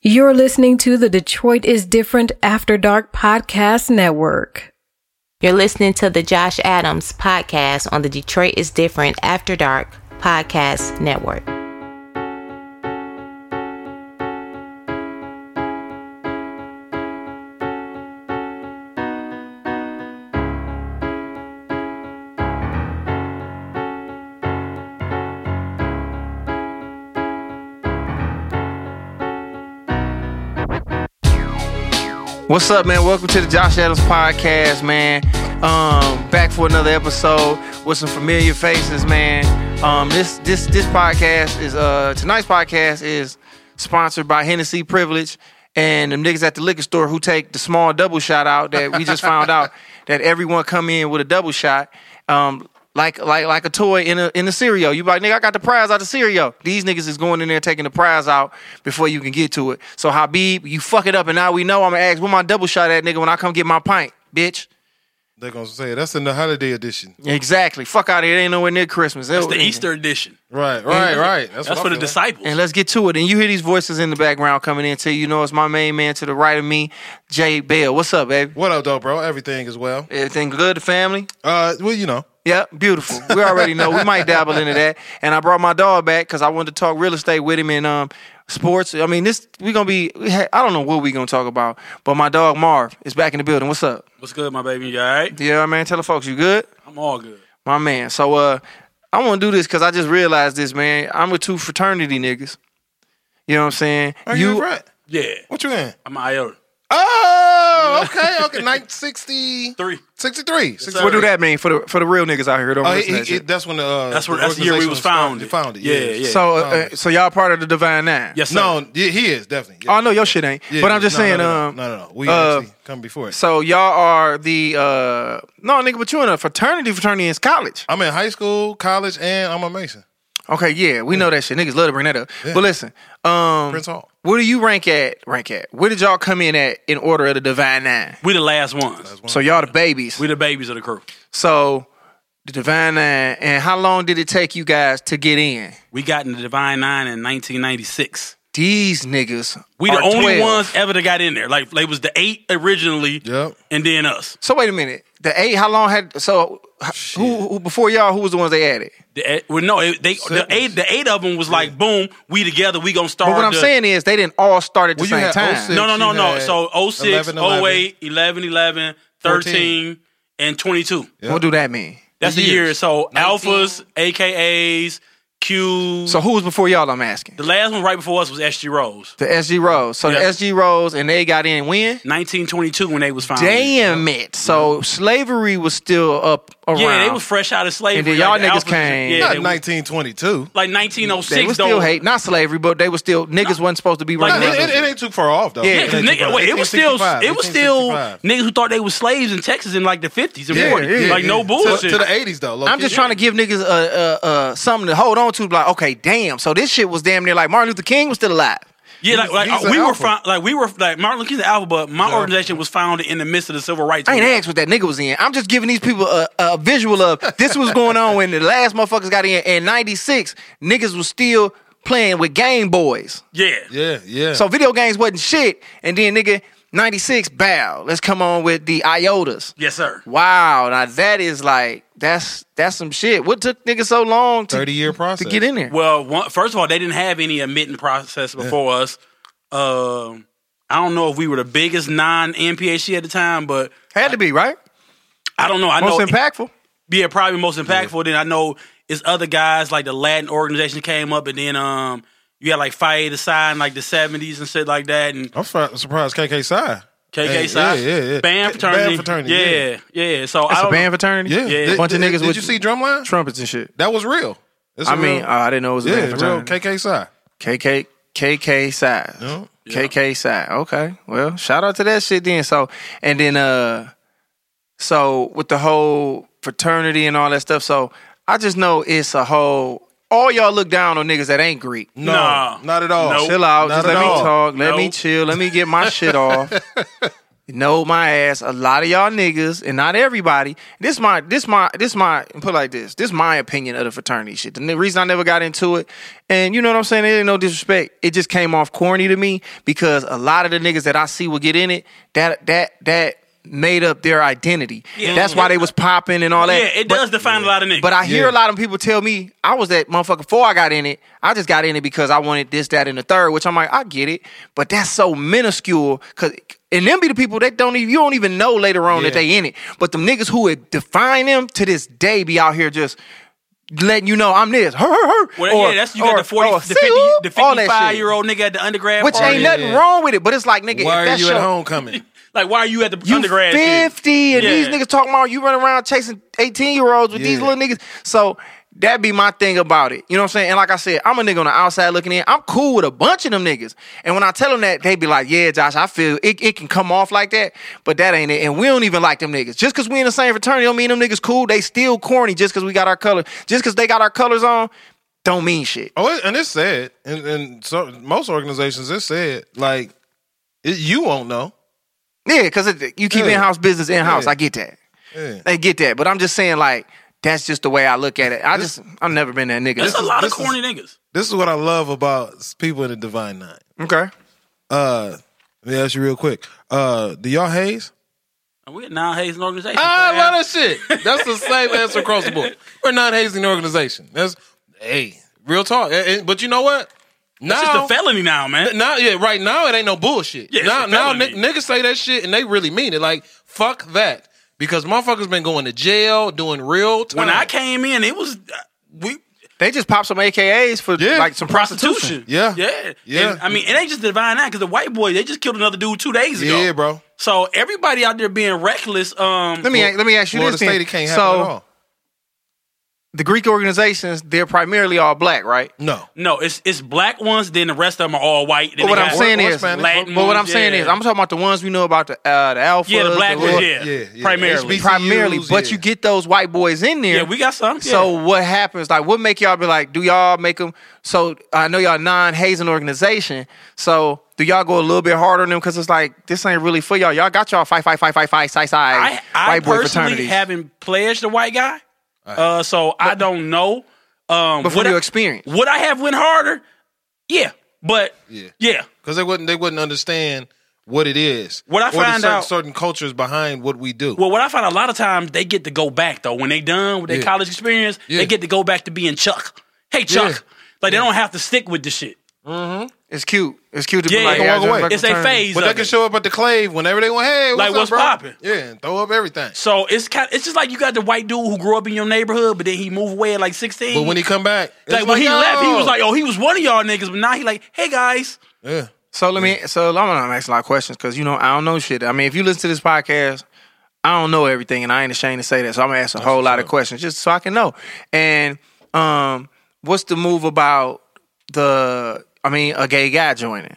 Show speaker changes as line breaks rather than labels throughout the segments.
You're listening to the Detroit is Different After Dark Podcast Network.
You're listening to the Josh Adams podcast on the Detroit is Different After Dark Podcast Network.
What's up, man? Welcome to the Josh Adams podcast, man. Um, back for another episode with some familiar faces, man. Um, this this this podcast is uh tonight's podcast is sponsored by Hennessy Privilege and them niggas at the liquor store who take the small double shot out that we just found out that everyone come in with a double shot. Um, like like like a toy in a in a cereal. You be like, nigga, I got the prize out of cereal. These niggas is going in there taking the prize out before you can get to it. So Habib, you fuck it up, and now we know I'm gonna ask where my double shot at, nigga, when I come get my pint, bitch.
They're gonna say that's in the holiday edition.
Exactly. Fuck out of here. It ain't nowhere near Christmas.
It's the Easter edition.
Right, right, right. what
That's, for the
I'm feeling.
disciples.
And let's get to it. And you hear these voices in the background coming in too. You know it's my main man to the right of me, Jay Bell. What's up, baby?
What up, though, bro? Everything is well.
Everything good? The family?
Uh, well, you know,
Yeah, beautiful. We already know. We might dabble into that. And I brought my dog back because I wanted to talk real estate with him and um sports. I mean, this we gonna be. we ha- I don't know what we gonna talk about, but my dog Marv is back in the building. What's up?
What's good, my baby? You all right?
Yeah, man. Tell the folks you good,
I'm all good.
my man. So uh, I want to do this because I just realized this, man. I'm with two fraternity niggas. You know what I'm saying?
are you, right?
Yeah.
What you in?
I'm an IOTA.
Oh, okay, okay. 960,
Three.
63.
sir.
What do that mean for the for the real niggas out here? who Don't
Oh, he,
listen to
he,
that shit?
that's when the uh,
That's where- that's the year we
organization
was founded.
Founded,
Yeah, yeah.
so uh, uh, so y'all part of the Divine Nine?
Yes, sir.
No, Oh. yeah, he is definitely.
Oh, I know your shit ain't.
Yeah,
but I'm just
no, no,
saying.
no, no,
um,
no, no, no. We
uh,
actually come before it.
So y'all are the uh no nigga, but you in a fraternity fraternity is college.
I'm in high school, college, and I'm a Mason.
Okay, yeah, we know that shit. Niggas love to bring that up. But listen, um
Prince Hall.
where do you rank at rank at? Where did y'all come in at in order of the Divine Nine?
We the last ones.
So y'all the babies.
We the babies of the crew.
So the Divine Nine and how long did it take you guys to get in?
We got in the Divine Nine in 1996.
These niggas.
We the
are
only
12.
ones ever that got in there. Like they was the eight originally,
Yep.
and then us.
So wait a minute. The eight, how long had so h- who, who before y'all, who was the ones they added?
The eight, well, no, it- they the eight the eight of them was like boom, we together, we gonna start.
But what I'm
the-
saying is they didn't all start at the
Well, you
same
had
time.
06.
no, no, no,
You
no.
had
So 06,
11, 11,
08, 11, 11, 13, and 22.
What do that mean?
That's the
years.
year. So alphas, AKAs, Qs.
So who was before y'all? I'm asking.
The last one right before us was SG Rose,
The SG Rose. So
Yeah.
the SG Rose and they got in when?
1922 when they was founded.
Damn it. So slavery was still up around.
Yeah, they was fresh out of slavery.
And then y'all
the
niggas
Alphas-
came.
Yeah,
Not
they was-
1922.
like
They
1906
was
though.
still hate. Not slavery, but they was still niggas wasn't supposed to be
Like,
running.
It,
niggas-
it- it ain't too far off though.
Yeah,
Yeah, 'cause
ain't too
nigga,
far.
wait, it was still
1865,
it was still
1865.
niggas who thought they was slaves in Texas in like the 50s and
Yeah,
40s.
yeah,
like
yeah.
no
To-
bullshit.
To, the 80s though. low
I'm
key.
just trying to give niggas uh, uh, uh, something to hold on to. Like, okay, damn. So this shit was damn near like Martin Luther King was still alive.
yeah, like, like
he's
uh,
an
we were
alpha.
from, like we were like Martin Luther King the alpha, but my organization was founded in the midst of the civil rights.
I ain't
movement.
asked what that nigga was in. I'm just giving these people a, a visual of this was going on when the last motherfuckers got in. In '96, niggas was still playing with Game Boys.
Yeah.
Yeah, yeah.
So video games wasn't shit. And then nigga, 96, bow. Let's come on with the Iotas.
Yes, sir.
Wow, now that is like that's that's some shit. What took nigga so long to,
30 year process
to get in there?
Well, one, first of all, they didn't have any admitting process before us. Um, I don't know if we were the biggest non NPHC at the time, but
Had to be, right?
I don't know. I
Most
know
impactful.
yeah, probably most impactful. Then I know it's other guys like the Latin organization came up, and then um, you had like Faye the sign like the seventies and shit like that, and
I'm fri- surprised KK Psy.
KK
Hey,
side,
Yeah, yeah, yeah.
band
K-
fraternity,
Band fraternity.
yeah, yeah. So
That's
I
a
don't
band fraternity.
Yeah.
Yeah.
Did,
Bunch of
did-
niggas
Did
with-
you see Drumline?
Trumpets and shit.
That was real. It's
I
a
mean,
real,
uh, I didn't know it was a
yeah,
band
real
fraternity.
KK Psy.
KK KK size.
No.
KK side. Okay. Well, shout out to that shit then. So and then uh so with the whole fraternity and all that stuff, so I just know it's a whole all y'all look down on niggas that ain't Greek.
No,
Nah.
not at all.
Uh, Nope.
Chill out.
Not
just
at
let me
all.
talk. Let me
Nope.
chill. Let me get my shit off. know my ass. A lot of y'all niggas, and not everybody. This my this my this my put it like this. This my opinion of the fraternity shit. The reason I never got into it, and you know what I'm saying. It ain't no disrespect. It just came off corny to me because a lot of the niggas that I see would get in it. That that that made up their identity.
Yeah.
That's why they was popping and all that.
Yeah, it
But-
does define a lot of niggas.
but I hear a
Yeah.
lot of people tell me I was that motherfucker before I got in it. I just got in it because I wanted this, that, and the third, which I'm like, I get it, but that's so minuscule. Cause and them be the people that don't even you don't even know later on that
Yeah.
they in it. But them niggas who would define them to this day be out here just letting you know I'm this. Her, her, her.
Well,
Or-
yeah, that's you got
or-
the forty,
or, oh,
the
see you,
fifty, the
all that shit.
fifty-five year old nigga at the undergrad,
Which
party.
ain't nothing
Yeah.
wrong with it, but it's like nigga,
Why
if
are
that's
you
your,
at homecoming?
Like, why are you at the
You
undergrad? shit?
50 and these
Yeah.
niggas talking about you running around chasing 18 year olds with these
Yeah.
little niggas. So that be my thing about it. You know what I'm saying? And like I said, I'm a nigga on the outside looking in. I'm cool with a bunch of them niggas. And when I tell them that, they be like, yeah, Josh, I feel it, it can come off like that, but that ain't it. And we don't even like them niggas. Just because we in the same fraternity don't mean them niggas cool. They still corny just because we got our color. Just because they got our colors on don't mean shit.
Oh, it- and it's sad. And, and so most organizations, it's sad. Like it, you won't know.
Yeah, because you keep
Yeah.
in-house business in-house.
Yeah.
I get that.
Yeah.
They get that, but I'm just saying, like, that's just the way I look at it. I just, I've never been that nigga.
There's a lot of
this is-
corny niggas.
This is what I love about s- people in the Divine Nine.
Okay.
Uh, let me ask you real quick. Uh, do y'all haze?
And We're non hazing organization.
Ah,
I
fam.
love that shit. That's the same answer across the board. We're not hazing organization. That's hey, real talk. Eh, eh, But you know what? Now,
It's just a felony now, man.
now, yeah, right now it ain't no bullshit.
Yeah, it's
now,
a
now
felony.
ni- niggas say that shit and they really mean it. Like fuck that, because motherfuckers been going to jail doing real time.
When I came in, it was uh, we
They just pop some AKAs for
Yeah.
like some prostitution.
prostitution.
Yeah.
yeah,
Yeah.
And, I mean, it ain't just the divine act because the white boy they just killed another dude two days ago.
yeah, bro.
So everybody out there being reckless. Um,
Let me let me ask you
Florida
this
State
then.
it can't
so
happen at all.
the Greek organizations, they're primarily all black, right?
No,
no, it's it's black ones. Then the rest of them are all white. Then
But what
they
I'm
got
saying
or
is,
Spanish.
Latin
but what I'm
ones,
saying
yeah.
is, I'm talking about the ones we know about the uh, the alphas,
yeah, the black ones,
little-
yeah,
yeah, yeah.
primarily,
HBCUs,
primarily. But
yeah.
you get those white boys in there.
yeah, we got some. Yeah.
So what happens? Like, what make y'all be like? Do y'all make them? So I know y'all non-hazing organization. So do y'all go a little bit harder on them? Because it's like this ain't really for y'all. Y'all got y'all fight, fight, fight, fight, fight, side,
I,
side,
I
white boy
personally
fraternities.
haven't pledged a white guy, uh, so I don't know. Um,
but from
would
your
I-
experience.
would I have went harder? Yeah, but
Yeah.
yeah.
because they wouldn't they wouldn't understand what it is.
What I
or the
find
certain,
out-
certain cultures behind what we do.
Well, what I find a lot of times they get to go back though when they done with their
Yeah.
college experience,
Yeah.
they get to go back to being Chuck. Hey Chuck, like they don't have to stick with the shit.
It's cute. It's cute to
Yeah,
be like,
they
yeah,
walk away.
I joined
It's a
fraternity.
phase.
but
of
they can
it.
show up at the clave whenever they want. Hey, what's
Like,
up,
what's
bro?
poppin'?
Yeah, and throw up everything.
So it's kind. It's just like you got the white dude who grew up in your neighborhood, but then he moved away at like sixteen.
But when he come back, it's
like, when he
yo.
left, he was like, "Oh, he was one of y'all niggas," but now he like, "Hey guys,
yeah.
So let me. So I'm gonna ask a lot of questions because you know I don't know shit. I mean, if you listen to this podcast, I don't know everything, and I ain't ashamed to say that. So I'm gonna ask a whole lot of questions just so I can know. And um, what's the move about the? I mean, a gay guy joining.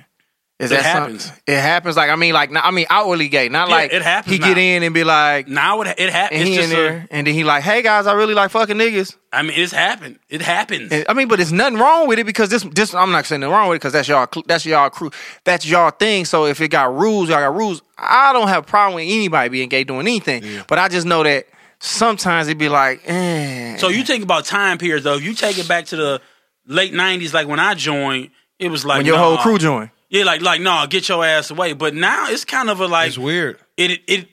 Is
It
that something-
happens.
It happens. Like I mean, like not, I mean, outwardly gay. Not
Yeah,
like
it happens
He get
now.
in and be like,
now it it
and
happened." It's
he in
just
there,
a,
and then he like, hey guys, I really like fucking niggas.
I mean, it's happened. It happens.
And- I mean, but there's nothing wrong with it because this, this I'm not saying nothing wrong with it because that's y'all, cl- that's y'all crew, that's y'all thing. So if it got rules, y'all got rules. I don't have a problem with anybody being gay doing anything, but I just know that sometimes it be like, eh.
So you think about time periods though. If you take it back to the late '90s, like when I joined, it was like
when your whole
nah.
crew join.
Yeah, like like no, get your ass away. But now it's kind of a like
It's weird.
it it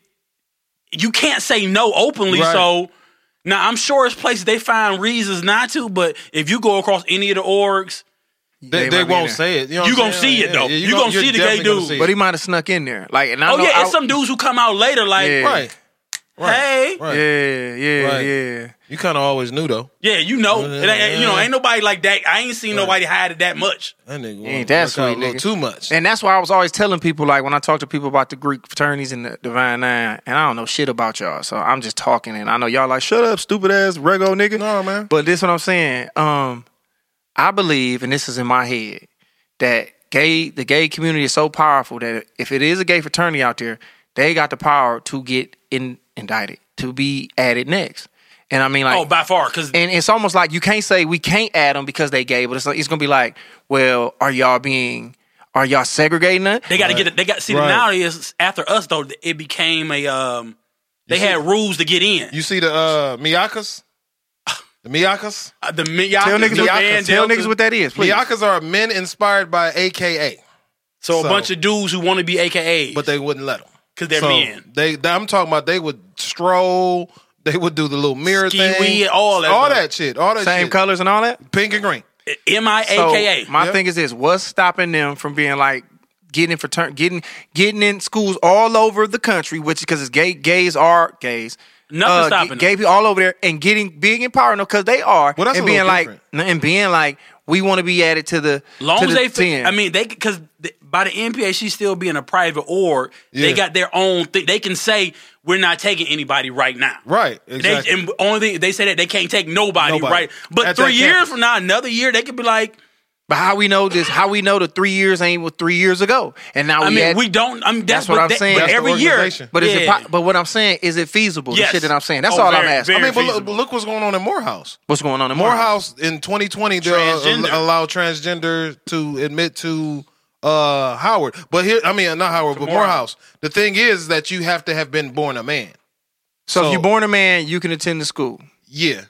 you can't say no openly.
Right.
So now I'm sure it's places they find reasons not to. But if you go across any of the orgs,
They,
might
they
be in
won't
there.
say it. You, know what
You
I'm
gonna
saying?
see it, though.
you
You
gon-
gonna
you're
see the gay
definitely gonna
dude.
see it.
But he might have snuck in there, like, and I
oh
know,
yeah,
I-
it's some dudes who come out later like,
Yeah.
right, right,
hey,
right.
yeah, yeah,
Right.
yeah.
You kind of always knew though.
yeah, you know, it ain't, you know,
Yeah.
ain't nobody like that. I ain't seen nobody hide it that much.
That nigga
Ain't
work
that
out
sweet,
a little
nigga.
too much.
And that's why I was always telling people, like when I talk to people about the Greek fraternities and the Divine Nine, and I don't know shit about y'all, so I'm just talking, and I know y'all like, shut up, stupid ass rego nigga.
No, man.
But this what I'm saying. Um, I believe, and this is in my head, that gay the gay community is so powerful that if it is a gay fraternity out there, they got the power to get in, indicted, to be added next. And I mean, like,
Oh, by far, because
and it's almost like you can't say we can't add them because they gay, but it's like, it's gonna be like, well, are y'all being Are y'all segregating that?
They got to get it. They got see
Right.
now is after us though. It became a um. They
see-
had rules to get in.
You see the uh, Miyakas? The Miyakas?
Uh, the Miyaka,
Tell niggas,
the
what,
Van
tell
Delta.
niggas what that is, please.
Miyakas are men inspired by AKA,
So a
So-
bunch of dudes who want to be AKAs,
but they wouldn't let them.
because they're
so
men.
They, I'm talking about they would stroll, they would do the little mirror
Ski
thing.
weed, all that
All
stuff.
that shit. All that
Same
shit.
colors and all that.
Pink and green.
M I
So
A K A.
my thing is this: what's stopping them from being like getting in fratern- getting getting in schools all over the country, which because it's gay gays are gays.
Nothing
uh,
stopping them.
gay people all over there and getting big and powerful because they are
Well, that's
and
a little
being like
different.
and being like we want to be added to the
Long
to
as
the
they, fit,
10.
I mean, they because by the NPA, she's still being a private org. They
Yeah.
got their own thing. They can say we're not taking anybody right now.
Right,
They,
exactly.
and only thing they say that they can't take nobody,
Nobody.
right. But
At
three
that
years
campus.
from now, another year, they could be like,
but how we know this? How we know the three years ain't what three years ago? And now
I
we
mean,
add-
we don't. I mean,
Oh, That's
that's,
what
but
I'm
that-
saying.
But
That's the
every year,
organization.
But is it?
Yeah.
po- But what I'm saying is it feasible?
Yes.
The shit that I'm saying. That's
Oh,
all
very-
I'm asking.
very
I mean, but look,
feasible.
look what's going on in Morehouse.
What's going on in Morehouse?
Morehouse in 2020 they'll al-
Transgender.
allow transgender to admit to uh Howard. But here I mean uh, not Howard, but Morehouse. The thing is that you have to have been born a man.
So, if
So-
you're born a man, you can attend the school.
Yeah.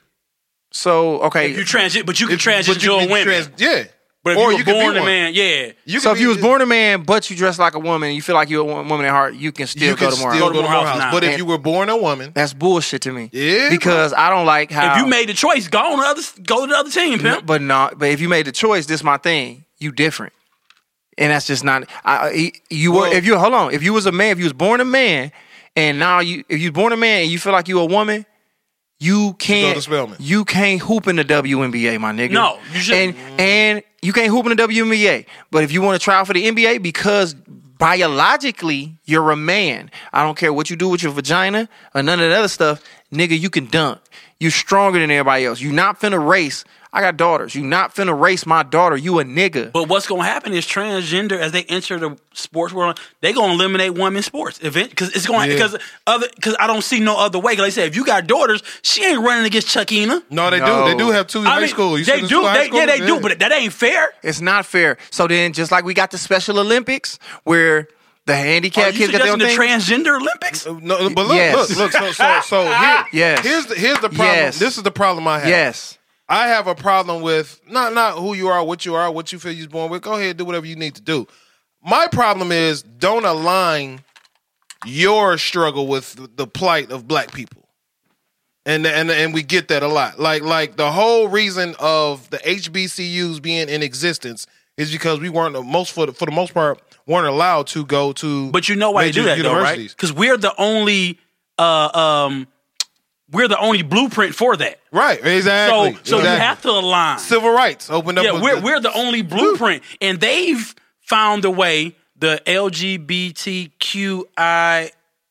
So okay,
you transit, but you can
If- but
transit
you
your
can
women.
trans- yeah.
but if
or
you were
can be
born a
one.
man, yeah.
You
so
can
if
be-
you was born a man, but you dress like a woman, you feel like you're a wo- woman at heart, you can still
you
go
can
to Morehouse.
still go to
Morehouse
Morehouse.
now.
But if
And-
you were born a woman,
That's bullshit to me.
Yeah, bro.
because I don't like how
If you made the choice, go on the other, go to the other team, pimp.
But no, but if you made the choice, this my thing. You different, and that's just not. I- I you were
Well-
if you hold on. If you was a man, if you was born a man, and now you if you was born a man and you feel like you a woman. You can't.
to Spelman.
You can't hoop in the WNBA, my nigga.
No, you shouldn't.
And and you can't hoop in the WNBA. But if you want to try out for the NBA, because biologically you're a man. I don't care what you do with your vagina or none of that other stuff, nigga. You can dunk. You're stronger than everybody else. You not finna race. I got daughters. You not finna race my daughter. You a nigga.
But what's going to happen is transgender as they enter the sports world, they going to eliminate women's sports event because it's going
Yeah.
because other because I don't see no other way. 'Cause Like I said, if you got daughters, she ain't running against Chuckina.
no, they
No.
do. They do have two in
I
high
mean,
school. You see
they
the
do.
two high
They, yeah,
schools?
they do. But that ain't fair.
It's not fair. So then, just like we got the Special Olympics where the
Are
handicapped
Oh, you
kids got their
suggesting
own thing.
the transgender Olympics?
No, but look,
Yes.
look, look. So, so, so here,
Yes.
here's the here's the problem.
Yes.
This is the problem I have.
yes.
I have a problem with not not who you are, what you are, what you feel you're born with. Go ahead, do whatever you need to do. My problem is don't align your struggle with th- the plight of black people. And and and we get that a lot. Like like the whole reason of the HBCUs being in existence is because we weren't the most for the, for the most part weren't allowed to go to
But you know why they
major
do that, though, right?
universities.
Because we're the only uh, um, we're the only blueprint for that.
Right,
So
exactly.
so you
exactly.
have to align.
civil rights opened up
yeah,
with
we're
the-
we're the only blueprint, and they've found a way. The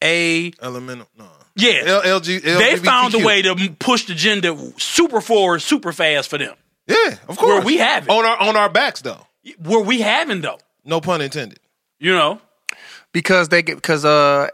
LGBTQIA,
elemental no.
yeah,
L- LG,
they found a
LGBTQ.
way to m- push the gender super forward, super fast for them.
Yeah, of course.
we have it.
on our on our backs though.
Where we haven't though,
No pun intended.
you know.
because they get because uh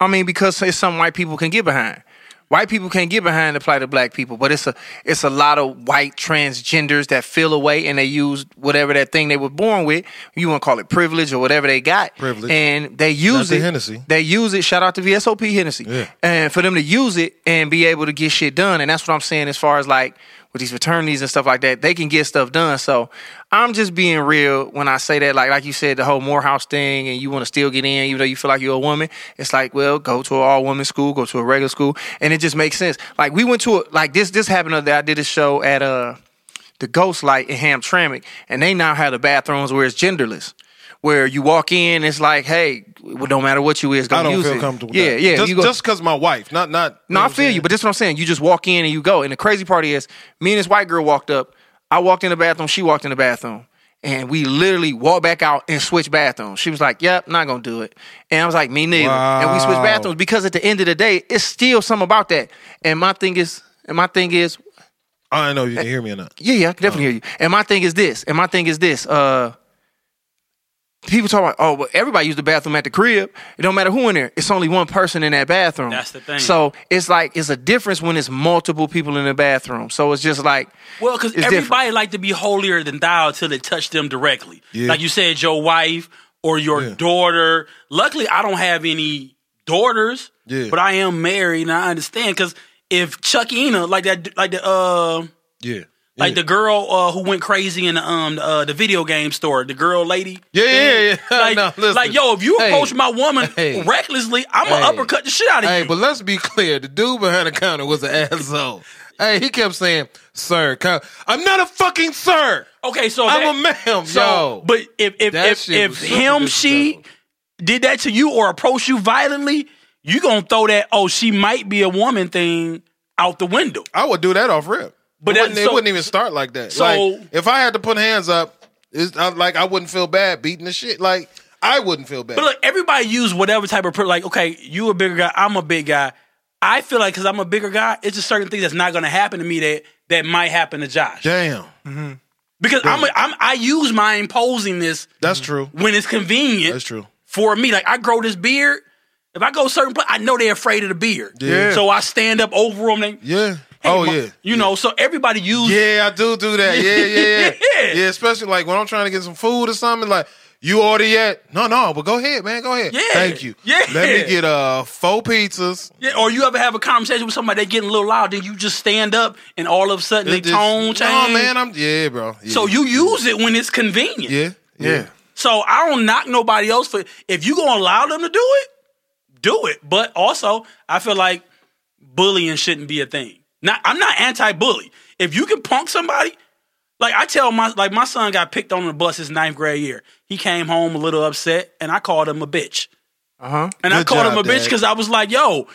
i mean because it's something white people can get behind white people can get behind the plight of black people but it's a it's a lot of white transgenders that feel away and they use whatever that thing they were born with you want to call it privilege or whatever they got
Privilege.
and they use
the
it
Hennessy.
they use it shout out to vsop hennessy
Yeah.
and for them to use it and be able to get shit done and that's what i'm saying as far as like with these fraternities and stuff like that they can get stuff done so i'm just being real when i say that like like you said the whole morehouse thing and you want to still get in even though you feel like you're a woman it's like well go to an all-woman school go to a regular school and it just makes sense like we went to a like this this happened the other day i did a show at uh the ghost light in Hamtramck, and they now have the bathrooms where it's genderless. Where you walk in, it's like, hey, well, no matter what you is, go
I don't
use
feel
it.
comfortable. with
Yeah,
that.
yeah.
Just
you go,
just because my wife, not not.
no, I feel you, but this is what I'm saying. You just walk in and you go. And the crazy part is, me and this white girl walked up. I walked in the bathroom. She walked in the bathroom. And we literally walked back out and switched bathrooms. She was like, "Yep, not gonna do it." And I was like, "Me neither." And we switched
Wow.
bathrooms because at the end of the day, it's still something about that. And my thing is, and my thing is,
I don't know if you can hear me or not.
Oh.
yeah, yeah, I can definitely hear you. And my thing is this. And my thing is this. Uh, people talk about, oh, well, everybody use the bathroom at the crib. It don't matter who in there. It's only one person in that bathroom.
That's the thing.
So it's like it's a difference when it's multiple people in the bathroom. So it's just like
Well, because
it's
everybody
different.
like to be holier than thou till it touched them directly. Like you said, your wife or your daughter. Luckily, I don't have any daughters,
Yeah.
but I am married and I understand. Because if Chuckina, like that, like the uh,
Yeah.
like the girl uh, who went crazy in the um uh, the video game store, the girl lady.
Yeah, yeah, yeah.
Like,
No, listen.
like, yo, if you
Hey.
approach my woman
Hey.
recklessly, I'm gonna
Hey.
uppercut the shit out of
Hey,
you.
but let's be clear. The dude behind the counter was an asshole. Hey, he kept saying, "Sir, co-" I'm not a fucking sir.
okay, so that-
I'm a ma'am,
So,
yo.
but if if
That
if,
shit
if
was super
him she
disrespectful.
did that to you or approached you violently, you gonna throw that oh she might be a woman thing out the window.
I would do that off rip. But
But that-
it wouldn't, it
so-
wouldn't even start like that.
so-
like, if I had to put hands up, it's, I, like I wouldn't feel bad beating the shit. Like I wouldn't feel bad.
But look, everybody use whatever type of per- like okay, you a bigger guy, I'm a big guy. I feel like because I'm a bigger guy, it's just certain things that's not gonna happen to me that that might happen to Josh
Damn,
because I'm, a, I'm I use my imposingness
that's true.
when it's convenient.
That's true.
for me. Like I grow this beard. If I go certain place, I know they're afraid of the beard.
Yeah.
So I stand up over them. They,
Yeah.
Hey,
oh
ma-
yeah.
You know, so everybody use
Yeah, I do do that. Yeah, yeah, yeah.
Yeah.
yeah. especially like when I'm trying to get some food or something. Like, you order yet? No, no. But go ahead, man. Go ahead.
Yeah.
Thank you.
Yeah.
Let me get uh four pizzas.
Yeah, or you ever have a conversation with somebody they getting a little loud, then you just stand up and all of a sudden
It
the
just-
tone change.
No, man. I'm yeah, bro. Yeah.
So you use it when it's convenient.
yeah, yeah.
So I don't knock nobody else for if you gonna allow them to do it, do it. But also, I feel like bullying shouldn't be a thing. Not I'm not anti-bully. If you can punk somebody, like I tell my like my son got picked on the bus his ninth grade year. He came home a little upset, and I called him a bitch. Uh huh. And I
Uh-huh. Good
called him a
job,
bitch
Dad.
because I was like, yo,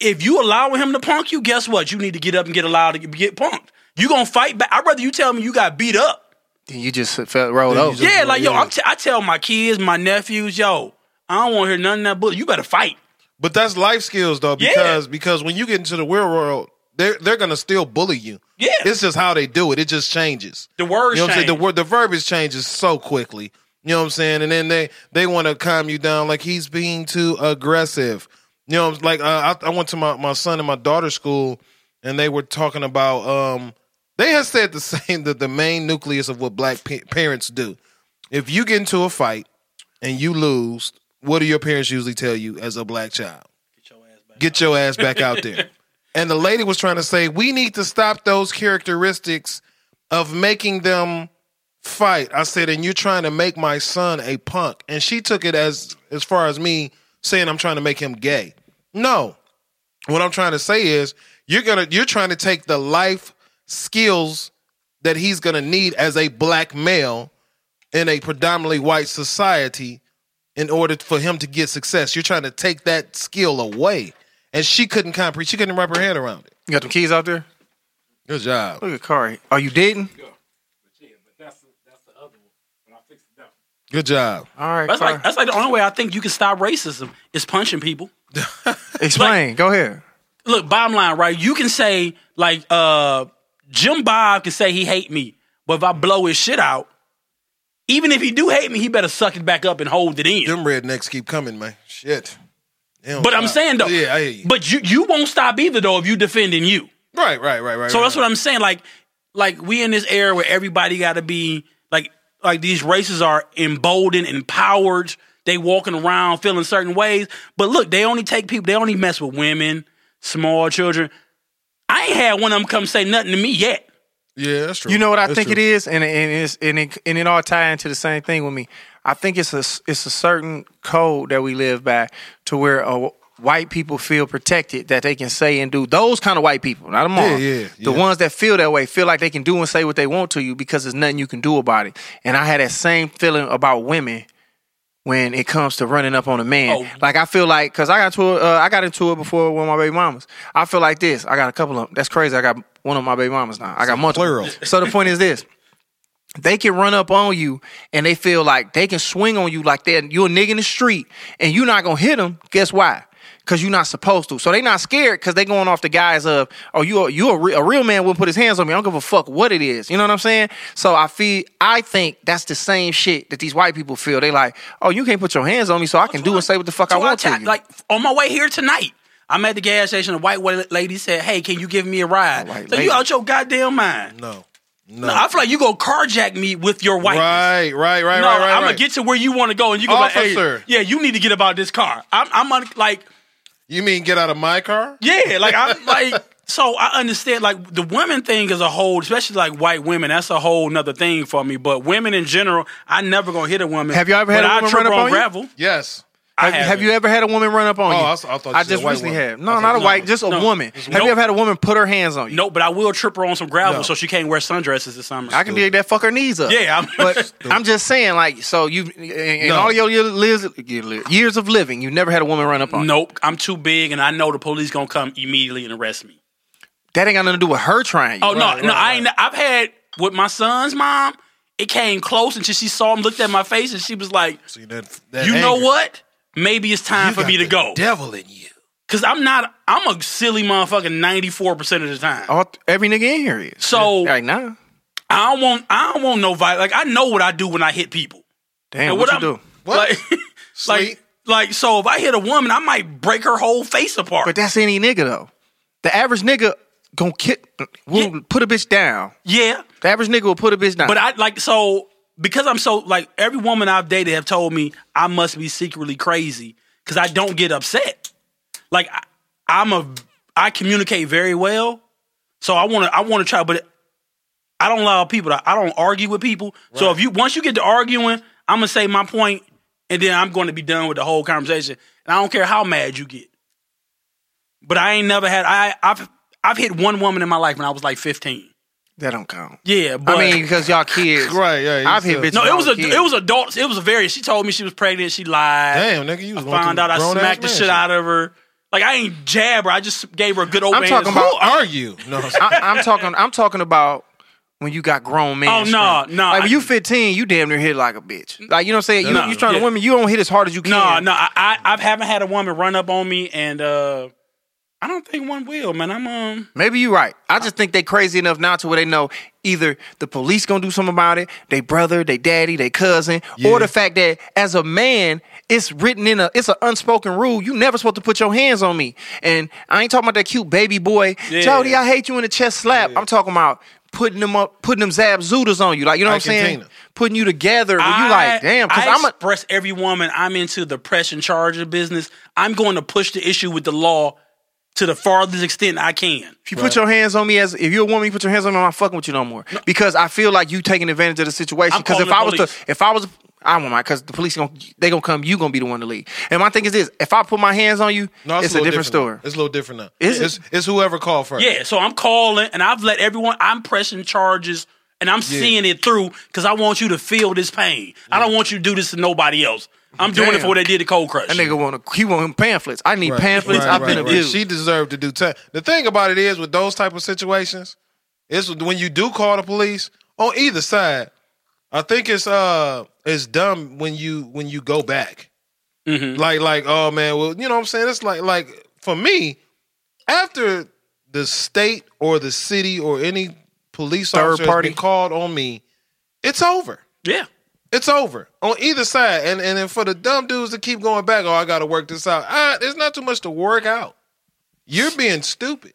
if you allowing him to punk you, guess what? You need to get up and get allowed to get punked. You gonna fight back? I'd rather you tell me you got beat up.
then you just felt rolled over.
Yeah, like yo, I'm t- I tell my kids, my nephews, yo, I don't want to hear none of that bullshit. You better fight.
But that's life skills though,
Yeah.
because because when you get into the real world, they're they're gonna still bully you.
Yeah.
It's just how they do it. It just changes.
The words
You know what I'm saying? The
change.
word the verbiage changes so quickly. You know what I'm saying? And then they they want to calm you down like he's being too aggressive. You know, like uh, I, I went to my, my son and my daughter's school, and they were talking about um they had said the same that the main nucleus of what black pa- parents do. If you get into a fight and you lose, what do your parents usually tell you as a black child? Get your ass back out there. And the lady was trying to say, we need to stop those characteristics of making them fight. I said, and you're trying to make my son a punk. And she took it as as far as me saying I'm trying to make him gay. No. What I'm trying to say is you're gonna you're trying to take the life skills that he's gonna need as a black male in a predominantly white society in order for him to get success. You're trying to take that skill away. And she couldn't comprehend she couldn't wrap her head around it.
You got the keys out there?
Good job.
Look at Kari. Are you dating?
Good job.
All right,
That's
Kari.
like that's like the only way I think you can stop racism is punching people.
Explain. Go ahead.
Look, bottom line, right? You can say like uh Jim Bob can say he hate me, but if I blow his shit out, even if he do hate me, he better suck it back up and hold it in.
Them rednecks keep coming, man. Shit. They don't
But I'm
stop.
saying though,
Yeah, I hear you.
but you you won't stop either though if you defending you.
right, right, right, right.
So that's what I'm saying. Like, like we in this era where everybody got to be like, like these races are emboldened, empowered. They walking around feeling certain ways. But look, they only take people. They only mess with women, small children. I ain't had one of them come say nothing to me yet.
Yeah, that's true.
You know what I
That's
think it
true.
is, and and it's, and it and it all tie into the same thing with me. I think it's a s- it's a certain code that we live by to where uh, white people feel protected that they can say and do those kind of white people, not them all.
Yeah, yeah,
The
yeah.
ones that feel that way feel like they can do and say what they want to you because there's nothing you can do about it. And I had that same feeling about women when it comes to running up on a man.
Oh.
Like I feel like because I got to uh, I got into it before with my baby mamas. I feel like this. I got a couple of them. That's crazy. I got one of my baby mamas now. I got multiple.
plural.
So the point is this. They can run up on you and they feel like they can swing on you like that. You're a nigga in the street and you're not gonna hit them. Guess why? because you're not supposed to. So they not scared because they going off the guise of, oh, you a, you a, re- a real man wouldn't put his hands on me. I don't give a fuck what it is. You know what I'm saying? So I feel I think that's the same shit that these white people feel. They like, oh, you can't put your hands on me, so I can do and say what the fuck I
So
want
ta-
to. You.
Like on my way here tonight, I'm at the gas station. A white wa- lady said, "Hey, can you give me a ride?"
white
so
lady.
you out your goddamn mind.
No.
No, I feel like you go carjack me with your white.
Right, right, right, right,
no,
right, right.
I'm gonna get to where you want to go, and you go like, "Hey,
Officer.
yeah, you need to get about this car." I'm, I'm un- like,
you mean get out of my car?
yeah, like I'm like. So I understand, like the women thing is a whole, especially like white women. That's a whole nother thing for me. But women in general, I never gonna hit a woman.
Have y'all ever had
but
a
I
woman
trip
run up
on
on you?
gravel?
Yes.
I
Have, have
haven't.
you ever had a woman run up on
Oh,
you?
I s- I thought you said
just
white
recently
woman.
had.
I
No,
thought-
not a
no,
white, just a
no.
woman. Have
Nope.
you ever had a woman put her hands on you?
No, but I will trip her on some gravel so she can't wear sundresses this summer.
I can dig that fuck her knees up.
Yeah, I'm-
but I'm just saying, like, so you in, in
No.
all your year- lives- years of living, you never had a woman run up on. you.
Nope, I'm too big, and I know the police gonna come immediately and arrest me.
That ain't got nothing to do with her trying. You.
Oh no, no, I ain't. I've had with my son's mom. It came close, and she, she saw him, looked at my face, and she was like,
See, that, that
"You know
anger.
what? Maybe it's time
You
for
got
me to
the
go."
Devil in you.
Cause I'm not. I'm a silly motherfucking ninety four percent of the time.
All, every nigga in here is.
So-
like, nah,
I don't want. I don't want no violence. Like I know what I do when I hit people.
damn,
And
what,
what
you
I'm-
do?
Like, like,
Sleep.
like. So if I hit a woman, I might break her whole face apart.
But that's any nigga though. The average nigga gonna kick, will put a bitch down.
yeah.
The average nigga will put a bitch down.
But I like so because I'm so like every woman I've dated have told me I must be secretly crazy because I don't get upset. Like I, I'm a I communicate very well, so I want to I want to try, but I don't allow people to I don't argue with people. So if you once you get to arguing, I'm gonna say my point, and then I'm going to be done with the whole conversation, and I don't care how mad you get. But I ain't never had I I've I've hit one woman in my life when I was like 15.
that don't count.
Yeah, but
I mean, because y'all kids,
Right, yeah, you
I've hit
still-
bitches.
No,
when I
it was a
kid.
it was adults. It was a very. She told me she was pregnant. She lied.
Damn, nigga, you was going
Found
through
out I
grown-ass
smacked the
man
shit out of her. Like I ain't jab her. I just gave her a good old.
I'm
man's-
talking
Who
about-
are you? No,
I, I'm talking. I'm talking about when you got grown men.
Oh, no,
strength.
no,
Like when
I-
you 15, you damn near hit like a bitch. Like you know what I'm saying. You
No,
you trying
yeah.
to women, you don't hit as hard as you can.
No, no. I, I I haven't had a woman run up on me, and uh I don't think one will. Man, I'm um.
Maybe you're right. I just think they crazy enough now to where they know either the police gonna do something about it, they brother, they daddy, they cousin, or the fact that as a man, it's written in a it's an unspoken rule. You never supposed to put your hands on me. And I ain't talking about that cute baby boy. Jody, I hate you in the chest slap. I'm talking about putting them up, putting them zab zooters on you. Like you know what I'm saying?
Argentina.
Putting you together where you
I-
like, damn, because
I
I'm a
express every woman I'm into the press and charger business. I'm going to push the issue with the law to the farthest extent I can.
If you put your hands on me as if you're a woman, you put your hands on me. I'm not fucking with you no more because I feel like you taking advantage of the situation.
I'm
Because if
calling
I
the
was to,
police.
if I was, I won't mind because the police gonna they gonna come. You gonna be the one to lead. And my thing is this: if I put my hands on you,
No,
it's, a,
little
different, story.
now. It's a little different now.
Is it?
it's, it's whoever called first.
Yeah, so I'm calling and I've let everyone, I'm pressing charges and I'm seeing it through because I want you to feel this pain. I don't want you to do this to nobody else. I'm doing it for
Damn.
what they did to Cold Crush.
That nigga want to. He want pamphlets. I need
Right,
pamphlets.
right,
I've
right,
been
right.
abused.
She deserved to do time. The thing about it is, with those type of situations, it's when you do call the police on either side. I think it's uh it's dumb when you when you go back. Like like oh man, well you know what I'm saying. It's like like for me, after the state or the city or any police
Third
officer has
party.
been called on me, it's over
Yeah.
it's over on either side. And and then for the dumb dudes to keep going back, oh, I got to work this out. Ah, there's not too much to work out. You're being stupid.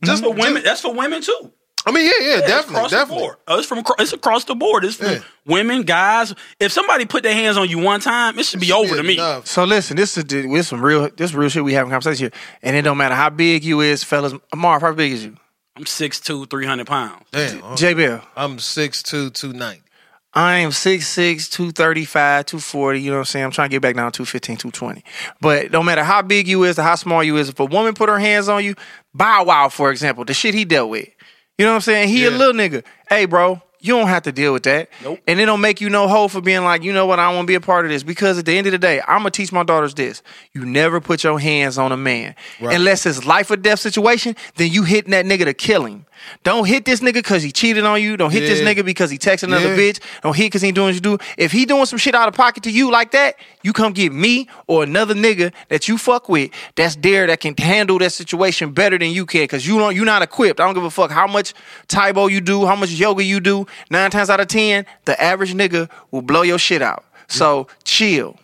That's for Mm-hmm. women.
just-
that's for women too.
I mean, yeah, yeah,
It's
definitely,
across
definitely.
The board. Uh, It's from acro- it's across the board. It's for
Yeah.
women, guys. If somebody put their hands on you one time, it should be over
Yeah,
to me.
enough.
So listen, this is the- this some real this real shit we having conversation here, and it don't matter how big you is, fellas. Marv, how big is you?
I'm 6'2", 300 pounds.
Damn, I'm-
J Bell.
I'm six two two ninety.
I am 6'6", 235, 240, you know what I'm saying? I'm trying to get back down to 215, 220. But no matter how big you is or how small you is, if a woman put her hands on you, Bow Wow, for example, the shit he dealt with. You know what I'm saying? He a
Yeah.
little nigga. Hey, bro, you don't have to deal with that.
Nope.
And it don't make you no hoe for being like, you know what, I don't want to be a part of this. Because at the end of the day, I'm going to teach my daughters this. You never put your hands on a man. Unless it's life or death situation, then you hitting that nigga to kill him. Don't hit this nigga because he cheated on you. Don't hit this
Yeah.
nigga because he texted another
Yeah.
bitch. Don't hit because he ain't doing what you do. If he doing some shit out of pocket to you like that, you come get me or another nigga that you fuck with that's there that can handle that situation better than you can because you don't you not equipped. I don't give a fuck how much Taibo you do, how much yoga you do. Nine times out of ten, the average nigga will blow your shit out. So chill.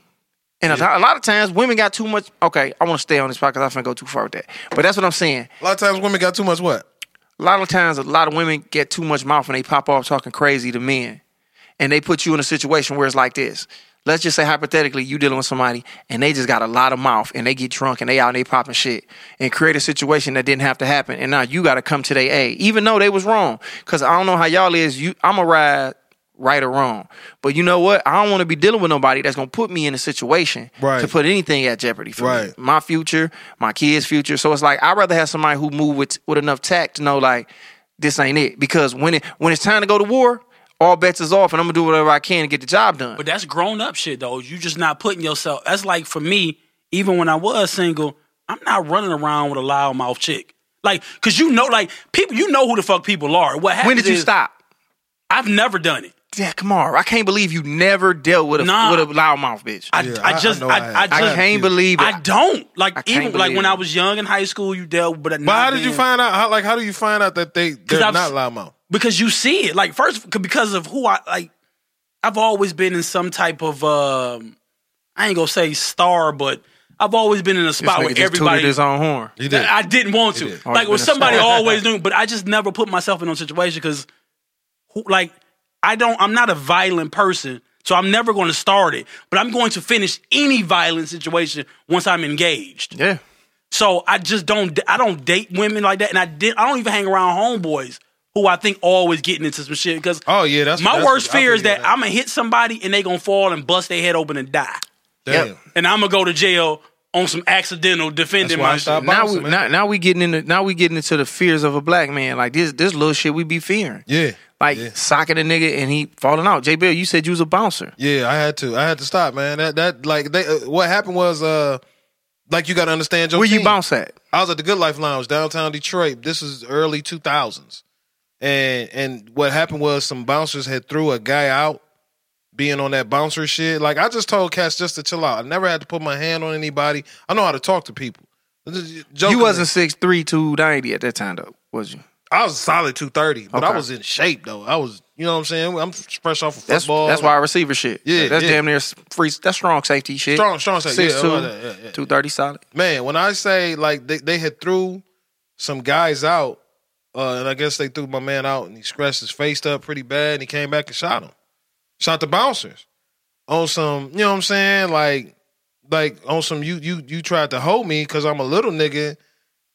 And a lot- a lot of times women got too much. Okay, I want to stay on this podcast. I finna go too far with that. But that's what I'm saying.
A lot of times women got too much what?
A lot of times, a lot of women get too much mouth and they pop off talking crazy to men. And they put you in a situation where it's like this. Let's just say hypothetically, you dealing with somebody and they just got a lot of mouth and they get drunk and they out and they popping shit and create a situation that didn't have to happen. And now you got to come to their aid, even though they was wrong. Cause I don't know how y'all is. You, I'm a ride right or wrong, but you know what? I don't want to be dealing with nobody that's gonna put me in a situation
Right.
to put anything at jeopardy for me.
Right.
my future, my kids' future. So it's like I'd rather have somebody who move with with enough tact to know like this ain't it. Because when it when it's time to go to war, all bets is off, and I'm gonna do whatever I can to get the job done.
But that's grown up shit though. You just not putting yourself. That's like for me, even when I was single, I'm not running around with a loudmouth chick. Like, cause you know, like people, you know who the fuck people are. What happens?
when did you
is,
stop?
I've never done it.
Yeah, come on. I can't believe you never dealt with a
Nah.
with a loudmouth bitch.
I,
I,
Yeah, I-
I just,
I know
I,
I have.
I, just,
can't believe it.
I don't like
I can't
even like when
believe
I
it.
was young in high school. You dealt, but
But how did you find out? How, like, how do you find out that they they're
I've
not
s-
loudmouth?
because you see it like first c- because of who i like i've always been in some type of um i ain't gonna say star but i've always been in a
this
spot
nigga
where
just tooted
everybody
his own horn.
You did.
I didn't want to.
did.
Like,
been a
when somebody
star.
always knew, but I just never put myself in those situations because, like, I don't. I'm not a violent person, so I'm never going to start it. But I'm going to finish any violent situation once I'm engaged.
Yeah.
So I just don't I don't date women like that, and I did I don't even hang around homeboys who I think always getting into some shit because
Oh, yeah, that's-
my
that's-
worst
I
fear is
feel you
that,
on that.
I'm gonna hit somebody and they gonna fall and bust their head open and die,
Damn.
Yep.
and I'm gonna go to jail on some accidental
That's
defending
why I
my shit.
stopped
Now we
bouncing, man.
now, now we getting into now we getting into the fears of a black man. Like this this little shit we be fearing.
Yeah.
Like
Yeah.
socking a nigga and he falling out. J Bill, you said you was a bouncer.
Yeah, I had to. I had to stop, man. That that like they, uh, what happened was uh like you got to understand your
Where you
team.
bounce at?
I was at the Good Life Lounge downtown Detroit. This is early 2000s. And and what happened was some bouncers had threw a guy out being on that bouncer shit. Like I just told Cass just to chill out. I never had to put my hand on anybody. I know how to talk to people.
You
You
wasn't six three two ninety at that time though, was you?
I was solid 230, but I
Okay.
was in shape though. I was, you know what I'm saying? I'm fresh off of
That's
football.
that's why I receiver shit.
Yeah,
that's
yeah.
damn near free. That's strong safety shit.
Strong- strong safety,
Six
yeah,
two,
I like that, yeah, yeah.
two thirty solid.
man, when I say like they, they had threw some guys out, uh, and I guess they threw my man out and he scratched his face up pretty bad and he came back and shot him. Shot the bouncers. On some, you know what I'm saying? Like like on some you you you tried to hold me because I'm a little nigga.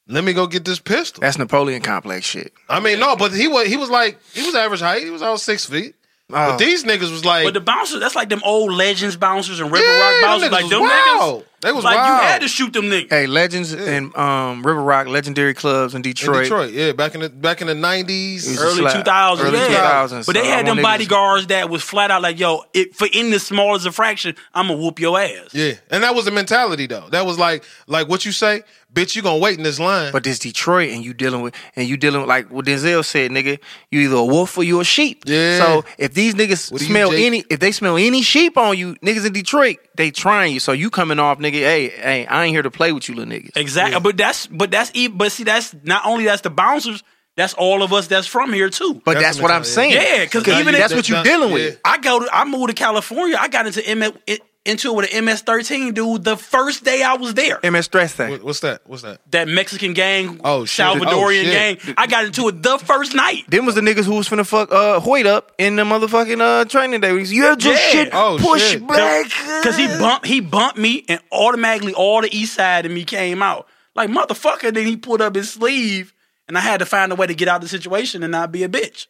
Let me go get this pistol.
That's Napoleon complex shit.
I mean, no, but he was he was like he was average height. He was all six feet.
Oh.
But these niggas was like
But the bouncers, that's like them old legends bouncers and river
Yeah,
rock
them
bouncers,
niggas
like
was
them
wild.
niggas.
They was
like
wild.
you had to shoot them niggas.
Hey, legends and um, River Rock legendary clubs in
in
Detroit.
Detroit. yeah, back in the back in the nineties.
It was a
Early
slap.
two thousands,
Early
yeah.
2000s,
uh,
but they
so I
had
want
them
niggas-
bodyguards that was flat out like, "Yo, it, for in the smallest of fraction, I'm gonna whoop your ass."
Yeah, and that was the mentality though. That was like, like what you say, bitch. You gonna wait in this line.
But this Detroit and you dealing with and you dealing with, like what Denzel said, nigga. You either a wolf or you a sheep.
Yeah.
So if these niggas
What do you,
smell
Jake?
any, if they smell any sheep on you, niggas in Detroit, they trying you. So you coming off, nigga. Hey, hey, I ain't here to play with you, little niggas.
Exactly. But that's but that's e- but see that's not only that's the bouncers, that's all of us that's from here too.
But
That's
that's,
the
what I'm saying.
mentality.
Yeah, 'cause even
that's
if-
what you're
that's not-
dealing with.
yeah.
I go to I moved to California. I got into M- it- into it with an MS thirteen dude the first day I was there.
MS Stress thing.
What- what's that? What's that?
That Mexican gang,
Oh, shit. Oh,
Salvadorian
shit.
gang. I got into it the first night.
Them was the niggas who was finna fuck uh Hoyt up in the motherfucking uh training day. He's, You're just
Yeah.
shit
Oh,
push
shit.
black.
Cause he bumped he bumped me and automatically all the east side of me came out. Like motherfucker, then he pulled up his sleeve and I had to find a way to get out of the situation and not be a bitch.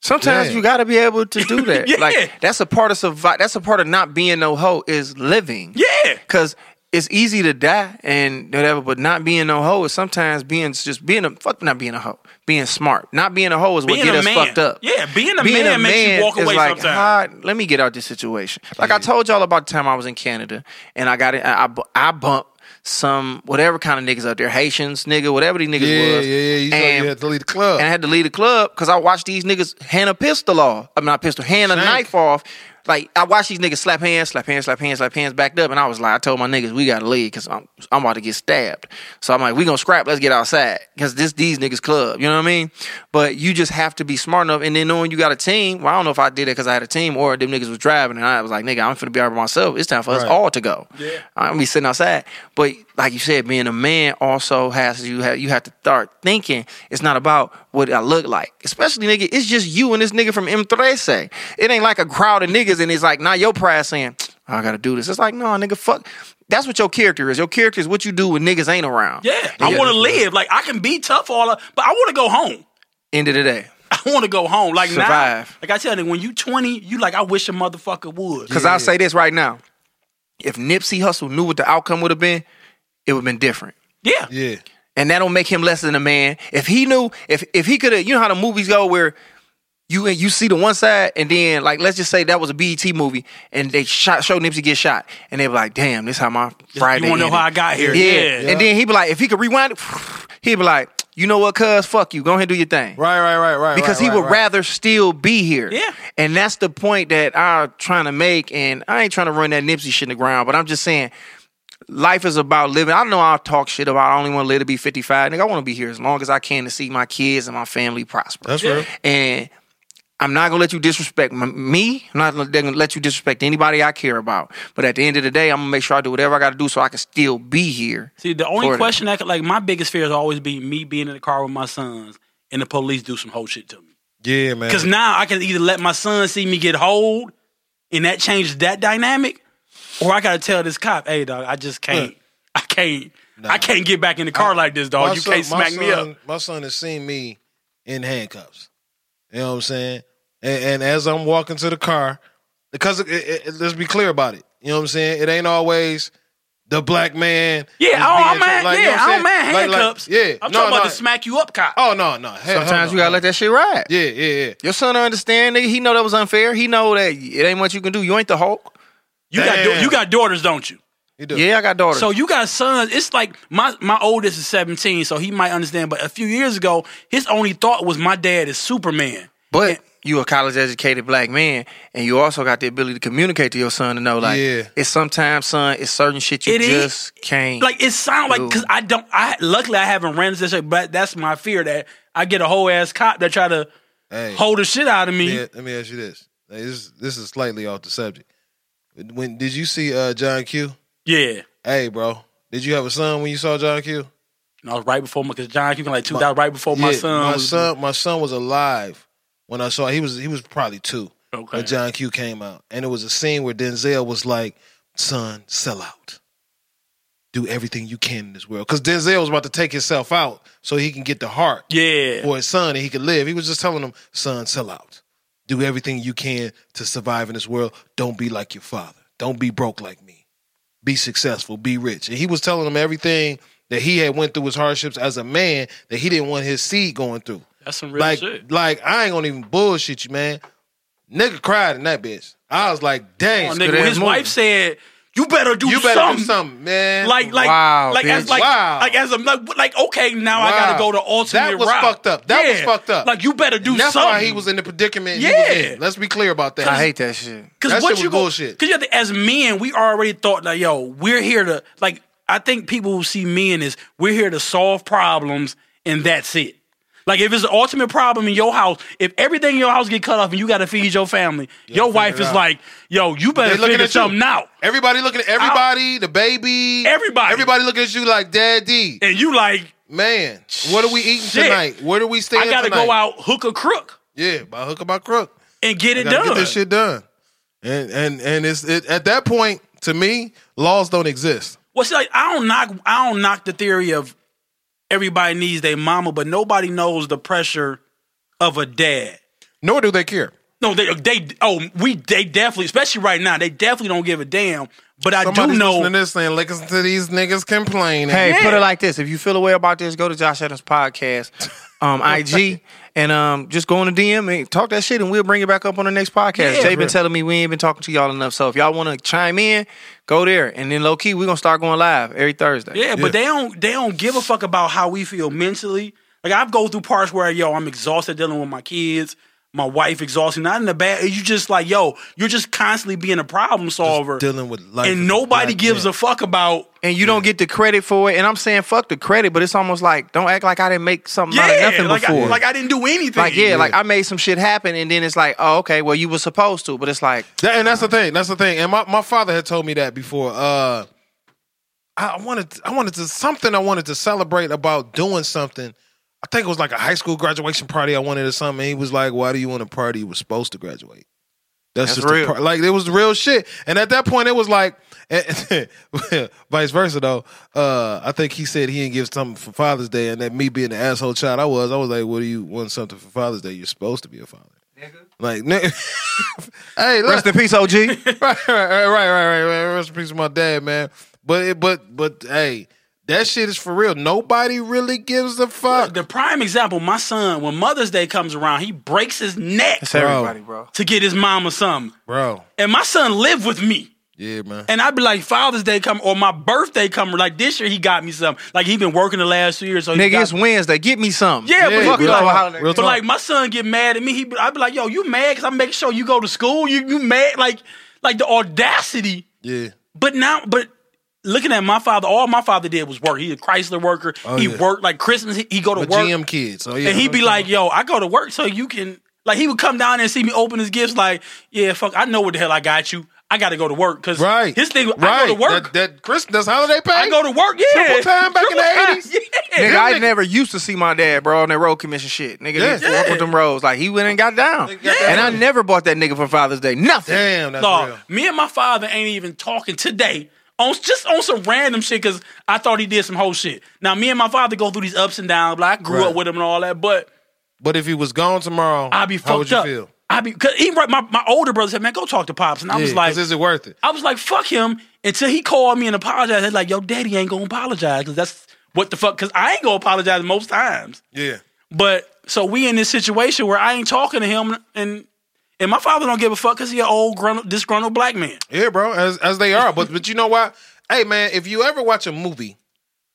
Sometimes
Yeah.
you gotta be able to do that.
Yeah.
Like that's a part of survive. That's a part of not being no hoe is living.
Yeah.
Cause it's easy to die and whatever, but not being no hoe is sometimes being just being a fuck not being a hoe. Being smart. Not being a hoe is what
Being
get
a
us
man.
fucked up.
Yeah, being a man makes you walk
is
away
like,
sometimes.
"Ah, let me get out this situation. Like I told y'all about the time I was in Canada and I got it I I, bu- I bumped some whatever kind of niggas out there, Haitians, nigga, whatever these niggas
Yeah,
was.
yeah, yeah. You, know,
and,
you had to leave the club.
and I had to leave the club because I watched these niggas hand a pistol off. I mean, not pistol, hand a
Shank.
knife off. Like I watched these niggas slap hands, slap hands, slap hands, slap hands, backed up, and I was like, I told my niggas we gotta leave because I'm I'm about to get stabbed. So I'm like, we gonna scrap, let's get outside because this these niggas club, you know what I mean? But you just have to be smart enough, and then knowing you got a team. Well, I don't know if I did it because I had a team or them niggas was driving, and I was like, nigga, I'm finna be out by myself. It's time for us all to go. Yeah, I'm gonna be sitting outside. But like you said, being a man also has you have you have to start thinking. It's not about what I look like, especially nigga. It's just you and this nigga from M13. It ain't like a crowd of niggas, and it's like now your pride saying, "I gotta do this." It's like, no, nigga, fuck. That's what your character is. Your character is what you do when niggas ain't around.
Yeah, I want to live. Like I can be tough all, I- but I want to go home.
End of the day,
I want to go home. Like now,
Survive.
like I tell you, when you twenty, you like I wish a motherfucker would.
because I'll say this right now: if Nipsey Hussle knew what the outcome would have been, it would have been different.
yeah,
yeah.
and that don't make him less than a man. If he knew, if if he could have, you know how the movies go where you you see the one side and then like let's just say that was a BET movie and they shot show Nipsey get shot and they were like, damn, this how my Friday.
wanna know
ended.
how I got here. Yeah.
And then he'd be like, if he could rewind, it, he'd be like, you know what, cuz, fuck you, go ahead and do your thing
Right, right, right, right.
because
right,
he
right,
would
right.
rather still be here.
Yeah.
And that's the point that I'm trying to make. And I ain't trying to run that Nipsey shit in the ground, but I'm just saying life is about living. I know I'll talk shit about I only want to live to be 55. Nigga, I want to be here as long as I can to see my kids and my family prosper.
That's real.
And I'm not gonna let you disrespect m- me. I'm not gonna let you disrespect anybody I care about. But at the end of the day, I'm gonna make sure I do whatever I gotta do so I can still be here.
See, the only
for them.
question I could like my biggest fear has always been me being in the car with my sons and the police do some whole shit to me.
Yeah, man.
Because now I can either let my son see me get hold, and that changes that dynamic, or I gotta tell this cop, "Hey, dog, I just can't, I can't, I can't get back in the car like this, dog. You can't
my
smack me
son-
up."
My son has seen me in handcuffs. You know what I'm saying? And, and as I'm walking to the car, because it, it, it- let's be clear about it. You know what I'm saying? It ain't always the black man.
Yeah,
is
I don't
being-
mind.
like, you know
yeah,
what
I
I'm
don't mind
saying? Like- like,
handcuffs.
yeah,
I'm
no,
talking about
no.
the smack you up cop.
Oh no, no. Hell,
Sometimes
hell
you
no.
gotta let that shit ride.
Yeah, yeah, yeah.
Your son understand, nigga. He know that was unfair. He know that it ain't much you can do. You ain't the Hulk.
you got da-
damn.
you got daughters, don't you?
He do.
Yeah, I got daughters.
So you got sons. It's like my my oldest is 17, so he might understand. But a few years ago, his only thought was my dad is Superman.
but you a college educated black man, and you also got the ability to communicate to your son to know, like,
Yeah.
it's sometimes, son, it's certain shit you
It is-
just can't.
Like it sounds like because I don't. I luckily I haven't ran into this, shit, but that's my fear that I get a whole ass cop that try to
Hey.
hold the shit out of me.
Let me, let me ask you this. Hey, This this is slightly off the subject. When did you see uh, John Q?
Yeah.
Hey, bro, did you have a son when you saw John Q?
And I was right before my because John Q like two thousand right before my
Yeah,
son.
My
was-
son, my son was alive when I saw. He was he was probably two
Okay.
when John Q came out, and it was a scene where Denzel was like, "Son, sell out." Do everything you can in this world, because Denzel was about to take himself out so he can get the heart
Yeah.
for his son and he could live. He was just telling him, "Son, sell out. Do everything you can to survive in this world. Don't be like your father. Don't be broke like me. Be successful. Be rich." And he was telling him everything that he had went through his hardships as a man that he didn't want his seed going through.
That's some real
like,
shit.
like I ain't gonna even bullshit you, man. Nigga cried in that bitch. I was like,
Oh,
"Dang,
nigga, when
ass
his
movie.
wife said, "You better do
you better do something, man."
Like, like,
Wow,
like, as,
bitch.
like,
Wow.
like, as I'm like, like, okay, now I gotta
Wow.
go to ultimate.
That was
route.
fucked up. That was
Yeah.
fucked up.
Like, you better do
And that's
something.
why he was in the predicament.
Yeah.
Yeah, let's be clear about that.
I hate that shit.
That
Because
shit
what
was
you go,
bullshit.
Because as men, we already thought like, yo, we're here to like. I think people who see men is we're here to solve problems and that's it. Like if it's the ultimate problem in your house, if everything in your house get cut off and you got to feed your family, your wife
figure it
is
out.
like, yo, you better
They looking
figure
at you.
something out.
Everybody looking at everybody, the baby,
Everybody.
everybody looking at you like daddy.
And you like,
Man, what are we eating
Shit.
tonight? Where do we stay?
I got to go out hook a crook
Yeah, by hook or by crook,
and get it
gotta
done.
get this shit done. And and and it's it, at that point to me, laws don't exist.
Well, see, like I don't knock, I don't knock the theory of everybody needs their mama, but nobody knows the pressure of a dad.
Nor do they care.
No, they they oh we they definitely especially right now they definitely don't give a damn. But I
Somebody's
do know
listening to this and listen to these niggas complaining.
Hey, put it like this: if you feel a way about this, go to Josh Adams podcast. um, IG, and um, just go on the DM and talk that shit, and we'll bring it back up on the next podcast. Jay been telling me we ain't been talking to y'all enough, so if y'all want to chime in, go there, and then low key we gonna start going live every Thursday.
Yeah, but they don't they don't give a fuck about how we feel mentally. Like I've go through parts where yo, I'm exhausted dealing with my kids, my wife exhausted. Not in the bad. You just like yo, you're just constantly being a problem solver,
dealing with life as a
and nobody
black
gives
man.
a fuck about.
and you don't get the credit for it. And I'm saying fuck the credit, but it's almost like don't act like I didn't make something out of
Yeah,
nothing
like
before.
I, like I didn't do anything.
Like, yeah, like I made some shit happen, and then it's like, oh, okay, well you were supposed to, but it's like,
That- and that's the thing. That's the thing. And my, my father had told me that before. Uh, I I wanted I wanted to something I wanted to celebrate about doing something. I think it was like a high school graduation party I wanted or something. And he was like, "Why do you want a party? You were supposed to graduate." That's,
That's
just
real.
real. Par- like it was real shit. And at that point, it was like, vice versa though. Uh, I think he said he didn't give something for Father's Day, and that me being the asshole child I was, I was like, "What do you want something for Father's Day? You're supposed to be a father." Like, n- hey, look
rest in peace, OG.
right, right, right, right, right, right. Rest in peace, to my dad, man. But it, but but hey, that shit is for real. Nobody really gives a fuck.
the prime example. My son, when Mother's Day comes around, he breaks his neck
everybody, bro.
to get his mama something,
Bro,
and my son lived with me.
yeah, man.
And I'd be like, Father's Day come or my birthday come. Like this year, he got me something. Like he been working the last two years, so he
Nigga,
got
it's Wednesday. Get me something.
Yeah, but
fuck
he
you
be
all
like-
hollering.
Real
But
talk.
like my son get mad at me. He, I'd be like, "Yo, you mad? Cause I'm making sure you go to school. You you mad? Like like the audacity."
yeah,
But now, but looking at my father, all my father did was work. He a Chrysler worker. he
Oh, yeah.
worked like Christmas. He, he go to
but
work,
GM kids. So yeah,
and he'd be
I'm
like, "Yo, I go to work so you can." Like he would come down and see me open his gifts. Like, yeah, fuck, I know what the hell I got you. I got to go to work because
right.
his thing.
right.
I go to work.
That, that Christmas, that's holiday pay.
I go to work. Yeah,
Triple time back in the
Triple time,
80s.
Yeah.
Nigga, I
nigga-
never used to see my dad, bro, on that road commission shit. Nigga, yeah.
Yeah.
walk with them roads. Like, he went and got down. And I never bought that nigga for Father's Day. Nothing.
Damn, that's
Dog,
real.
me and my father ain't even talking today on just on some random shit because I thought he did some whole shit. Now me and my father go through these ups and downs. Like I grew
Right.
up with him and all that, but
But if he was gone tomorrow,
I be fucked
how would you
up.
feel?
I be because he my my older brother said, "Man, go talk to pops," and I was
Yeah,
like,
'cause is it worth it?
I was like, fuck him until he called me and apologized. He's like, "Yo, daddy ain't gonna apologize because that's what the fuck." Because I ain't gonna apologize most times.
Yeah,
But so we in this situation where I ain't talking to him and. And my father don't give a fuck because he an old grun- disgruntled black man.
yeah, bro. As as they are, but but you know what? Hey, man, if you ever watch a movie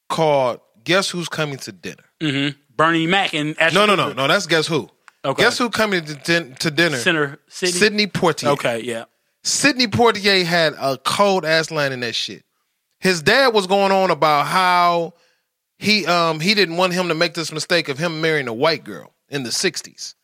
called "Guess Who's Coming to Dinner."
Bernie Mac and
No, no, no, no. That's guess who.
Okay.
Guess who coming to, din- to dinner?
Center Sydney.
Sydney Poitier.
Okay, yeah.
Sydney Poitier had a cold ass line in that shit. His dad was going on about how he um he didn't want him to make this mistake of him marrying a white girl in the 60s.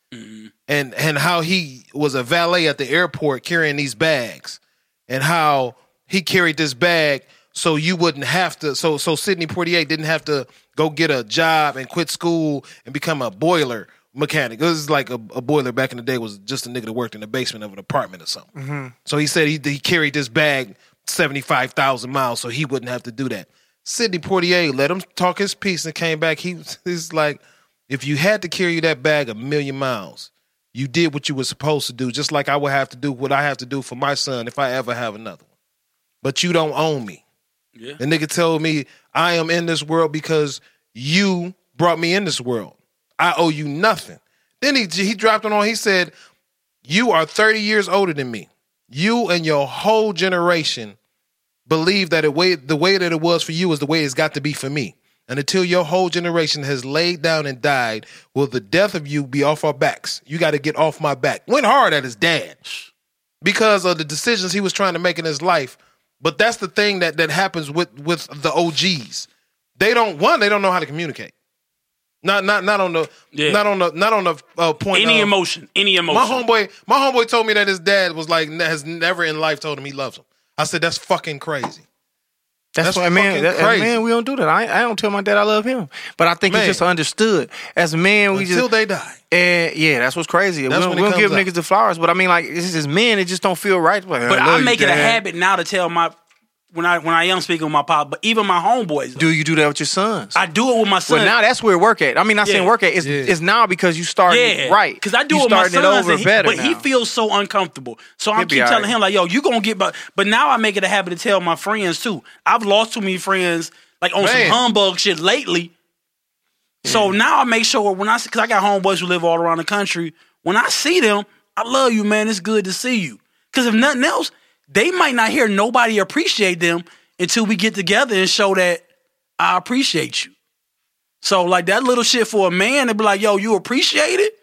And and how he was a valet at the airport carrying these bags and how he carried this bag so you wouldn't have to so so Sydney Poitier didn't have to go get a job and quit school and become a boiler mechanic. This is like a, a boiler back in the day was just a nigga that worked in the basement of an apartment or something. So he said he, he carried this bag 75,000 miles so he wouldn't have to do that. Sidney Portier let him talk his piece and came back. He was he's like, if you had to carry that bag a million miles, you did what you were supposed to do, just like I would have to do what I have to do for my son if I ever have another one. But you don't own me.
Yeah.
The nigga told me I am in this world because you brought me in this world. I owe you nothing. Then he he dropped it on. He said, "You are 30 years older than me. You and your whole generation believe that it way the way that it was for you is the way it's got to be for me. And until your whole generation has laid down and died, will the death of you be off our backs? You got to get off my back." Went hard at his dad because of the decisions he was trying to make in his life. But that's the thing that that happens with with the OGs. They don't one. They don't know how to communicate. Not not not on the
Yeah.
not on the not on the uh, point.
Any
of-
emotion, any emotion.
My homeboy, my homeboy told me that his dad was like ne- has never in life told him he loves him. I said that's fucking crazy.
That's,
That's
why, man.
fucking
That, as
crazy.
man, we don't do that. I, I don't tell my dad I love him, but I think
Man.
it's just understood. As men, we
Until
just
they die.
And yeah, that's what's crazy.
That's
we don't,
when it
we don't give
comes
niggas the flowers, but I mean, like, this is men. It just don't feel right. Like,
but
love
I
you,
make it a
Dad.
habit now to tell my when I when I am speaking with my pop, but even my homeboys,
Do you do that with your sons?
I do it with my son.
Well, now that's where it work at. I mean, not saying
Yeah.
work at. It's,
Yeah.
it's now because you started
yeah,
right.
Because I do
you
it with my
starting it
son,
over better.
but he
now.
feels so uncomfortable. So I
He'll be
keep
all
telling
right.
him like, "Yo, you gonna get by." But now I make it a habit to tell my friends too. I've lost too many friends like on
Man.
some humbug shit lately. So now I make sure when I see, because I got homeboys who live all around the country, when I see them, I love you, man. It's good to see you. Because if nothing else, they might not hear nobody appreciate them until we get together and show that I appreciate you. So, like that little shit for a man to be like, yo, you appreciate it?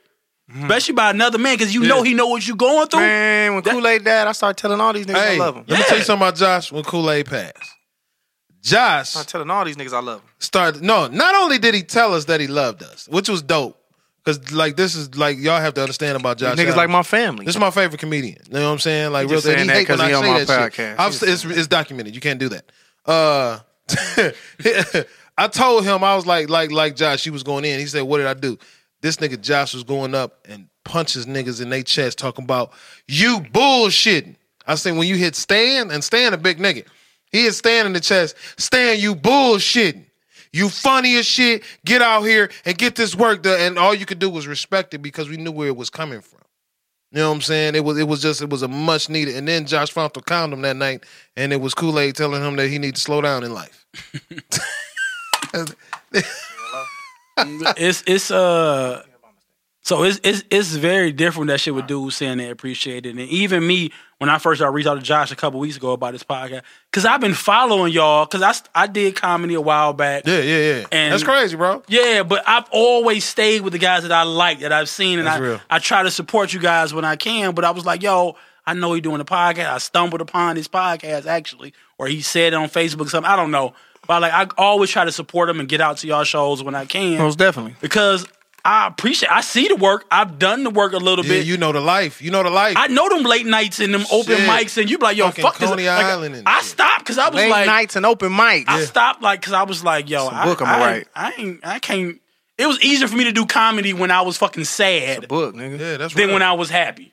Especially by another man, because you know he know what you going through.
Man, when Kool Aid died, I started telling all these niggas I
Hey,
love them.
let me tell you something about Josh when Kool Aid passed. Josh
I started telling all these niggas I love them.
started. No, not only did he tell us that he loved us, which was dope, because like this is like y'all have to understand about Josh.
Niggas
Allen.
like my family.
This is my favorite comedian. You know what I'm saying?
He
Like real
just
thing.
saying
He
that
hate
'cause
when I
he on
say
my
that
podcast.
shit. I've, it's, it's documented. You can't do that. Uh, I told him I was like like like Josh. He was going in. He said, "What did I do?" This nigga Josh was going up and punches niggas in their chest, talking about you bullshitting. I said, when you hit Stan and Stan a big nigga, he hit Stan in the chest. Stan, you bullshitting. You funny as shit. Get out here and get this work done. And all you could do was respect it because we knew where it was coming from. You know what I'm saying? It was it was just it was a much needed. And then Josh found the condom that night, and it was Kool Aid telling him that he needs to slow down in life.
it's it's uh so it's it's it's very different that shit with dudes saying they appreciate it. And even me, when I first I reached out to Josh a couple weeks ago about this podcast, because I've been following y'all, because I s- I did comedy a while back.
Yeah, yeah, yeah.
And-
That's crazy, bro.
Yeah, but I've always stayed with the guys that I like, that I've seen, and
That's
I,
real.
I try to support you guys when I can. But I was like, yo, I know he doing a podcast. I stumbled upon his podcast actually, or he said it on Facebook or something. I don't know, but like I always try to support him and get out to y'all shows when I can
Most definitely.
because I appreciate. I see the work. I've done the work a little
Yeah,
bit.
you know the life. You know the life.
I know them late nights and them open
Shit.
mics, and you be like, "Yo,
Fucking
fuck this."
Coney
Like,
Island and
I
shit.
stopped because I was
Late
like,
nights and open mic.
I stopped like because I was like, "Yo, I,
book I'ma
I,
write.
I ain't, I can't." It was easier for me to do comedy when I was fucking sad
Book, nigga.
yeah, that's
than
real.
when I was happy.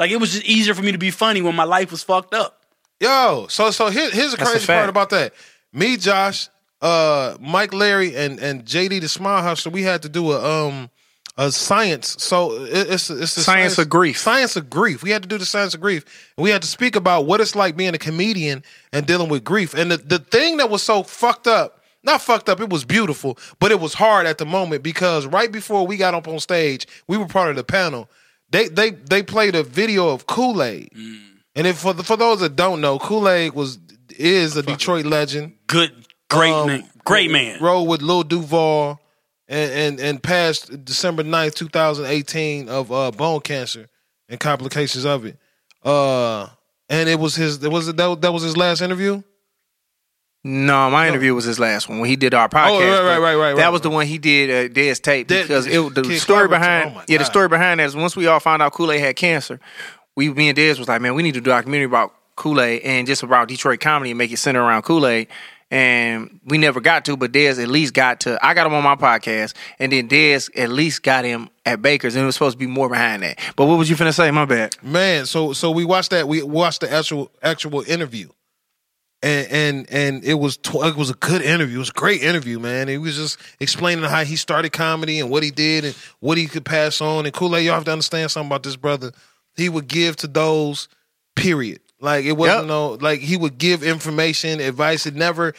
Like it was just easier for me to be funny when my life was fucked up.
Yo, so so here, here's the
That's a
crazy part
fact.
about that. Me, Josh, uh, Mike, Larry, and and JD the Smile Hustler, we had to do a um a science. So it, it's a- it's a
Science of grief.
Science of grief. We had to do the science of grief, and we had to speak about what it's like being a comedian and dealing with grief. And the the thing that was so fucked up. Not fucked up. It was beautiful, but it was hard at the moment because right before we got up on stage, we were part of the panel. They they they played a video of Kool Aid,
Mm.
and if for the, for those that don't know, Kool Aid was is a Detroit legend.
Good, great
Um,
man, great man.
Rode with Lil Duval, and and and passed December 9th, two thousand eighteen, of uh, bone cancer and complications of it. Uh, and it was his. It was it that, that was his last interview.
No, my interview was his last one when he did our podcast.
Oh, right, right,
but
right, right,
That
right,
was
right.
the one he did uh, Dead's tape
Dead-
because it, the
Kid
story
Clarence,
behind
oh my
yeah the
God.
story behind that is once we all found out Kool Aid had cancer, we me and Dez was like, man, we need to do a documentary about Kool Aid and just about Detroit comedy and make it center around Kool Aid. And we never got to, but Dez at least got to. I got him on my podcast, and then Dez at least got him at Baker's, and it was supposed to be more behind that. But what was you finna say? My bad.
Man, so so we watched that. We watched the actual actual interview, and and and it was tw- it was a good interview. It was a great interview, man. He was just explaining how he started comedy and what he did and what he could pass on. And Kool Aid, y'all have to understand something about this brother. He would give to those. Period. Like it wasn't
Yep.
no like he would give information, advice. It never.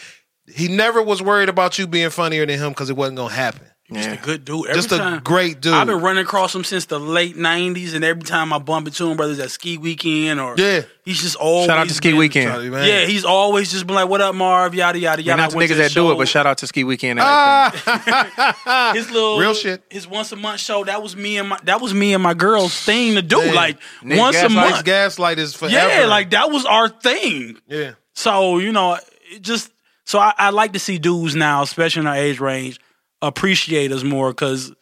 He never was worried about you being funnier than him because it wasn't gonna happen.
Just a good dude. Every
Just a
time-
great dude.
I've been running across him since the late '90s, and every time I bump into him, brothers at ski weekend or
Yeah.
he's just always
Shout out to Ski
been-
Weekend.
Oh, Charlie, man.
Yeah, he's always just been like, "What up, Marv?" Yada yada
Yeah,
yada.
not
I
the
went
niggas
to
that do it,
show.
but shout out to Ski Weekend. and
Ah,
everything.
his little
Real shit.
His once a month show. That was me and my that was me and my girl's thing to do.
Yeah.
Like
Nigga,
once a
gaslights
month.
Gaslight is
yeah,
forever.
like that was our thing.
yeah.
So you know, it just so I, I like to see dudes now, especially in our age range, appreciate us more because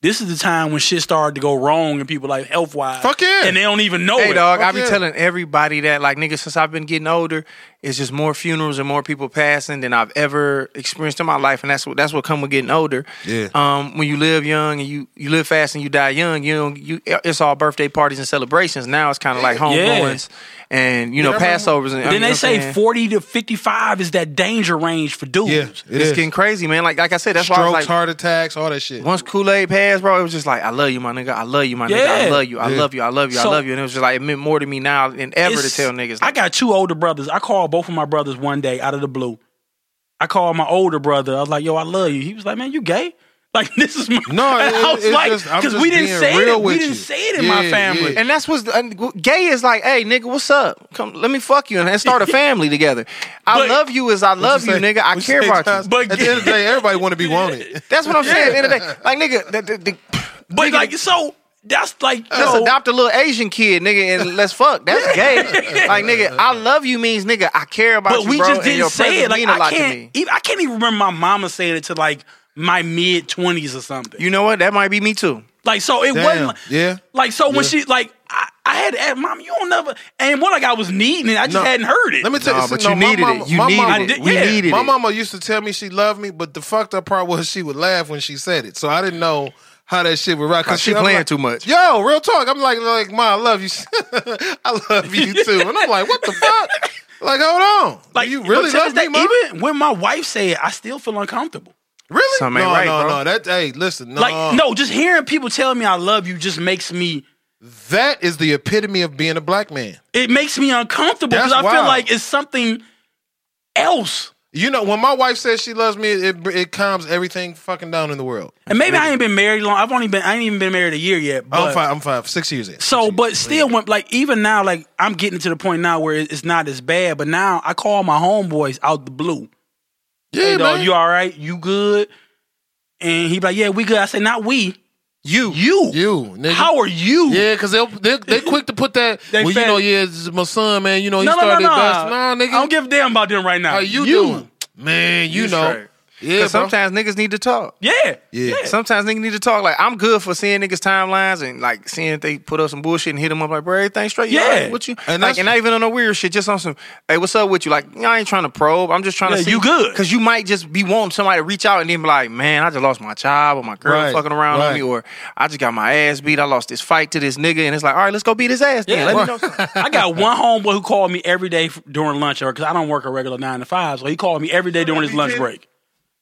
this is the time when shit started to go wrong and people like health wise.
Fuck yeah.
and they don't even know
Hey
it.
dog,
Fuck
I be
yeah.
telling everybody that like nigga since I've been getting older, it's just more funerals and more people passing than I've ever experienced in my life, and that's what that's what come with getting older.
Yeah.
Um, when you live young and you you live fast and you die young, you know you it's all birthday parties and celebrations. Now it's kind of like homegoings and you know Passovers. And I mean, you
Then
know
they
what I'm
say
saying?
forty to fifty five is that danger range for dudes.
Yeah, it
It's
is.
getting crazy, man. Like like I said, that's why I was
strokes,
like,
heart attacks, all that shit.
once Kool Aid passed, bro, it was just like, I love you, my nigga. I love you, my nigga. I
Yeah.
love you. I love you. I love you.
So-
I love you. And it was just like, it meant more to me now than ever to
It's-
tell niggas.
I got two older brothers. I called both of my brothers one day out of the blue. I called my older brother. I was like, "Yo, I love you." He was like, "Man, you gay?" Like this is my.
No,
and
it-
I was
it's
like,
just- I'm
because
just
we didn't
being
say
real
it. We
with
didn't
you.
say it in my
Yeah,
family.
yeah.
And that's what's and gay is like, hey nigga, what's up? Come let me fuck you and let's start a family together. I
But-
love you as I love you,
Say-
nigga. I
what
care
say,
about
Josh?
you.
But-
at the end of the day, everybody want to be wanted.
That's what I'm saying. At the end of the day, like nigga, the, the, the,
But like, so that's like,
let's
yo,
adopt a little Asian kid, nigga, and let's fuck. That's gay. Like nigga, I love you means nigga, I care about
but
you.
we
bro,
just
and your
didn't say it.
presence
Like
mean a lot
I
to
can't,
me.
even, I can't even remember my mama saying it to like my mid twenties or something.
You know what? That might be me too.
Like so, it
Damn.
wasn't. Like,
Yeah.
Like so, when she like, I, I had to ask, mom, you don't never. And what like I was needing, it, I just
No.
hadn't heard it.
Let me tell
Nah,
you,
but
no,
you
my
needed
mama-
it. You
my mama-
needed it.
I
We
did- yeah.
needed
My
it.
mama used to tell me she loved me, but the fucked up part was she would laugh when she said it. So I didn't know how that shit would rock.
'Cause she
I'm
playing
like,
too much.
Yo, real talk. I'm like, like, ma, I love you. I love you too. And I'm like, what the fuck? Like, hold on. Like, you really
but to
love
this
me, ma?
day, Even when my wife said, it, I still feel uncomfortable.
Really?
Something ain't
no,
right,
no,
bro.
no. That hey, listen, no,
Like no, just hearing people tell me I love you just makes me.
That is the epitome of being a black man.
It makes me uncomfortable because
That's
I feel
wild.
like it's something else.
You know, when my wife says she loves me, it, it calms everything fucking down in the world.
And maybe I ain't been married long. I've only been I ain't even been married a year yet. But
I'm five. I'm five. Six years in.
So, but still, when, like even now, like I'm getting to the point now where it- it's not as bad. But now I call my homeboys out the blue.
yeah,
Hey, dog,
man.
you all right? You good? And he be like, yeah, we good. I say, not we.
You.
You.
you, nigga.
How are you?
Yeah, because they'll they they quick to put that.
They
well,
fat.
you know, yeah, this is my son, man. You know, he
No, no, no,
started
no.
best. Nah, nigga.
I don't give a damn about them right now.
how you, doing, man? You,
You
know,
straight.
yeah.
Because
bro.
sometimes niggas need to talk.
Yeah.
Yeah.
Sometimes niggas need to talk. Like I'm good for seeing niggas timelines and like seeing if they put up some bullshit and hit them up like, bro, everything straight. You
Yeah.
all right? what you
And
and
that's-
like, and not even on no weird shit. Just on some, hey, what's up with you? Like, I ain't trying to probe. I'm just trying
Yeah,
to see
you good.
Because you might just be wanting somebody to reach out and then be like, man, I just lost my job or my girl
Right,
fucking around
right.
on me or I just got my ass beat. I lost this fight to this nigga and it's like, all right, let's go beat his ass. Then.
Yeah.
Let me
Right.
know. something.
I got one homeboy who called me every day f- during lunch, or because I don't work a regular nine to five, so he called me every day during his lunch break.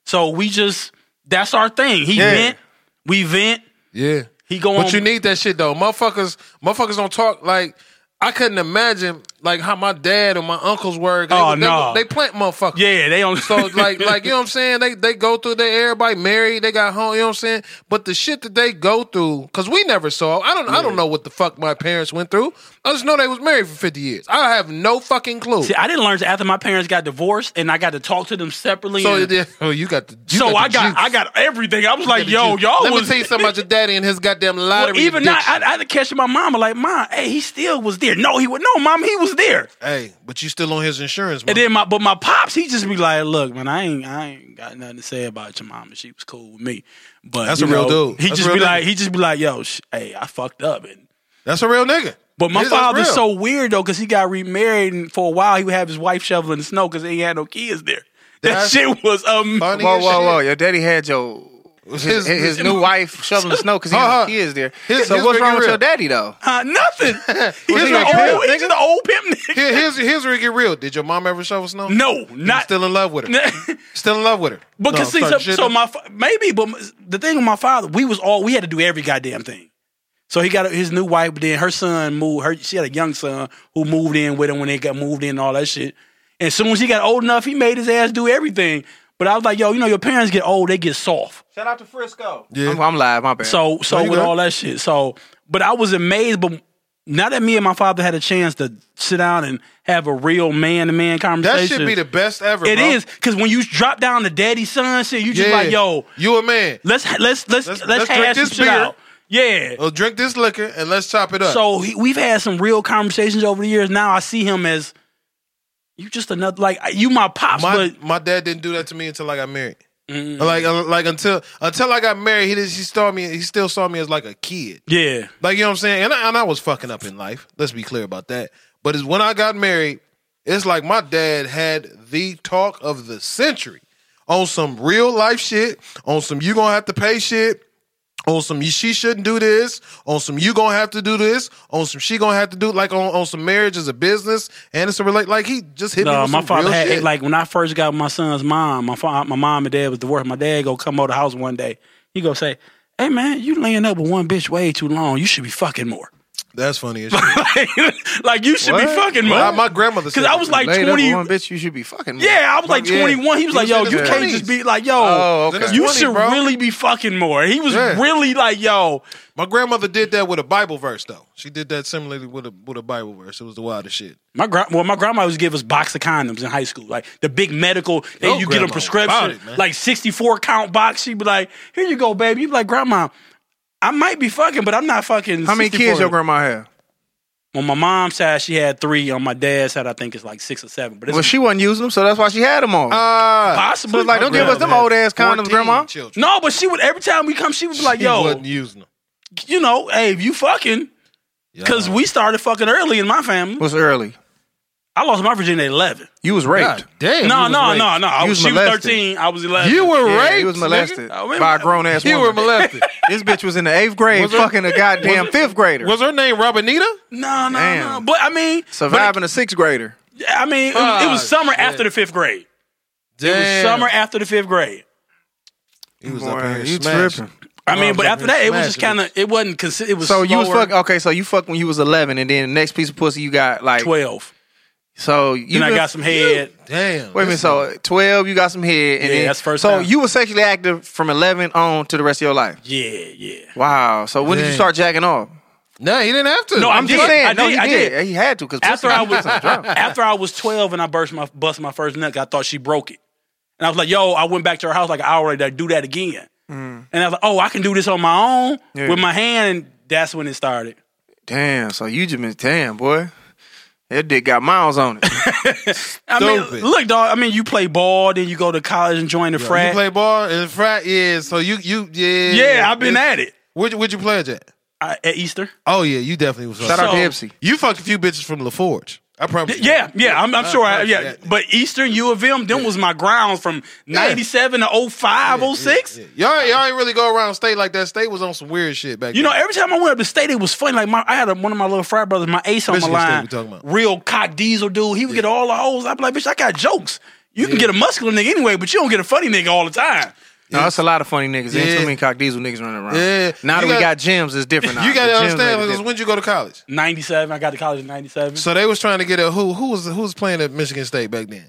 So we just that's our thing. He
Yeah.
vent, we vent.
yeah.
He go
But
on-
you need that shit though, motherfuckers. Motherfuckers don't talk like. I couldn't imagine like how my dad or my uncles were. 'cause
Oh,
they, they-
no.
they, plant motherfuckers.
Yeah, they on
So like, like you know what I'm saying? They they go through. They everybody married. They got home. You know what I'm saying? But the shit that they go through, because we never saw. I don't. I don't know what the fuck my parents went through. I just know they was married for 50 years. I have no fucking clue.
See, I didn't learn till after my parents got divorced, and I got to talk to them separately.
so
and-
yeah, oh, you got the. You
so
got
I
the
got
juice.
I got everything. I was like,
The
yo,
juice.
y'all
Let
was
me tell you something about your daddy and his goddamn lottery.
Well, even now, I,
addiction.
I had to catch my mom. Like, mom, hey, he still was there. No, he was no, mom, he was there.
hey, but you still on his insurance?
And
man.
then my but my pops, he just be like, look, man, I ain't I ain't got nothing to say about your mama. She was cool with me. But
That's
you
a real
know,
dude.
He
That's
just
a
be
real
like,
nigga.
he just be like, yo, sh- hey, I fucked up. And
That's a real nigga.
but my
Yes, that's
father's
real.
so weird though, because he got remarried, and for a while he would have his wife shoveling the snow because he had no kids there.
That's
that shit was um.
funny.
whoa,
as
whoa,
shit.
whoa! Your daddy had your. His,
His-
his, new wife shoveling snow because he
Huh, huh.
had kids there.
His-
so
his
what's
big
wrong with
real.
your daddy though?
Uh, nothing. He's
he
the
a pimp,
old, he's the old pimp. Nigga.
Here- Here's here's where it get real. Did your mom ever shovel snow?
No,
You
not
still in love with her. Still in love with her.
Because
No,
see,
I'm
so,
starting shit
so
up.
my fa- maybe, but m- the thing with my father, we was all we had to do every goddamn thing. So he got his new wife, but then her son moved. Her she had a young son who moved in with him when they got moved in and all that shit. And as soon as he got old enough, he made his ass do everything. But I was like, yo, you know, your parents get old, they get soft.
Shout out to Frisco.
Yeah.
I'm, I'm live. My bad.
So so
No, you
with
good.
all that shit. So but I was amazed, but now that me and my father had a chance to sit down and have a real man to man
that
conversation.
should be the best ever.
It
bro.
is because when you drop down to daddy son shit, you just
Yeah.
like, yo,
you a man.
let's let's let's let's,
Let's-
let's
let's drink
hash some
this
shit
beer.
out. Yeah.
Well, drink this liquor and let's chop it up.
So he, we've had some real conversations over the years. Now I see him as you just another like you my pops,
my
but Mm-hmm.
my dad didn't do that to me until I got married. Like uh, like until until I got married, he just, he saw me. He still saw me as like a kid.
yeah,
Like you know what I'm saying? And I, and I was fucking up in life. Let's be clear about that. But it's when I got married, it's like my dad had the talk of the century on some real life shit, on some you gonna have to pay shit, on some you she shouldn't do this, on some you gonna have to do this, on some she gonna have to do like on, on some marriage as a business and it's a relate like he just hit me
no,
with
Uh, my
some
father
real
had
shit.
like when I first got my son's mom, my fa- my mom and dad was divorced. My dad go come over the house one day, he go say, "Hey man, you laying up with one bitch way too long. You should be fucking more."
That's funny as shit.
like you should be
What?
fucking
My,
mom.
my grandmother said
Because I
that
was
to
like
me.
Lay
twenty.
one bitch you should be fucking. with.
Yeah, I was like
Yeah.
twenty one. He was like,
was
"Yo,
in
you
his
can't
20s.
just be like, yo,
Oh, okay.
you
20,
should
bro.
really be fucking more." He was
Yeah.
really like, "Yo,
my grandmother did that with a Bible verse though. She did that similarly with a with a Bible verse. It was the wildest shit.
My gra- well, my grandma used to give us box of condoms in high school, like the big medical. They,
Oh,
Your
you get
grandma
a
about
prescription,
it, man.
like sixty four count box. She'd be like, "Here you go, baby." You'd be like, "Grandma, I might be fucking, but I'm not fucking."
How many
64."
kids your grandma have?
On my mom's side, she had three. On my dad's side, I think it's like six or seven. But it's
Well, she wasn't using them, so that's why she had them all.
Uh,
Ah,
possibly
like, don't give us them old ass condoms,
14
grandma.
Children.
No, but she would every time we come, she would be like,
She
"Yo,
wasn't using them.
you know, hey, if you fucking." Because we started fucking early in my family.
Was early.
I lost my virginity at 11.
You was raped.
God damn.
No,
you was
no,
raped.
no, no. I
You
was,
was
she was
molested.
13. I was 11.
You were
Yeah,
raped.
You was
nigga.
molested
I mean,
by a grown ass
You
woman.
were molested.
this bitch was in the eighth grade,
Was her-
fucking a goddamn fifth grader,
was her name Robinita?
No, no,
Damn.
no. But I mean,
surviving a sixth grader.
I mean, it was, it was
Fuck,
summer after the fifth grade. It was summer after the fifth grade.
He was up
Boy,
here
you
smashing.
tripping?
I mean, but
up
after
here
that, it was just
smashing
kind of it wasn't. Consi- it was
So you was
slower.
fuck okay. So you fucked when you was eleven, and then the next piece of pussy you got like
twelve.
So you
Then I
been-
got some head.
Damn.
Wait a minute. So twelve, you got some head, and
Yeah,
then
that's first
So
time.
you were sexually active from eleven on to the rest of your life.
Yeah, yeah.
Wow. So when did you
Yeah.
start jacking off?
No, he didn't have to.
No, I'm
Just
did.
saying.
I
no,
did,
he
I
did.
did.
He had to because
After I was after I was twelve and I burst my bust my first nut, I thought she broke it, and I was like, "Yo," I went back to her house like I already do that again,
Mm.
and I was like, "Oh, I can do this on my own
Yeah.
with my hand," and that's when it started.
Damn. So you just been damn boy. That dick got miles on it.
I
Stupid.
mean, look, dog. I mean, you play ball, then you go to college and join the
You
frat.
play ball and frat, yeah. So you, you, yeah.
yeah, I've been
It's-
at it
Where'd you, where'd you play at?
I, at Easter.
Oh yeah, you definitely was.
Shout out to
So-
Ipsy.
You fucked a few bitches from LaForge. I promise. you.
Yeah, yeah, I'm, I'm sure. I,
Uh, yeah,
yeah,
yeah.
but Eastern U of M, them was my grounds from '97 to 05, 06.
Y'all, y'all ain't really go around state like that. State was on some weird shit back
You know,
then.
every time I went up to state, it was funny. Like my, I had a, one of my little frat brothers, my ace on
Michigan
my
State
line,
we talking about.
real cock diesel dude. He would get all the hoes. I'd be like, bitch, I got jokes. You can get a muscular nigga anyway, but you don't get a funny nigga all the time.
No, that's a lot of funny niggas. Ain't
Yeah.
too many cock diesel niggas running around.
Yeah.
Now that
You
we
got-
got gyms, it's different. now.
you gotta
The gyms
understand
ain't
because
different.
when'd you go to college?
'97, I got to college in '97.
So they was trying to get a who who was who was playing at Michigan State back then.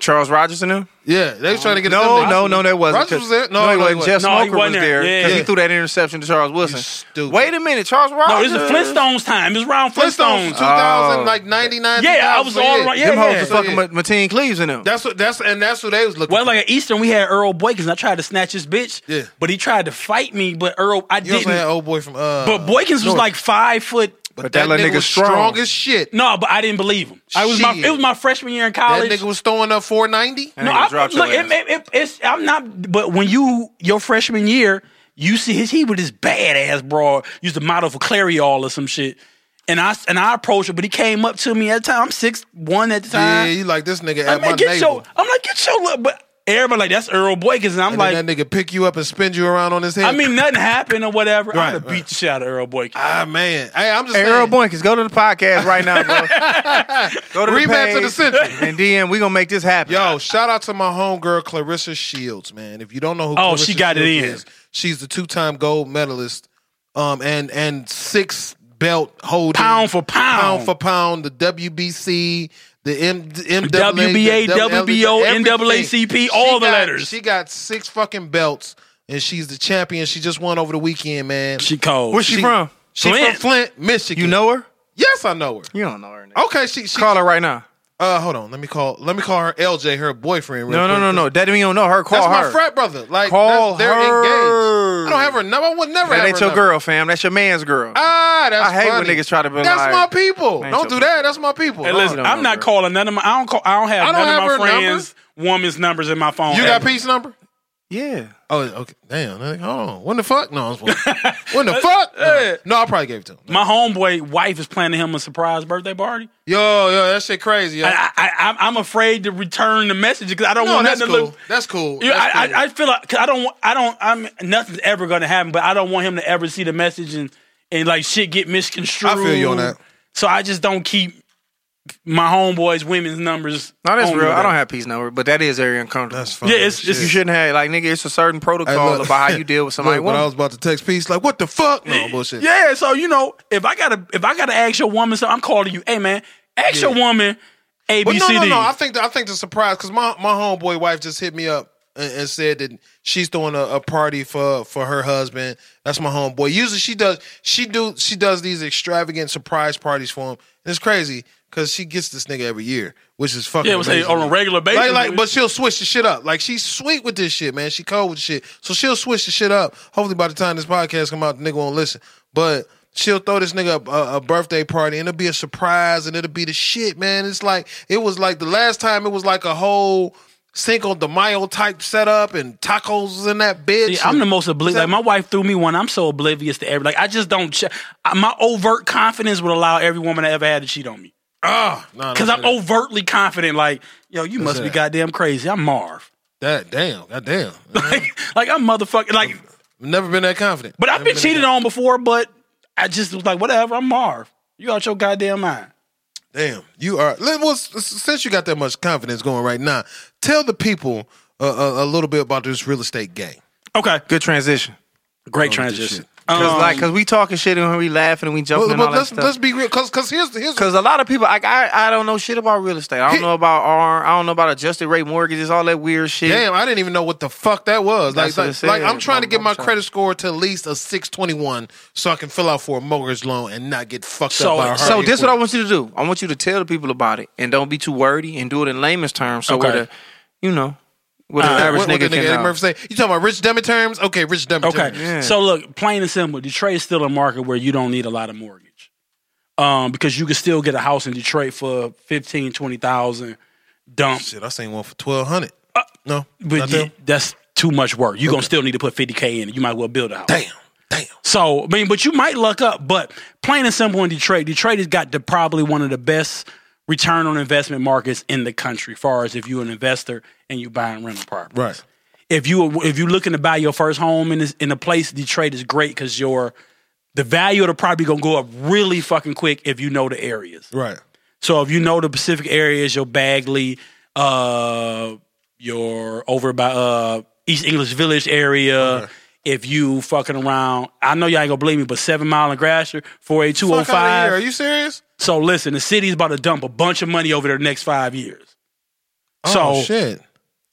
Charles Rogers and them.
Yeah, they was trying to get
No,
them niggas.
no, no, that wasn't.
Rogers
'cause-
was there.
no, he wasn't. Jeff
No, he
Smoker
wasn't
was
there.
there because
Yeah.
he threw that interception to Charles Wilson.
stupid.
Wait a minute, Charles Rogers.
no, it's the Flintstones time. It's round
uh, Flintstones, uh,
Flintstones.
two thousand,
Oh.
like ninety nine.
Yeah, I was all right. Yeah,
Them hoes
yeah.
was
So,
fucking
yeah.
Ma- Mateen Cleaves in them.
That's what that's and that's what they was looking.
Well,
for.
like at Eastern, we had Earl Boykins. I tried to snatch his bitch,
Yeah.
but he tried to fight me. But Earl, I
you know what I'm
didn't.
saying? Old boy from uh,
but Boykins was like five foot.
But that little nigga
was
strong.
strong as shit.
No, but I didn't believe him. I was my,
Shit.
it was my freshman year in
That
college.
nigga was throwing up 490.
That
no,
nigga
I,
dropped your
look, it,
ass.
it, it, it's I'm not. But when you your freshman year, you see his he with his badass broad used to model for Clariol or some shit. And I and I approached him, but he came up to me at the time. I'm six one at the
Yeah,
time.
you like this nigga
I'm
at my
like, get your.
navel.
I'm like, get your. look," But everybody like that's Earl Boykins, and I'm
And
like,
then that nigga pick you up and spin you around on his head.
I mean, nothing happened or whatever. I'd
Right,
have
right.
beat the shit out of Earl Boykin.
ah man, hey, I'm just
Hey,
saying.
Earl Boykins, go to the podcast right now, bro. go to the
Rematch of the
page
century.
And DM, we gonna make this happen.
Yo, shout out to my homegirl Clarissa Shields, man. If you don't know who,
Oh,
Clarissa
she got it
Shields
in.
is, she's the two-time gold medalist, um, and and six belt holding
Pound for pound.
pound for pound, the WBC, the M, M E,
WBA, WBO, NAACP, all the letters.
She got six fucking belts, and she's the champion. She just won over the weekend, man.
She cold.
Where's she,
She-
from?
She
Flint.
from Flint, Michigan.
You know her?
Yes, I know her.
You don't know her. Nigga.
Okay, she, she
Call her right now.
Uh, hold on. Let me call. Let me call her LJ, her boyfriend. Real
No, no,
quick.
no, no. That mean you don't know her. Call
That's
her.
my frat brother. Like
Call
that's- they're
her.
engaged. I don't have her number. I would never.
That
have
ain't
her
your
number.
girl, fam. That's your man's girl.
Ah, that's.
I hate when
funny.
niggas try to be
That's
like,
my people.
"Ain't
Don't
your
do that. That's my people.
Hey,
No.
listen,
don't
I'm
know
not
her.
calling none of my. I don't call. I don't have
I don't
none
have
of my
her number.
friends' woman's numbers in my phone.
you got
ever.
Pete's number?
yeah.
Oh, okay. Damn. Like, hold on. When the fuck? No, I'm just When the fuck? No. No, I probably gave it to him. No.
My homeboy wife is planning him a surprise birthday party.
Yo, yo, that shit crazy. Yo.
I, I, I, I'm- I'm afraid to return the message because I don't
no,
want
that's
nothing
cool.
to look.
that's cool.
You know,
That's
I,
cool.
I, I feel like 'cause I don't, want- I don't, I'm nothing's ever gonna happen, but I don't want him to ever see the message and and like shit get misconstrued.
I feel you on that.
So I just don't keep my homeboys' women's numbers.
No, that's
only
real. I
that.
don't have peace number, but that is very uncomfortable.
That's fine.
Yeah, it's-
Shit.
it's-
You shouldn't have like nigga. It's a certain
Hey,
protocol
look.
about how you deal with somebody.
Look, when
woman.
I was about to text peace, like, what the fuck? No bullshit.
Yeah, so you know, if I gotta if I gotta ask your woman something, I'm calling you, hey man, ask your woman A
But
B
no,
C
no,
D.
no. I think I think the surprise because my my homeboy wife just hit me up and, and said that she's throwing a, a party for for her husband. That's my homeboy. Usually she does she do she does these extravagant surprise parties for him. And it's crazy because she gets this nigga every year, which is fucking.
Yeah, it was like,
amazing.
on a regular basis.
Like, like, but she'll switch the shit up. Like she's sweet with this shit, man. She cold with shit. So she'll switch the shit up. Hopefully by the time this podcast come out, the nigga won't listen. But she'll throw this nigga a, a birthday party and it'll be a surprise and it'll be the shit, man. It's like it was like the last time it was like a whole Cinco de Mayo type setup and tacos in that bitch.
Yeah, I'm the most oblivious. Like my wife threw me one. I'm so oblivious to every. Like I just don't. Che- I- my overt confidence would allow every woman I ever had to cheat on me. Because I'm overtly confident. Like yo, you must be
that?
goddamn crazy. I'm Marv.
that damn, god damn.
Like, like I'm motherfucking. Like,
Never been that confident.
but I've been cheated on before. But I just was like, whatever. I'm Marv. You out your goddamn mind.
Damn, you are. let- Well, s- s- since you got that much confidence going right now, tell the people uh, uh, a little bit about this real estate game.
Okay,
Good transition.
great transition.
Cause like, cause we talking shit and we laughing and we
But,
joking and
but
all that
let's
stuff.
let's be real, because because here's the- here's the-
Cause a lot of people, like I, I don't know shit about real estate. I don't know about R. I don't know about adjusted rate mortgages, all that weird shit.
damn, I didn't even know what the fuck that was. Like
That's what
like,
it said.
like, I'm trying to
I'm-
get my
I'm trying-
credit score to at least a six twenty one so I can fill out for a mortgage loan and not get fucked up.
So-
By a
so
So
hurricane.
this is what I want you to do. I want you to tell the people about it and don't be too wordy and do it in layman's terms. So
Okay.
where the, you know, what the average
what, what
nigga
the nigga
can uh,
Eddie
know.
Murphy say? You talking about Rich Dummy terms? Okay, Rich Dummy
Okay.
terms.
Yeah.
So look, plain and simple, Detroit is still a market where you don't need a lot of mortgage. Um, because you can still get a house in Detroit for 15, 20,000 dump.
Shit, I seen one for twelve hundred.
Uh,
no,
But
not
you-
them?
that's too much work. You're gonna still need to put 50K in it. You might well build a house.
damn, damn.
So I mean, but you might luck up. But plain and simple in Detroit, Detroit has got the, probably one of the best return on investment markets in the country, far as if you're an investor and you buying rental property.
Right.
If you if you're looking to buy your first home in this, in a place, Detroit is great because your the value of the property gonna go up really fucking quick if you know the areas.
Right.
So if you know the Pacific areas, your Bagley, uh, your over by uh East English Village area. If you fucking around, I know y'all ain't gonna believe me, but Seven Mile and Grasser, four eight two zero
Fuck out of here. Are
five.
you serious?
So listen, the city's about to dump a bunch of money over their next five years.
Oh
so
shit.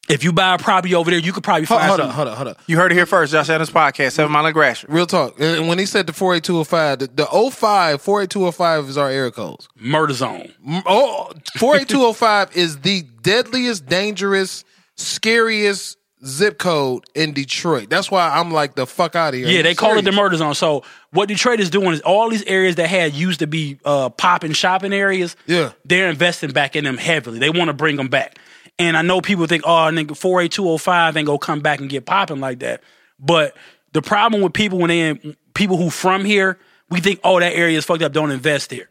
if you buy a property over there, you could probably
Hold,
find
hold
some-
up, hold up, hold up.
You heard it here first, Josh Adams podcast, Seven Mile and Grasher.
Real talk. And and when he said the 48205, the, the 05, 48205 is our air codes.
murder zone.
M- Oh, 48205 is the deadliest, dangerous, scariest zip code in Detroit. That's why I'm like, the fuck out of here.
Yeah,
You
they call it the
serious?
murder zone. So what Detroit is doing is all these areas that had used to be uh, pop and shopping areas.
Yeah.
they're investing back in them heavily. They want to bring them back. And I know people think, oh, nigga, four eight two zero five ain't gonna come back and get popping like that. But the problem with people when they in, people who from here, we think, oh, that area is fucked up. Don't invest there.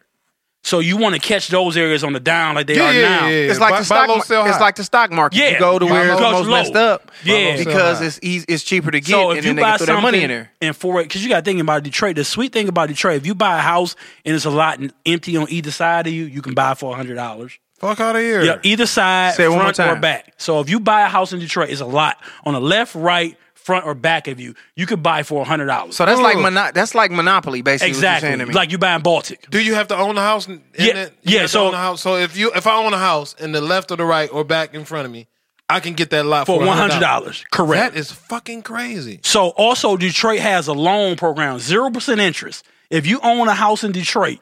So you want to catch those areas on the down like they
Yeah,
are
yeah,
now.
yeah, yeah.
It's like
Buy-
the
buy
stock.
low,
mar-
sell
it's
high.
like the stock market.
Yeah.
You go to
Buy
where
low,
it's
goes
most
low.
messed up.
Yeah.
because
high.
it's eas- it's cheaper to get,
So if
and
you
then they can
buy
throw
something
their money in there.
and for it, because you got to think about Detroit. The sweet thing about Detroit, if you buy a house and it's a lot and empty on either side of you, you can buy for hundred dollars.
Fuck out of here.
Yeah, e-, either side,
Say it one more
front or
time.
back. So if you buy a house in Detroit, it's a lot on the left, right, front or back of you. You could buy for hundred dollars.
So that's like
Ooh.
mono- that's like monopoly, basically. What you're saying
exactly
to me.
like you buying Baltic.
Do you have to own the house? In
Yeah,
it?
yeah,
You have to
so-
own the house. so if you if I own a house in the left or the right or back in front of me, I can get that lot
For
for,
$100. Correct.
That is fucking crazy.
So also Detroit has a loan program, zero percent interest. If you own a house in Detroit,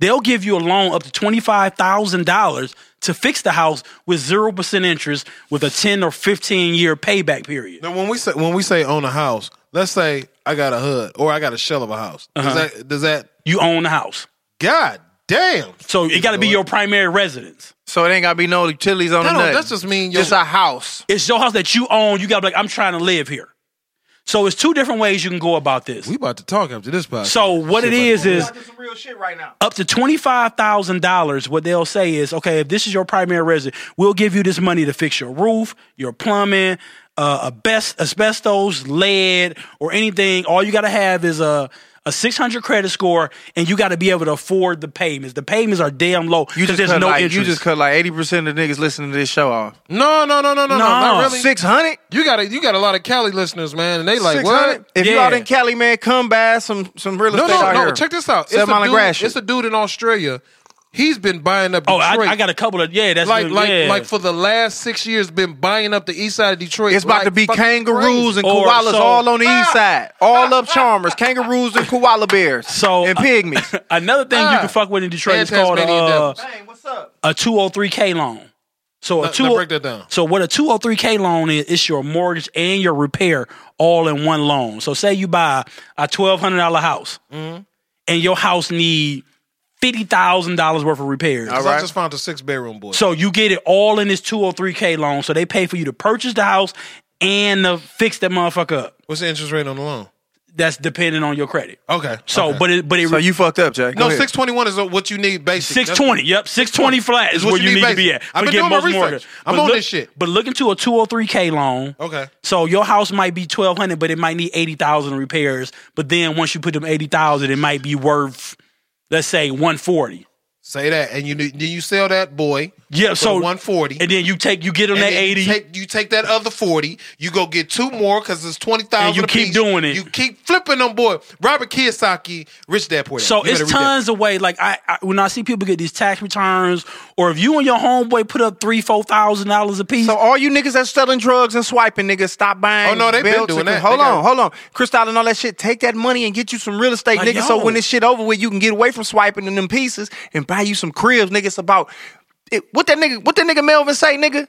they'll give you a loan up to twenty five thousand dollars to fix the house with zero percent interest with a ten or fifteen year payback period.
Now, when we say when we say own a house, let's say I got a hood or I got a shell of a house.
Uh-huh.
Does that does that?
You own the house,
God damn!
so it got to be your primary residence.
so it ain't gotta be no utilities on
No,
the
no,
nothing.
that's just mean your-
just a house.
It's your house that you own. You got to be like, I'm trying to live here. So it's two different ways you can go about this.
We about to talk after this podcast.
So what it is is
some real shit right now.
up to $25,000, what they'll say is, okay, if this is your primary residence, we'll give you this money to fix your roof, your plumbing, uh, a best asbestos, lead, or anything. All you got to have is a, a 600 credit score, and you got to be able to afford the payments. The payments are damn low
You
because
just
there's
cut
no
like
interest.
you just cut like eighty percent of the niggas listening to this show off.
No, no, no, no, no, no. Not really.
Six hundred.
You got a, you got a lot of Cali listeners, man, and they like
Six
what?
hundred. If you out
Yeah.
in Cali, man, come buy some some real
No,
estate
no,
out
no.
here.
Check this out.
Seven
it's, a
mile
dude,
grass.
it's a dude in Australia. He's been buying up
oh,
Detroit.
I, I got a couple of yeah. That's
like
good,
like
yeah.
like for the last six years been buying up the east side of Detroit.
It's about
like
to be
fucking
kangaroos
crazy. Ah!
and
Or
koalas
so-
all on the east side, all up Chalmers, kangaroos and koala bears,
So-
and pygmies.
Another thing you
Ah.
can fuck with in Detroit
And
is called a,
Tasmanian
uh,
devils.
Dang, what's up?
a 203k loan. So a
now
Oh, two
break that down.
So what a 203k loan is, it's your mortgage and your repair all in one loan. So say you buy a $1200 house. And your house need $50,000 worth of repairs.
All
I
right.
just found a six bedroom boy.
So you get it all in this 203k loan. So they pay for you to purchase the house and to fix that motherfucker up.
What's the interest rate on the loan?
That's dependent on your credit.
Oh,
Okay.
So but it but it
So you fucked up, Jay. Go
No,
ahead.
six twenty one is what you need basic. That's-
620. Yep, 620 flat is
It's what
where
you
you
need
need to be at.
basic. I've been
Forget
doing my
most
research.
mortgage.
I'm
But
on
look-
this shit.
But look into a 203k loan.
Okay.
So your house might be 1200, but it might need 80,000 repairs, but then once you put them 80,000, it might be worth let's say 140.
Say that, and you need- then you sell that boy.
Yeah,
for
so
one forty.
And then you take you get them that
then
80.
You take, you take that other forty. You go get two more because it's twenty thousand.
And you keep doing it.
You keep flipping them, boy. Robert Kiyosaki, rich dad poor dad.
So
You
it's
better read that.
tons of ways. Like I, I, when I see people get these tax returns, or if you and your homeboy put up three, four thousand dollars a piece,
So all you niggas that's selling drugs and swiping, niggas, stop buying.
Oh, no, they been
belts
doing
and-
that.
Hold
They
on,
got-
hold on. Crystal and all that shit. Take that money and get you some real estate,
Like,
niggas. So
yo.
when this shit over with, you can get away from swiping in them pieces and buy you some cribs, niggas. About it, what that nigga, what that nigga Melvin say, nigga.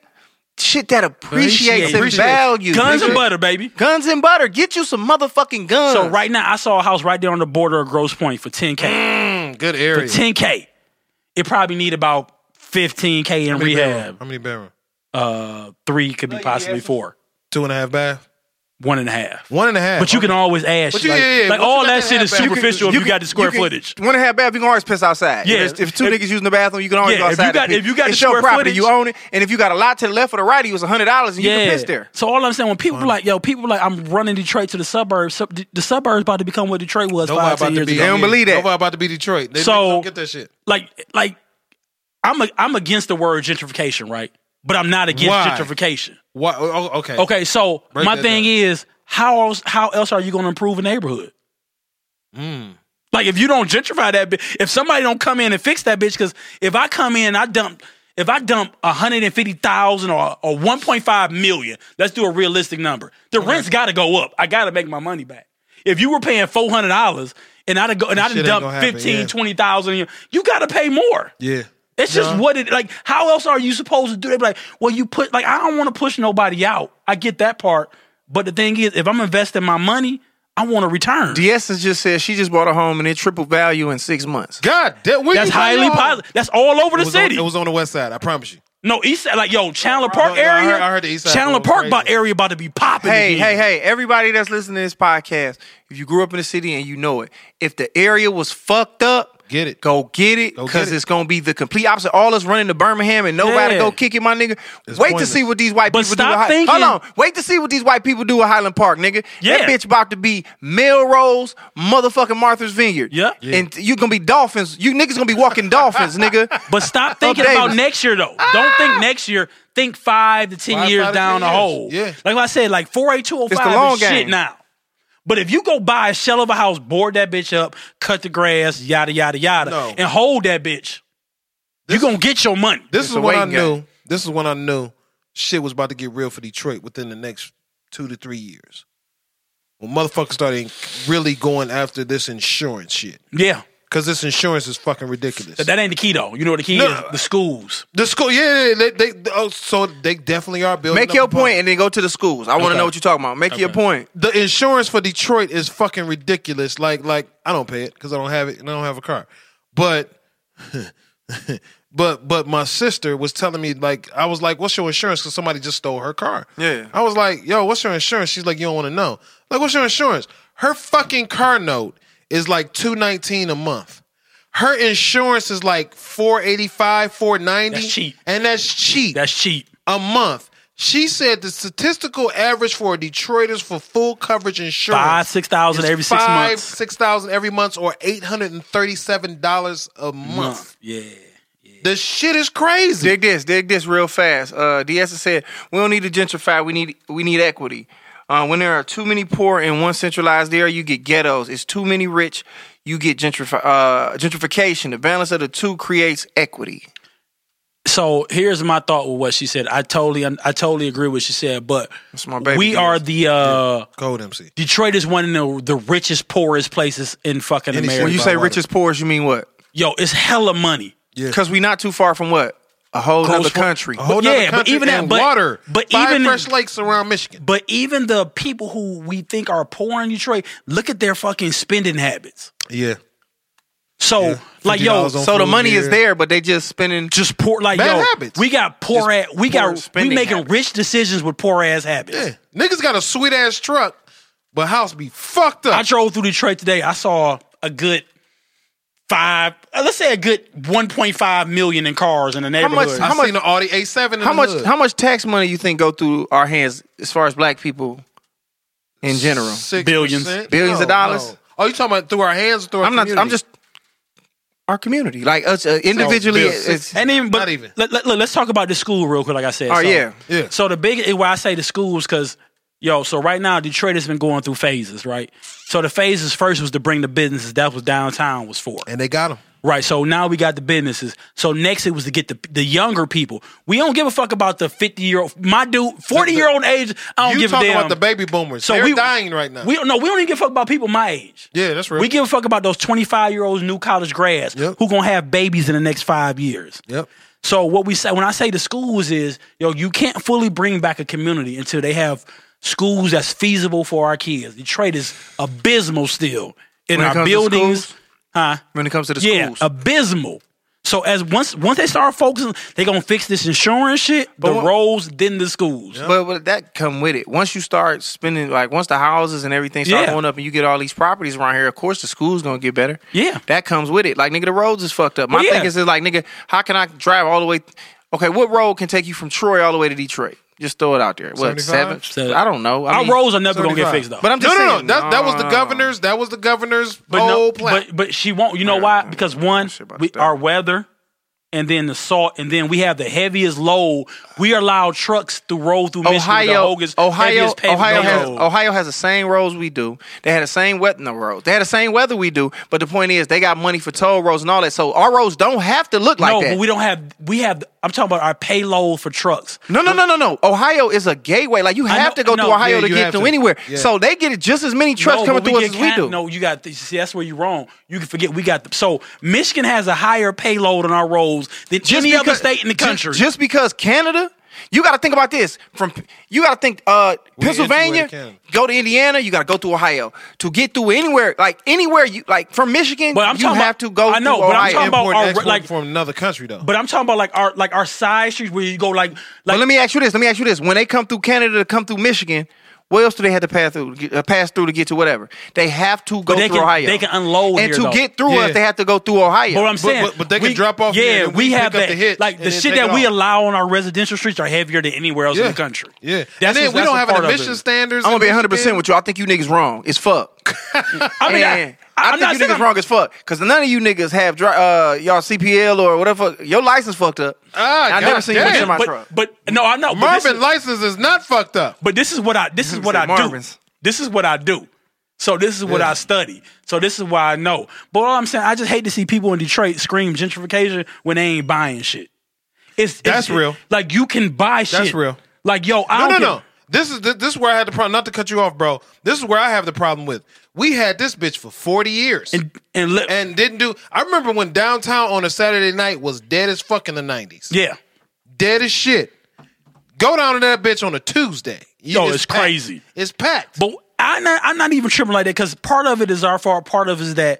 Shit that appreciates and
Appreciate.
value.
guns
nigga.
and butter, baby.
Guns and butter. Get you some motherfucking guns.
So right now, I saw a house right there on the border of Gross Point for ten k.
Good area.
10k. It probably need about 15k in rehab.
How many bedroom?
Uh, three could be possibly four,
Two and a half bath.
one and a half.
One and a half.
But you can always ask.
But you-
like
yeah, yeah, but
like
you
all
got
that
that
shit is
half back. You
superficial if you got the square footage.
Want to have bath? You can always piss outside.
Yeah.
If, there's- if two
If-
niggas using the bathroom, you can always
Yeah,
go
if you
outside. and
got-
piss.
if you got the
it's your
square
property,
footage-
you own it. And if you got a lot to the left or the right, it was hundred dollars, and you can piss there.
So all I'm saying when people like, yo, people like, I'm running Detroit to the suburbs. Sub- the suburbs about to become what Detroit was
Nobody
five, ten
about to
years
be.
ago.
don't believe that.
Nobody about to be Detroit. They
So-
they don't get that shit.
Like, like, I'm a, I'm against the word gentrification, right? But I'm not against
Why?
gentrification.
Why? oh, okay.
Okay, so
Break
my
that
thing
down.
is, how else how else are you going to improve a neighborhood?
Hmm.
Like if you don't gentrify that, bi- if somebody don't come in and fix that bitch, because if I come in, I dump. If I dump a hundred and fifty thousand or or one point five million, let's do a realistic number. The rent's got to go up. I got to make my money back. If you were paying four hundred dollars and I done go and I
Shit
done
ain't
dump
gonna happen,
fifteen,
yeah.
twenty thousand, you- you got to pay more.
Yeah.
It's just what it like. How else are you supposed to do that? Be Like, well, you put like I don't want to push nobody out. I get that part, but the thing is, if I'm investing my money, I want a return.
Diessis just said she just bought a home and it triple value in six months.
God, that, where
That's
you got
highly
your-
positive. That's all over
It
the
was, on,
city.
it was on the west side. I promise you.
no, east side, like yo, Chandler
No,
Park
no, I
area.
heard- I heard the east side
Chandler
was
Park
crazy.
about area about to be popping.
Hey,
again.
hey, hey, everybody that's listening to this podcast, if you grew up in the city and you know it, if the area was fucked up,
Get it.
Go get it.
Go get
Because
it.
it's gonna be the complete opposite. All us running to Birmingham and nobody
Yeah.
go kick it, my nigga. Wait to
pointless.
see what these white
But
people
stop
do. at Hi-
thinking-
Hold on. Wait to see what these white people do at Highland Park, nigga.
Yeah.
That bitch about to be Melrose, motherfucking Martha's Vineyard.
Yeah. Yeah.
And you gonna be dolphins. You niggas gonna be walking dolphins, nigga.
But stop thinking
Oh, Davis. Ah!
about next year though. Don't think next year. Think five to ten
Five-
years
five to 10
down the
years.
hole.
Yeah.
Like I said, like four eight two oh
It's the long
five is shit
game.
now. But if you go buy a shell of a house, board that bitch up, cut the grass, yada yada yada,
No.
and hold that bitch, you gonna get your money.
This
It's
is
a
when I
waiting game.
knew. This is when I knew shit was about to get real for Detroit within the next two to three years. When motherfuckers started really going after this insurance shit
yeah,
because this insurance is fucking ridiculous.
but that ain't the key though. You know what the key
No.
is? The schools.
the school, yeah, yeah, they, they oh, so they definitely are building.
Make
up
your
upon-
point and then go to the schools. I wanna know what you're talking about. Make your point.
The insurance for Detroit is fucking ridiculous. Like, like I don't pay it because I don't have it and I don't have a car. But, but, but my sister was telling me like I was like, "What's your insurance?" Because somebody just stole her car.
Yeah.
I was like, "Yo, what's your insurance?" She's like, "You don't want to know." Like, what's your insurance? Her fucking car note is like two nineteen a month. Her insurance is like four eighty five, four ninety.
That's cheap.
and that's cheap
That's cheap.
a month. She said the statistical average for Detroiters for full coverage insurance
Five, six thousand
is
every six
five,
months.
six thousand every month, or eight hundred and thirty-seven dollars a month.
month. Yeah.
The shit is crazy.
Dig this, dig this real fast. Uh, DS said, "We don't need to gentrify. We need we need equity. Uh, when there are too many poor in one centralized area, you get ghettos. It's too many rich, you get gentrifi- uh, gentrification. The balance of the two creates equity.
So here's my thought with what she said. I totally, I totally agree with what she said, but
That's my baby.
we
DS.
are the uh,
Gold MC.
Detroit is one of the, the richest, poorest places in fucking
Any city.
America.
When you
by
say
water.
rich is poor, you mean what?
Yo, it's hella money.
Because we not too far from what a whole other
Coast-
country.
A whole
But yeah,
nother
but
country
even that-
and
but-
water.
but
Five
even-
fresh lakes around Michigan.
But even the people who we think are poor in Detroit, look at their fucking spending habits.
Yeah.
So, like,
$50
yo,
on
so the
food
money is
here.
there, but they just spending.
just poor, like,
Bad
yo,
habits.
we got poor ass, we
poor
got, we
spending
making
habits.
rich decisions with poor ass habits.
Yeah. Niggas got a sweet ass truck, but house be fucked up.
I drove through Detroit today. I saw a good five, uh, let's say a good 1.5 million in cars in the
much-
neighborhood.
I
how much-
seen an Audi A7 in
How
the
much?
hood.
How much tax money you think go through our hands as far as black people in general?
Six
Billions.
percent?
Billions of
No,
dollars?
no. Oh, you talking about through our hands or through our
I'm not. I'm
community?
just our community, like us uh, individually.
Bill,
it's,
six-
and then, but
Not even.
Let, let, us talk about the school real quick. Like I said,
Oh,
So-
yeah.
Yeah.
So the big why I say the schools because yo, so right now Detroit has been going through phases, right? So the phases first was to bring the businesses. That was downtown was for,
And they got them.
right? So now we got the businesses. So next it was to get the the younger people. We don't give a fuck about the fifty year old, my dude, forty year old age. I don't
You
give a
talking
damn.
about the baby boomers. They're dying right now.
We don't know. We don't even give a fuck about people my age.
yeah, that's real.
We give a fuck about those 25 year olds new college grads
Yep.
who gonna have babies in the next five years.
Yep.
So what we say when I say the schools is, yo, you can't fully bring back a community until they have schools that's feasible for our kids. Detroit is abysmal still in
When it
our
comes to
buildings.
schools?
Huh?
when it comes to the
Yeah,
schools.
abysmal. So as once once they start focusing, they gonna fix this insurance shit, the
what-
roads, then the schools.
but, but that come with it. Once you start spending, like once the houses and everything start
Yeah.
going up, and you get all these properties around here, of course the school's gonna get better.
Yeah.
that comes with it. Like nigga, the roads is fucked up. My
Well, yeah.
thing is, is like nigga, how can I drive all the way? Okay, what road can take you from Troy all the way to Detroit? Just throw it out there. What
75?
seven? I don't know. I mean,
our roads are never gonna get
35.
fixed though.
But I'm
no,
just
no, no,
saying,
That, that was
no,
the
no, no.
governor's. That was the governor's
But
whole
no,
plan.
but but she won't. You know why? Because one,
shit about
we,
to die.
our weather, and then the salt, and then we have the heaviest load. We allow trucks to roll through
Ohio,
Michigan. with the hogest-
Ohio,
heaviest pavement
Ohio has
load.
Ohio has the same roads we do. They had the same weather no, roads. They had the same weather we do. But the point is, they got money for toll roads and all that. So our roads don't have to look
no,
like that.
but we don't have. We have. I'm talking about our payload for trucks.
no, no, no, no, no. Ohio is a gateway. Like you
I
have to
know-
go
no,
through Ohio
yeah,
to
you
get
have
through
to.
anywhere.
Yeah.
So they get just as many trucks
No,
coming
but
through us
get
as
kind-
we do.
No, you got. See, that's where you're wrong. You can forget. We got. The, so Michigan has a higher payload on our roads than any other
because-
state in the
ju-
country.
Just, because Canada, you got to think about this. From you got to think uh, Pennsylvania,
integrated Canada.
go to Indiana, you got to go through Ohio to get through anywhere. Like anywhere you like from Michigan,
But I'm
you
talking
have
about-
to go.
I know,
through
but I'm
Ohio.
talking about
Import
our-
and export
like-
from another country though.
but I'm talking about like our like our side streets where you go like
But
like
let me ask you this. Let me ask you this. When they come through Canada to come through Michigan. What else do they have to pass through? Get, uh, pass through to get to whatever they have to go
they
through
can-
Ohio.
they can unload
and
here,
to
though.
get through
Yeah.
us, they have to go through Ohio.
But what I'm saying,
but- but they can drop off here,
Yeah,
and we
we
pick
have
up
that.
the hit
like
and
the
then
shit
take
that
it
we
off.
allow on our residential streets are heavier than anywhere else in the country.
Yeah,
that's
and then
what's-
we
that's
don't
a
have
part
an
of it.
emission standards.
I'm gonna be
in
100 percent
Michigan.
with you. I think you niggas wrong. It's fuck.
I mean, I-
And
I-
I,
I'm
think
not
you
saying
niggas
I'm-
wrong as fuck. Cause none of you niggas have dri- uh, y'all CPL or whatever. Your license fucked up.
Ah,
I never seen you
goddamn.
put in my
but,
truck.
but no, I know. But this,
Marvin
is,
license is not fucked up.
but this is what I this is what I
Marvin's.
do. This is what I do. So this is what I study. So this is why I know. But all I'm saying, I just hate to see people in Detroit scream gentrification when they ain't buying shit. It's, it's-
That's real.
Like you can buy shit.
That's real.
Like yo, I
No, no,
don't
no.
give-
This is this, this is where I had the problem. Not to cut you off, bro. This is where I have the problem with. We had this bitch for forty years and,
And uh, and, let,
didn't do. I remember when downtown on a Saturday night was dead as fuck in the nineties.
yeah.
dead as shit. Go down to that bitch on a Tuesday. You-
Yo, it's
packed.
crazy.
It's packed.
But I'm not, I'm not even tripping like that because part of it is our fault. Part of it is that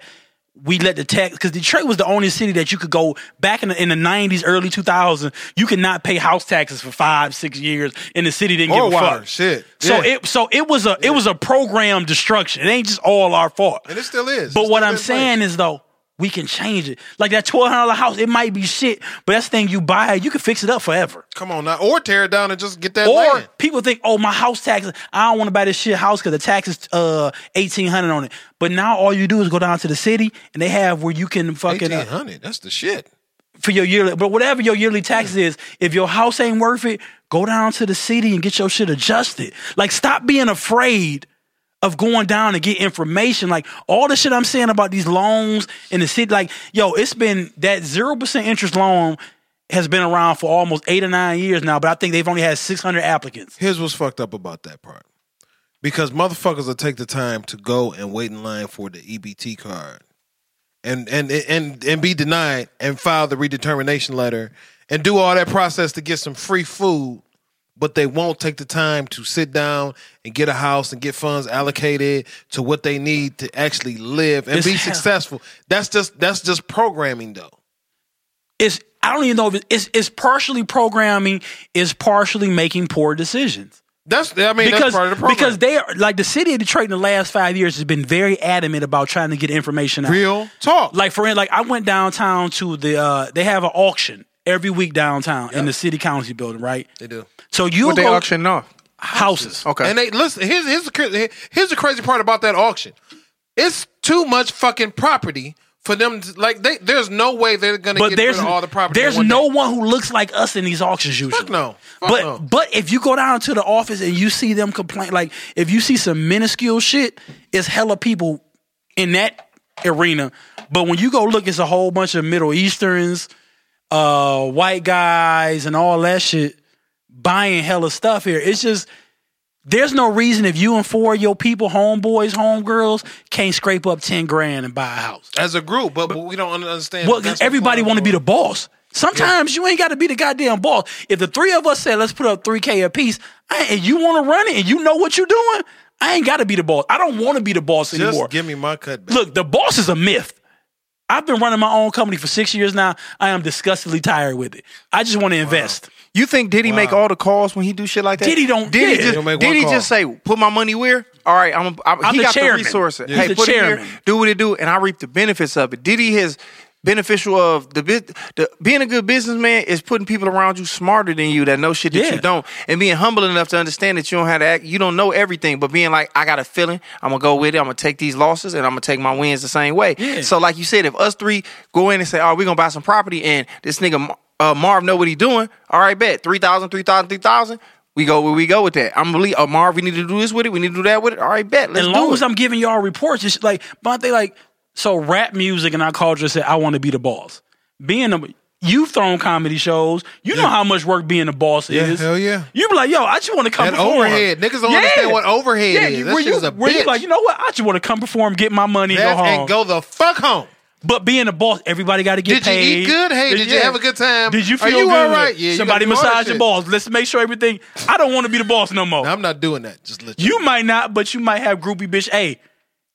we let the tax because Detroit was the only city that you could go back in the, in the 90s, early 2000s. You could not pay house taxes for five, six years, and the city didn't
Or
give a
water,
fuck.
Oh, shit.
So
Yeah.
it so it was a it was a program destruction. It ain't just all our fault.
And it still is.
But
It's still
what I'm
in place.
saying is though, we can change it. Like that twelve hundred dollar house, it might be shit, but that's the thing you buy, you can fix it up forever.
Come on now, or tear it down and just get that
Or
land.
people think, oh, my house taxes. I don't want to buy this shit house because the tax is uh eighteen hundred on it. But now all you do is go down to the city and they have where you can fucking uh,
Eighteen hundred. That's the shit.
for your yearly, but whatever your yearly taxes is, if your house ain't worth it, go down to the city and get your shit adjusted. Like, stop being afraid of going down and get information. Like, all the shit I'm saying about these loans in the city, like, yo, it's been that 0% interest loan has been around for almost eight or nine years now, but I think they've only had 600 applicants.
Here's what's fucked up about that part. Because motherfuckers will take the time to go and wait in line for the EBT card and and and and be denied and file the redetermination letter and do all that process to get some free food, but they won't take the time to sit down and get a house and get funds allocated to what they need to actually live and
It's
be
hell.
successful. That's just that's just programming though.
It's, I don't even know if it- it's, it's partially programming, it's partially making poor decisions.
That's I mean
because
that's part of the program.
because they are like the city of Detroit in the last five years has been very adamant about trying to get information out.
real talk.
Like for in- like I went downtown to the uh they have an auction every week downtown in the city county building, right?
they do.
So you
What they
go
auctioning off?
houses.
Okay.
And they listen. Here's here's the cra- here's the crazy part about that auction. It's too much fucking property for them. To, like they, there's no way they're gonna
But
get
there's
rid of all the property. in
there's
one
no
day.
one who looks like us in these auctions usually.
Fuck no. Fuck
but
no.
but if you go down to the office and you see them complain, like if you see some minuscule shit, it's hella people in that arena. But when you go look, it's a whole bunch of Middle Easterns, uh, white guys, and all that shit buying hella stuff here. It's just there's no reason if you and four of your people, homeboys, homegirls, can't scrape up ten grand and buy a house.
as a group, but, but we don't un- understand.
Well,
that that's
because
the
everybody
point
want to be the
of it.
boss. Sometimes you ain't got to be the goddamn boss. If the three of us said let's put up three k a piece, I, and you want to run it and you know what you're doing, I ain't got to be the boss. I don't want to be the boss
Just
anymore.
give me my cut back.
Look, the boss is a myth. I've been running my own company for six years now. I am disgustingly tired with it. I just want to invest.
You think Diddy make all the calls when he do shit like that?
Diddy don't-
Diddy
yeah.
He'll
just
make
Diddy
one
just say, "Put my money where." All right, I'm. I'm,
I'm
he
the
got
chairman.
the resources.
Yeah. He's
Hey,
the
put it here.
chairman.
Do what it do, and I reap the benefits of it. Diddy has beneficial of the bit. The, being a good businessman is putting people around you smarter than you that know shit that
Yeah.
you don't, and being humble enough to understand that you don't have to act. You don't know everything, but being like, I got a feeling. I'm gonna go with it. I'm gonna take these losses, and I'm gonna take my wins the same way.
Yeah.
So, like you said, if us three go in and say, "All right, we gonna buy some property," and this nigga uh, Marv know what he doing, all right, bet 3,000, 3,000, 3,000, we go where we go with that. I'm believe uh, Marv, we need to do this with it, we need to do that with it. All right, bet. Let's
as long
do
as
it.
I'm giving y'all reports, it's like, but they like, so rap music and our culture said, I want to be the boss. Being a, you've thrown comedy shows, you know how much work being a boss
Yeah,
is.
hell yeah.
You be like, yo, I just want to come
That
perform.
overhead. Niggas don't understand what overhead
yeah,
is.
you-
That
where
shit
you,
is a
where you
bitch.
like, you know what? I just want to come perform, get my money, and go
That
home.
and go the fuck home.
But being a boss, everybody got to get
Did you
paid.
eat good? Hey, did you
yeah.
have a good time?
Did you
Are
feel
you
good?
all right? Yeah, you
Somebody
gotta do all that
massage your
shit.
balls. Let's make sure everything. I don't want to be the boss no more.
Now, I'm not doing that. Just let you.
You might not, but you might have groupie bitch A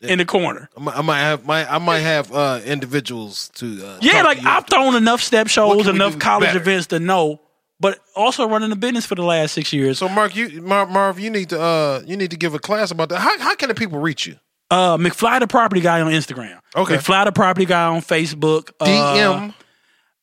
in the corner.
I might- I might have my. I might have uh, individuals to. Uh,
Yeah,
talk
like
to you.
I've thrown enough step shows,
we
enough
do
college
better?
events to know, but also running a business for the last six years.
So Mark, you Mar- Marv, you need to uh, you need to give a class about that. How how can the people reach you?
Uh, McFly the property guy on Instagram.
Okay.
McFly the property guy on Facebook. Uh,
DM.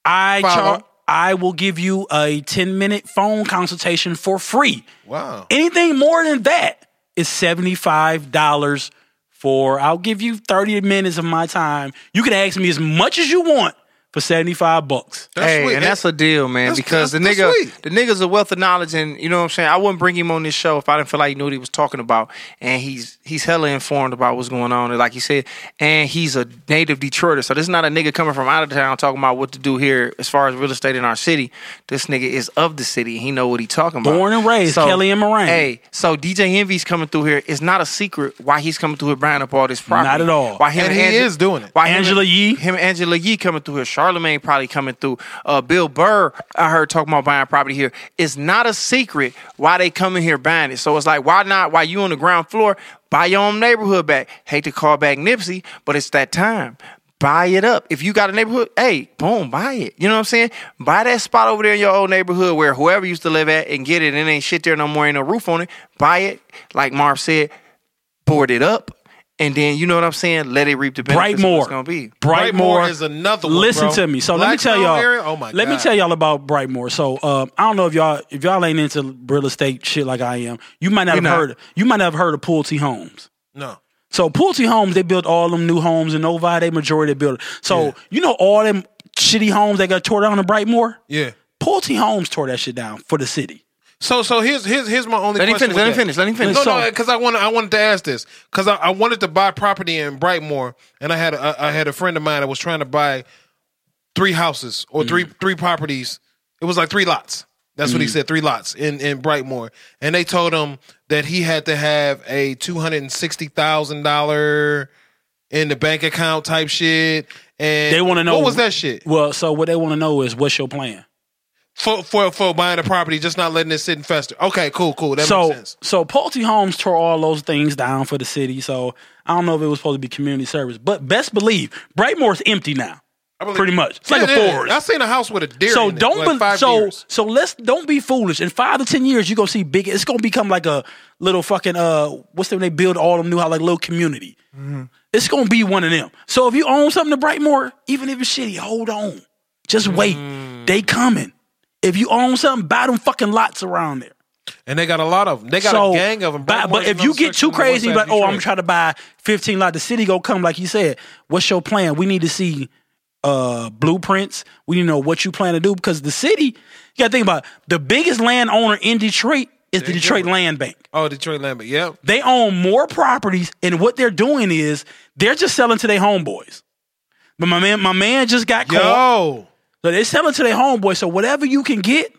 I
follow.
char- I will give you a ten minute phone consultation for free.
wow.
Anything more than that is seventy five dollars. For I'll give you thirty minutes of my time. You can ask me as much as you want for seventy five bucks.
That's
hey,
sweet.
and that's a deal, man.
That's-
because the
that's-
nigga,
that's sweet.
the nigga's a wealth of knowledge, and you know what I'm saying. I wouldn't bring him on this show if I didn't feel like he knew what he was talking about. And he's he's hella informed about what's going on, and like you said, and he's a native Detroiter. So this is not a nigga coming from out of town talking about what to do here as far as real estate in our city. This nigga is of the city. He know what he talking about.
Born and raised, Kelly and Moran.
Hey, so DJ Envy's coming through here. It's not a secret why he's coming through here buying up all this property.
Not at all.
Why him
And he
Ange-
is doing it.
Why him-
Angela Yee.
him and Angela Yee coming through here. Charlemagne probably coming through. Uh, Bill Burr, I heard talking about buying property here. It's not a secret why they coming here buying it. So it's like, why not? Why you on the ground floor? Buy your own neighborhood back. Hate to call back Nipsey, but it's that time. Buy it up. If you got a neighborhood, hey, boom, buy it. You know what I'm saying? Buy that spot over there in your old neighborhood where whoever used to live at and get it and ain't shit there no more, ain't no roof on it. Buy it. Like Marv said, board it up and then you know what I'm saying. Let it reap the benefits.
Brightmore.
It's gonna be.
Brightmore
Brightmore is another one,
Listen
bro.
to me. So let me tell
Blackstone
y'all.
area? Oh, my
let me
God.
tell y'all about Brightmore. So um, I don't know if y'all if y'all ain't into real estate shit like I am. You might not have
not.
heard. You might not have heard of Pulte Homes.
No.
So Pulte Homes, they built all them new homes in Novi. They majority built. So you know all them shitty homes that got tore down in Brightmore.
Yeah.
Pulte Homes tore that shit down for the city.
So so here's here's here's my only
Let him
question.
finish.
with
Let him
that.
finish. Let him finish.
No,
So-
no, because I want I wanted to ask this because I, I wanted to buy property in Brightmore, and I had a, I had a friend of mine that was trying to buy three houses or three
Mm.
three properties. It was like three lots. That's what he said, three lots in in Brightmore, and they told him that he had to have a two hundred and sixty thousand dollar in the bank account type shit. And
They want to know
what was that shit
Well, so what they want to know is what's your plan.
for for for buying a property, just not letting it sit and fester. Okay, cool, cool. That
so
makes sense.
so Pulte Homes tore all those things down for the city. So I don't know if it was supposed to be community service, but best believe Brightmore's empty now. Pretty much, it's like
Yeah,
a
yeah.
forest.
I seen a house with a deer.
So
in it,
don't
like
bel-
five
so
deers.
so let's don't be foolish. In five to ten years, you're gonna see big. It's gonna become like a little fucking uh, what's the they build all them new how like little community.
Mm-hmm.
It's gonna be one of them. So if you own something to Brightmore, even if it's shitty, hold on, just wait.
Mm.
They coming. If you own something, buy them fucking lots around there.
and they got a lot of them. They got
so,
a gang of them.
buy- But, if you get too crazy, like oh, I'm trying to buy 15 lot, the city go come like you said. What's your plan? We need to see uh blueprints. We need to know what you plan to do because the city. You got to think about it. the biggest landowner in Detroit is the Detroit Land Bank.
Oh, Detroit Lambert. Yep.
They own more properties, and what they're doing is they're just selling to their homeboys. But my man, my man just got caught.
Yo.
So they sell it to their homeboy. So whatever you can get,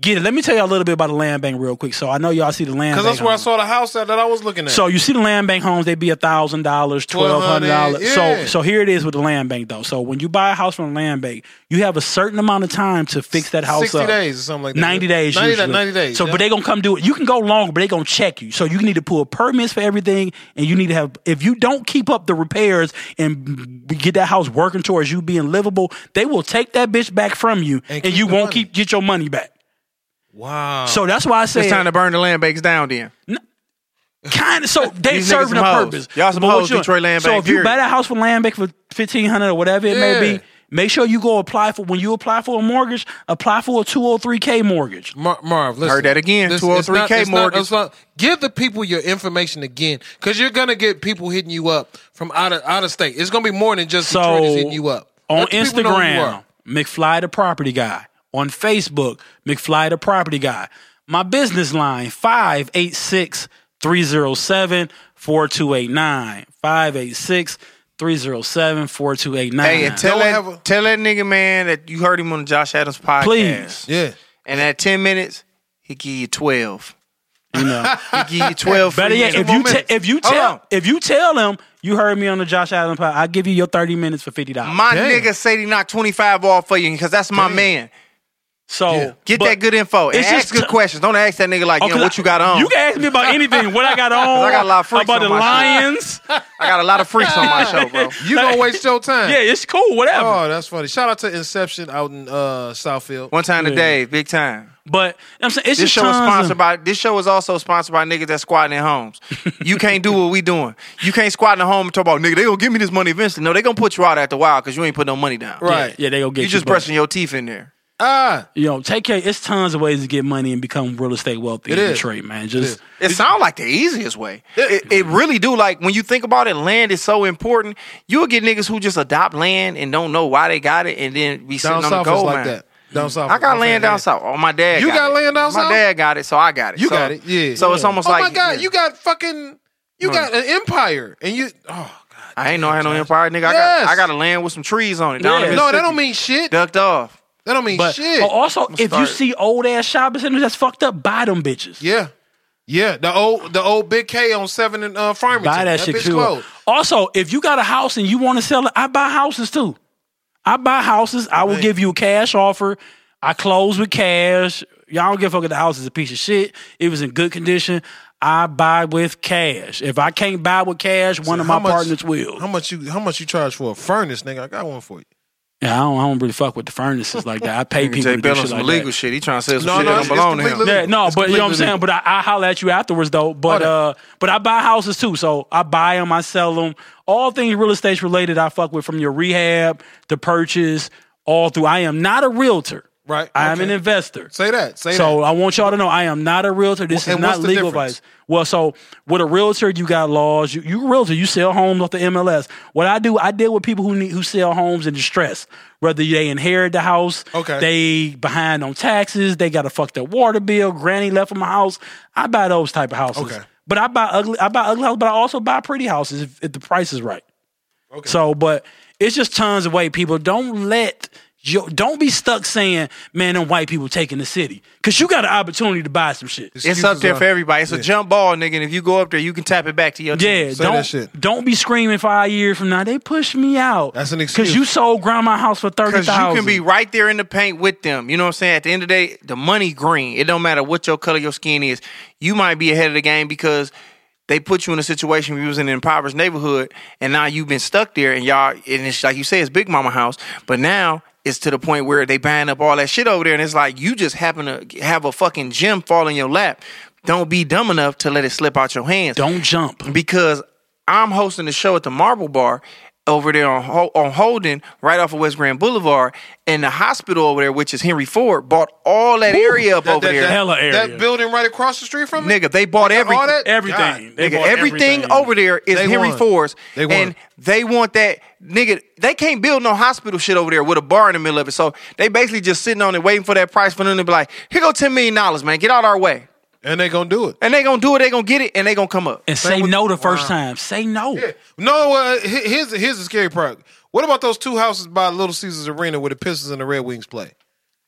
get it. Let me tell y'all a little bit about the land bank real quick. So I know y'all see the land
Because
bank.
that's where I
homes.
saw the house at that I was looking at.
So you see the land bank homes, they be a thousand dollars, twelve hundred dollars. So
yeah.
so here it is with the land bank though. So when you buy a house from the land bank, you have a certain amount of time to fix that house
60
up.
days or something like that.
90 days.
90
usually.
90 days,
So,
yeah.
but they gonna come do it. You can go longer, but they gonna check you. So you need to pull permits for everything, and you need to have. If you don't keep up the repairs and get that house working towards you being livable, they will take that bitch back from you,
And
and,
keep
you
the money.
won't
Oh.
keep get your money back.
wow.
So that's why I say
It's time to burn the land banks down. Then
kind of so they
These niggas
serving
some
a
hoes.
purpose.
Y'all some
But what
hoes,
you-
Detroit land
So
bank,
if you
period.
buy that house from land bank for fifteen hundred or whatever it may
Yeah.
be, make sure you go apply for when you apply for a mortgage, apply for a two hundred three k mortgage.
Mar- Marv, listen.
Heard that again.
This-
203K
it's not- it's not-
mortgage.
it's not- give the people your information again, because you're gonna get people hitting you up from out of out of state. It's gonna be more than just
So
Detroiters hitting you up
on
Let the people know who you
Instagram,
are.
McFly the property guy. On Facebook, McFly the property guy. My business line 586 307 4289. 586 307
Hey, and
4289.
tell
Don't
that,
have a-
tell that nigga man that you heard him on the Josh Adams podcast.
Please.
Yeah.
And at ten minutes, he give you twelve.
You know.
He give you twelve.
Better
free
yet, if
minutes.
you
More
te-
minutes.
if you
Hold
tell
on.
if you tell them you heard me on the Josh Allen pod, I give you your thirty minutes for fifty dollars.
my
Damn.
nigga said he knocked twenty five off for you because that's my man.
So
Get
but-
that good info and
it's
ask
just
good
t-
questions. Don't ask that nigga like,
Oh,
you
'cause
know, what
I-
you got on?
You can ask me about anything. What I got on?
I got a lot of freaks
about
on
the
my shit. Oh,
Lions.
I got a lot of freaks on my show, bro.
You gonna waste your time.
Yeah, it's cool, whatever.
Oh, that's funny. Shout out to Inception out in uh, Southfield.
One time today, big time.
but I'm saying it's
This
just
show is
tons of-
sponsored by. This show is also sponsored by niggas that squatting at homes. You can't do what we doing. You can't squat in a home and talk about nigga. They gonna give me this money eventually. No, they gonna put you out after a while because you ain't put no money down.
Right.
Yeah, they go get
You just
but,
brushing your teeth in there.
Ah,
You know, take care. It's tons of ways to get money and become real estate wealthy
It
in
is.
Detroit, man. Just
It sound like the easiest way. It, it really do. Like when you think about it, land is so important. You'll get niggas who just adopt land and don't know why they got it, and then be sitting
down
on the
south is
gold
like
mine.
that. Down south.
I got
I'm
land
saying,
down south. Oh, my dad.
You got
it.
land down
My
south?
dad got it, so I got it.
You
So-
got it, yeah.
So it's
Yeah.
almost
oh
like
my god,
yeah.
you got fucking,
Hmm.
you got an empire, and you. Oh god,
I ain't know I had no empire, nigga. I
Yes.
got I got a land with some trees on it. Down
Yeah.
in
no, that
Mississippi.
don't mean shit. That
ducked off.
don't mean
but
shit.
oh, also if you
start.
see old ass shopping centers that's fucked up, buy them bitches.
yeah, yeah. The old, the old big K on seven and uh, Farmington.
buy that, shit
bitch
too.
closed.
Also, if you got a house and you want to sell it, I buy houses too. I buy houses. I will give you a cash offer. I close with cash. Y'all don't give a fuck if the house is a piece of shit. It was in good condition. I buy with cash. If I can't buy with cash, one of
How
my
much-
partners will.
How much you? How much you charge for a furnace, nigga? I got one for you.
Yeah, I don't, I don't really fuck with the furnaces like that. I pay people
Jay
to do
Bell on
shit
some
like
illegal
that.
shit. He trying to sell some
No,
shit
no,
that
it's-
don't
it's
belong to him.
completely
Yeah, no,
It's
but you know what I'm
completely
saying. But I, I holler at you afterwards though. But uh, but I buy houses too, so I buy them, I sell them. All things real estate related, I fuck with from your rehab, the purchase, all through. I am not a realtor.
Right,
I am
okay.
an investor.
Say that. Say
so uh,
that.
I want y'all to know I am not a realtor. This
And
is
what's
not
the
legal
difference?
advice. Well, so with a realtor, you got laws. You you a realtor, you sell homes off the MLS. What I do, I deal with people who need who sell homes in distress. Whether they inherit the house,
Okay.
they behind on taxes, they got to fuck their water bill. Granny left them a house. I buy those type of houses.
Okay.
But I buy ugly. I buy ugly houses, but I also buy pretty houses if, if the price is right. So, but it's just tons of white people. Don't let yo don't be stuck saying, man, them white people taking the city. Cause you got an opportunity to buy some shit.
It's up there
are-
for everybody. It's a jump ball, nigga. And if you go up there, you can tap it back to your
Yeah,
team.
that
don't
shit.
don't be screaming five years from now. They pushed me out.
That's an
Cause
excuse.
you sold grandma house for thirty
Because
thousand.
you can be right there in the paint with them. You know what I'm saying? At the end of the day, the money green. It don't matter what your color your skin is. You might be ahead of the game because they put you in a situation where you was in an impoverished neighborhood and now you've been stuck there and y'all and it's like you say it's Big Mama house, but now it's to the point where they buying up all that shit over there and it's like you just happen to have a fucking gem fall in your lap. Don't be dumb enough to let it slip out your hands
Don't jump.
because I'm hosting the show at the Marble Bar over there on Ho- on Holden, right off of West Grand Boulevard, and the hospital over there, which is Henry Ford, bought all that area up over there.
Hella area.
That building right across the street from it?
Nigga, they bought
They got all
everything.
that?
Everything.
God.
They
Nigga,
bought
everything, over there is
They
Henry
won.
Ford's,
They won.
and they want that nigga. They can't build no hospital shit over there with a bar in the middle of it. So they basically just sitting on it, waiting for that price for them to be like, "Here go ten million dollars, man. Get out our way."
And they gonna do it.
And they gonna do it. They gonna get it, and they gonna come up.
And say no the first time. Say no.
No, uh, he- here's here's the scary part. What about those two houses by Little Caesars Arena where the Pistons and the Red Wings play?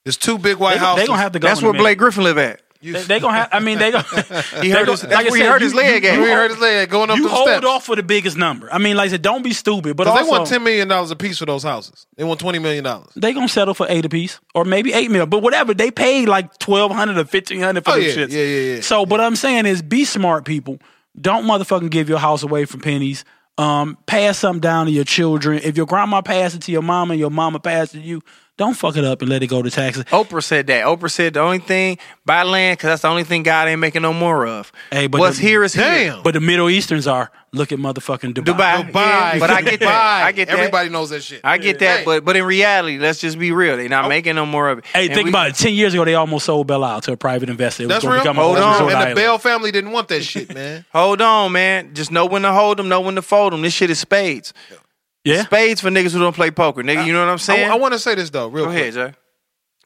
There's two big white
They, gon-
houses.
they gonna have to go.
That's
in a
where Blake
minute.
Griffin live at.
They, they gonna have. I mean, they gonna.
He hurt his, that's where he hurt his leg at.
you hurt his leg going up
you
them
hold
steps.
off for the biggest number. I mean, like I said, don't be stupid. But
'Cause
also,
they want ten million dollars a piece for those houses. They want twenty million dollars.
they gonna settle for eight apiece or maybe eight mil, but whatever. They paid like twelve hundred or fifteen hundred for
Oh,
them
yeah,
shits.
yeah, yeah, yeah.
So, what I'm saying is, be smart, people. Don't motherfucking give your house away for pennies. Um, pass something down to your children. If your grandma passed it to your mama, your mama passed it to you. Don't fuck it up and let it go to taxes.
Oprah said that. Oprah said the only thing buy land because that's the only thing God ain't making no more of.
Hey, but
what's
the-
here is here.
Damn.
But the Middle Easterns are look at motherfucking Dubai.
Dubai,
Bye.
Yeah, but I get that.
Bye.
I get that.
Everybody knows that shit.
I get that.
Hey.
But but in reality, let's just be real. They're not making no more of it.
Hey,
And
think
we-
about it. Ten years ago, they almost sold Belle Isle to a private investor. It was
That's
gonna
real.
become a
Hold
whole
on.
resort
And the
island.
Bell family didn't want that shit, man.
Hold on, man. Just know when to hold them, know when to fold them. This shit is spades.
Yeah.
Spades for niggas who don't play poker, nigga. You know what I'm
I,
saying?
want to say this though, real
Go ahead,
quick.
Jay.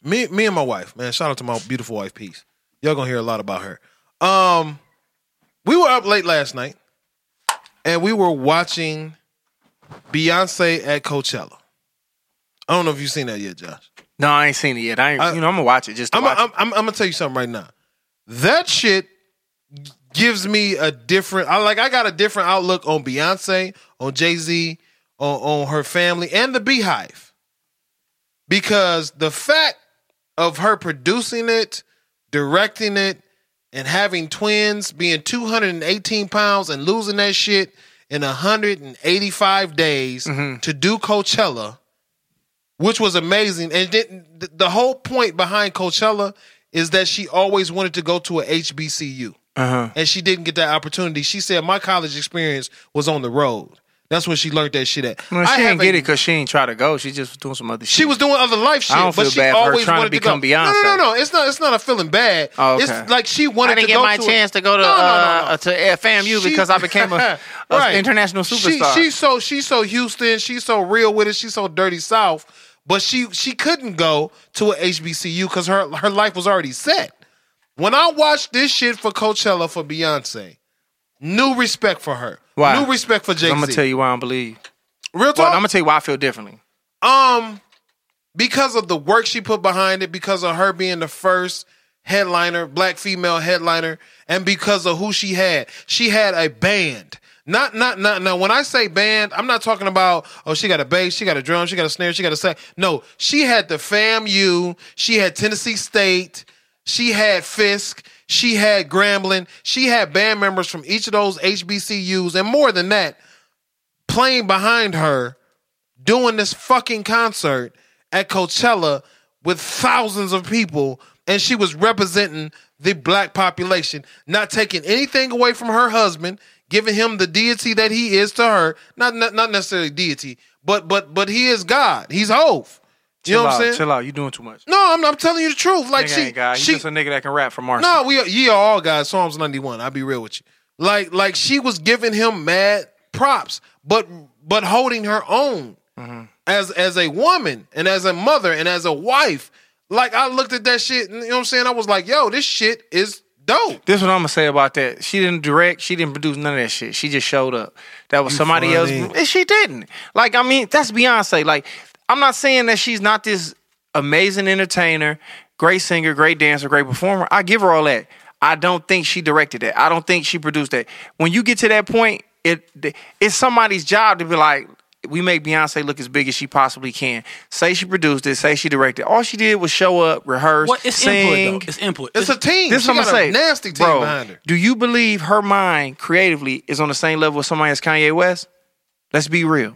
me me and my wife, man, shout out to my beautiful wife, Peace. Y'all gonna hear a lot about her. Um, we were up late last night, and we were watching Beyonce at Coachella. I don't know if you've seen that yet, Josh.
No, I ain't seen it yet. I ain't.
I-
you know, I'm gonna watch it. Just to
I'm,
watch
I'm, I'm, I'm gonna tell you something right now. That shit gives me a different. I like. I got a different outlook on Beyonce, on Jay Z, on, on her family, and the Beehive, because the fact of her producing it, directing it, and having twins, being 218 pounds and losing that shit in 185 days
Mm-hmm.
to do Coachella which was amazing. And then th- the whole point behind Coachella is that she always wanted to go to a HBCU,
Uh-huh.
and she didn't get that opportunity. She said, "My college experience was on the road. That's when she learned that shit at."
it. Well,
I
she
have
ain't
a-
get it because she ain't try to go. She just was doing some other shit.
she was doing other life shit,
I don't
but
feel
she
bad for her
always
trying to
wanted to,
become
go.
Beyonce.
No, no, no, no. It's not. It's not a feeling bad.
Oh, okay.
It's like she wanted
I didn't
to
get
go
my
to
chance
a,
to go to
No, no, no,
uh,
no.
uh, to uh, FAMU
She-
because I became a, a
Right.
international
She-
superstar.
she's so she's so Houston. She's so real with it. She's so dirty South. But she she couldn't go to a HBCU because her her life was already set. When I watched this shit for Coachella for Beyonce, new respect for her.
Why?
New respect for Jay Z.
I'm gonna tell you why I don't believe.
Real
Well,
talk.
I'm gonna tell you why I feel differently.
Um, because of the work she put behind it, because of her being the first headliner, black female headliner, and because of who she had. She had a band. Not not not now. When I say band, I'm not talking about oh she got a bass, she got a drum, she got a snare, she got a sax. No, she had the FAMU, she had Tennessee State, she had Fisk. She had Grambling. She had band members from each of those HBCUs and more than that playing behind her doing this fucking concert at Coachella with thousands of people, and she was representing the black population, not taking anything away from her husband, giving him the deity that he is to her. Not not, not necessarily deity, but but but he is God. He's Hove. You know
chill
what
out,
I'm saying?
chill out. You doing too much.
No, I'm, I'm telling you the truth. Like
Nigga
she,
ain't God. He
she,
just a nigga that can rap from Marcy.
no, we are, ye are all guys. Psalms ninety one. I'll be real with you. Like like she was giving him mad props, but but holding her own
Mm-hmm.
as as a woman and as a mother and as a wife. Like I looked at that shit, and you know what I'm saying? I was like, yo, this shit is dope.
This is what I'm gonna say about that. She didn't direct. She didn't produce none of that shit. She just showed up. That was somebody else.
funny.
And she didn't. Like I mean, that's Beyonce. Like I'm not saying that she's not this amazing entertainer, great singer, great dancer, great performer. I give her all that. I don't think she directed that. I don't think she produced that. When you get to that point, it it's somebody's job to be like. We make Beyonce look as big as she possibly can. Say she produced it. Say she directed. All she did was show up, rehearse,
What it's
sing.
input though. It's input.
It's a team.
This is
she
what I'm
got
gonna say.
a nasty team
Bro,
behind her.
Do you believe her mind creatively is on the same level as somebody as Kanye West? Let's be real.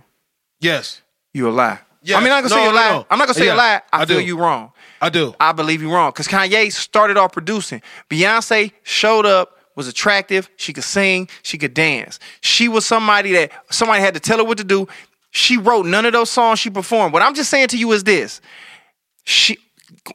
Yes,
You a lie.
Yes.
I mean, I'm not gonna
No,
say you a
no,
lie.
no.
I'm not gonna say
Yeah,
a lie. I,
I
feel
do.
you wrong.
I do.
I believe you wrong because Kanye started off producing. Beyonce showed up, was attractive. She could sing. She could dance. She was somebody that somebody had to tell her what to do. She wrote none of those songs she performed. What I'm just saying to you is this: she,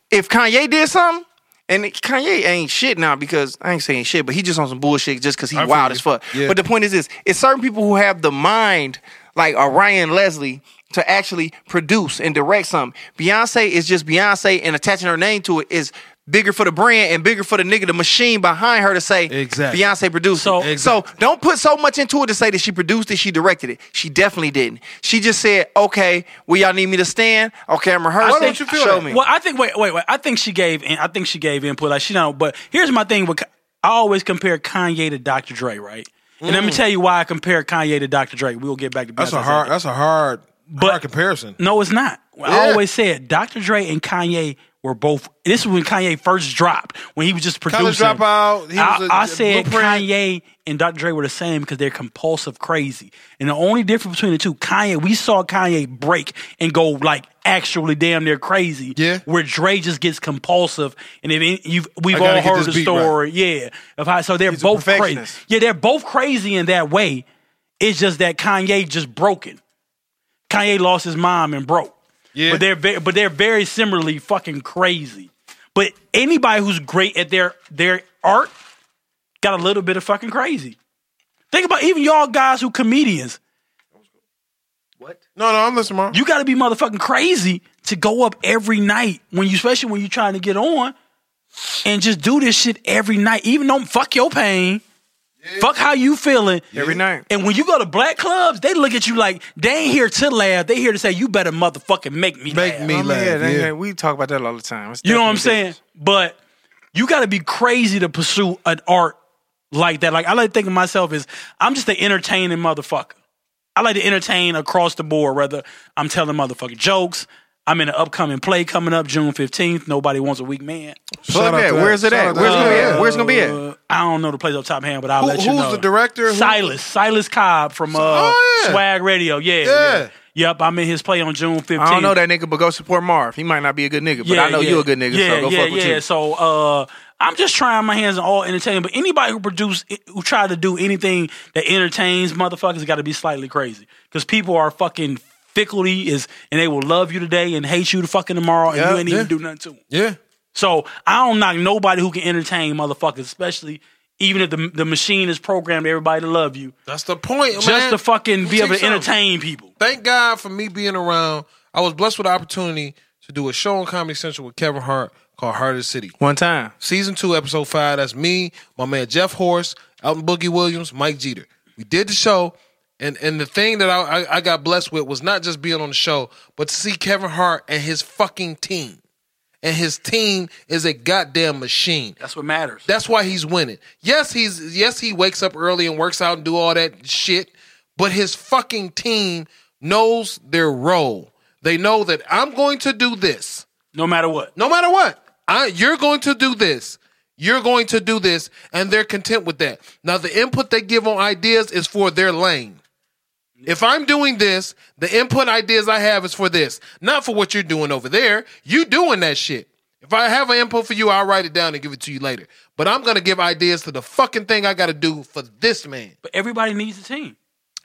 if Kanye did something. And Kanye ain't shit now because I ain't saying shit, but he just on some bullshit just because he
feel
wild
you.
as fuck.
Yeah.
But the point is this: it's certain people who have the mind, like Orion Leslie, to actually produce and direct something. Beyonce is just Beyonce, and attaching her name to it is bigger for the brand and bigger for the nigga, the machine behind her to say
Exactly.
Beyonce produced.
So-
it. so don't put so much into it to say that she produced it, she directed it. She definitely didn't. She just said, "Okay, where y'all need me to stand? Okay, I'm rehearsing.
don't you feel
Show
that?
me."
Well, I think wait, wait, wait. I think she gave. in- I think she gave input. Like she know. But here's my thing. With Ka- I always compare Kanye to Dr. Dre, right? And let me tell you why I compare Kanye to Dr. Dre. We'll get back to
Mm. That's
Beyonce
a
in second.
hard. That's a hard.
But-
hard comparison.
No, it's not. I
Yeah.
always said Dr. Dre and Kanye were both. This was when Kanye first dropped, when he was just producing.
College dropout. He
I
was a
I said
blueprint.
Kanye and Dr. Dre were the same because they're compulsive crazy. And the only difference between the two, Kanye, we saw Kanye break and go like actually damn near crazy.
Yeah.
Where Dre just gets compulsive. And if any- you've we've
I gotta
all
get
heard
this
the
beat
story. Yeah. Of how so they're
a
both crazy.
perfectionist.
Yeah, they're both crazy in that way. It's just that Kanye just broken. Kanye lost his mom and broke.
Yeah.
But they're very, but they're very similarly fucking crazy. But anybody who's great at their their art got a little bit of fucking crazy. Think about even y'all guys who comedians.
No, no, I'm listening, Mark.
You got to be motherfucking crazy to go up every night when you, especially when you're trying to get on, and just do this shit every night. Even though fuck your pain, fuck how you feeling
Every night.
And when you go to black clubs, they look at you like they ain't here to laugh. They here to say you better motherfucking make me
Make
laugh.
me
I mean,
laugh.
yeah, that-
yeah.
that- we talk about that all the time. It's
You know what I'm
definitely
saying? But you got to be crazy to pursue an art like that. Like I like to think of myself as I'm just an entertaining motherfucker. I like to entertain across the board. Whether I'm telling motherfucking jokes, I'm in an upcoming play coming up June 15th. Nobody wants a weak man.
different. Plug
Shout out
that.
to
Where's it
Shout
at?
out to
Where's it
that.
gonna be at? Where's it gonna be at?
Uh, I don't know the plays off the top of hand, but I'll
Who-
let you
who's
know.
the director? Who-
Silas. Silas Cobb from uh,
Oh, yeah.
Swag Radio. Yeah, yeah.
Yeah.
Yep, I'm in his play on June 15th.
I don't know that nigga, but go support Marv. He might not be a good nigga, but I know you a good nigga,
Yeah,
so go
yeah,
fuck with
yeah.
you.
So uh, I'm just trying my hands on all entertainment. But anybody who produce, who try to do anything that entertains motherfuckers, got to be slightly crazy because people are fucking fickly is, and they will love you today and hate you to fucking tomorrow, and
Yeah,
you ain't
yeah.
even do nothing to them.
yeah.
So I don't knock nobody who can entertain motherfuckers, especially even if the the machine is programmed everybody to love you,
That's the point,
just
man.
to
Let
fucking
me
be
tell
able
you
to
something.
entertain people.
thank God for me being around. I was blessed with the opportunity to do a show on Comedy Central with Kevin Hart called Heart of the City.
One time.
Season two, episode five. That's me, my man Jeff Horst, Elton Boogie Williams, Mike Jeter. We did the show, and and the thing that I, I, I got blessed with was not just being on the show, but to see Kevin Hart and his fucking team. And his team is a goddamn machine.
That's what matters.
That's why he's winning. Yes, he's yes he wakes up early and works out and do all that shit, but his fucking team knows their role. They know that I'm going to do this
no matter what.
no matter what. I, you're going to do this. You're going to do this, and they're content with that. Now, the input they give on ideas is for their lane. If I'm doing this, the input ideas I have is for this, not for what you're doing over there. You doing that shit. If I have an input for you, I'll write it down and give it to you later. But I'm gonna give ideas to the fucking thing I gotta do for this man.
But everybody needs a team.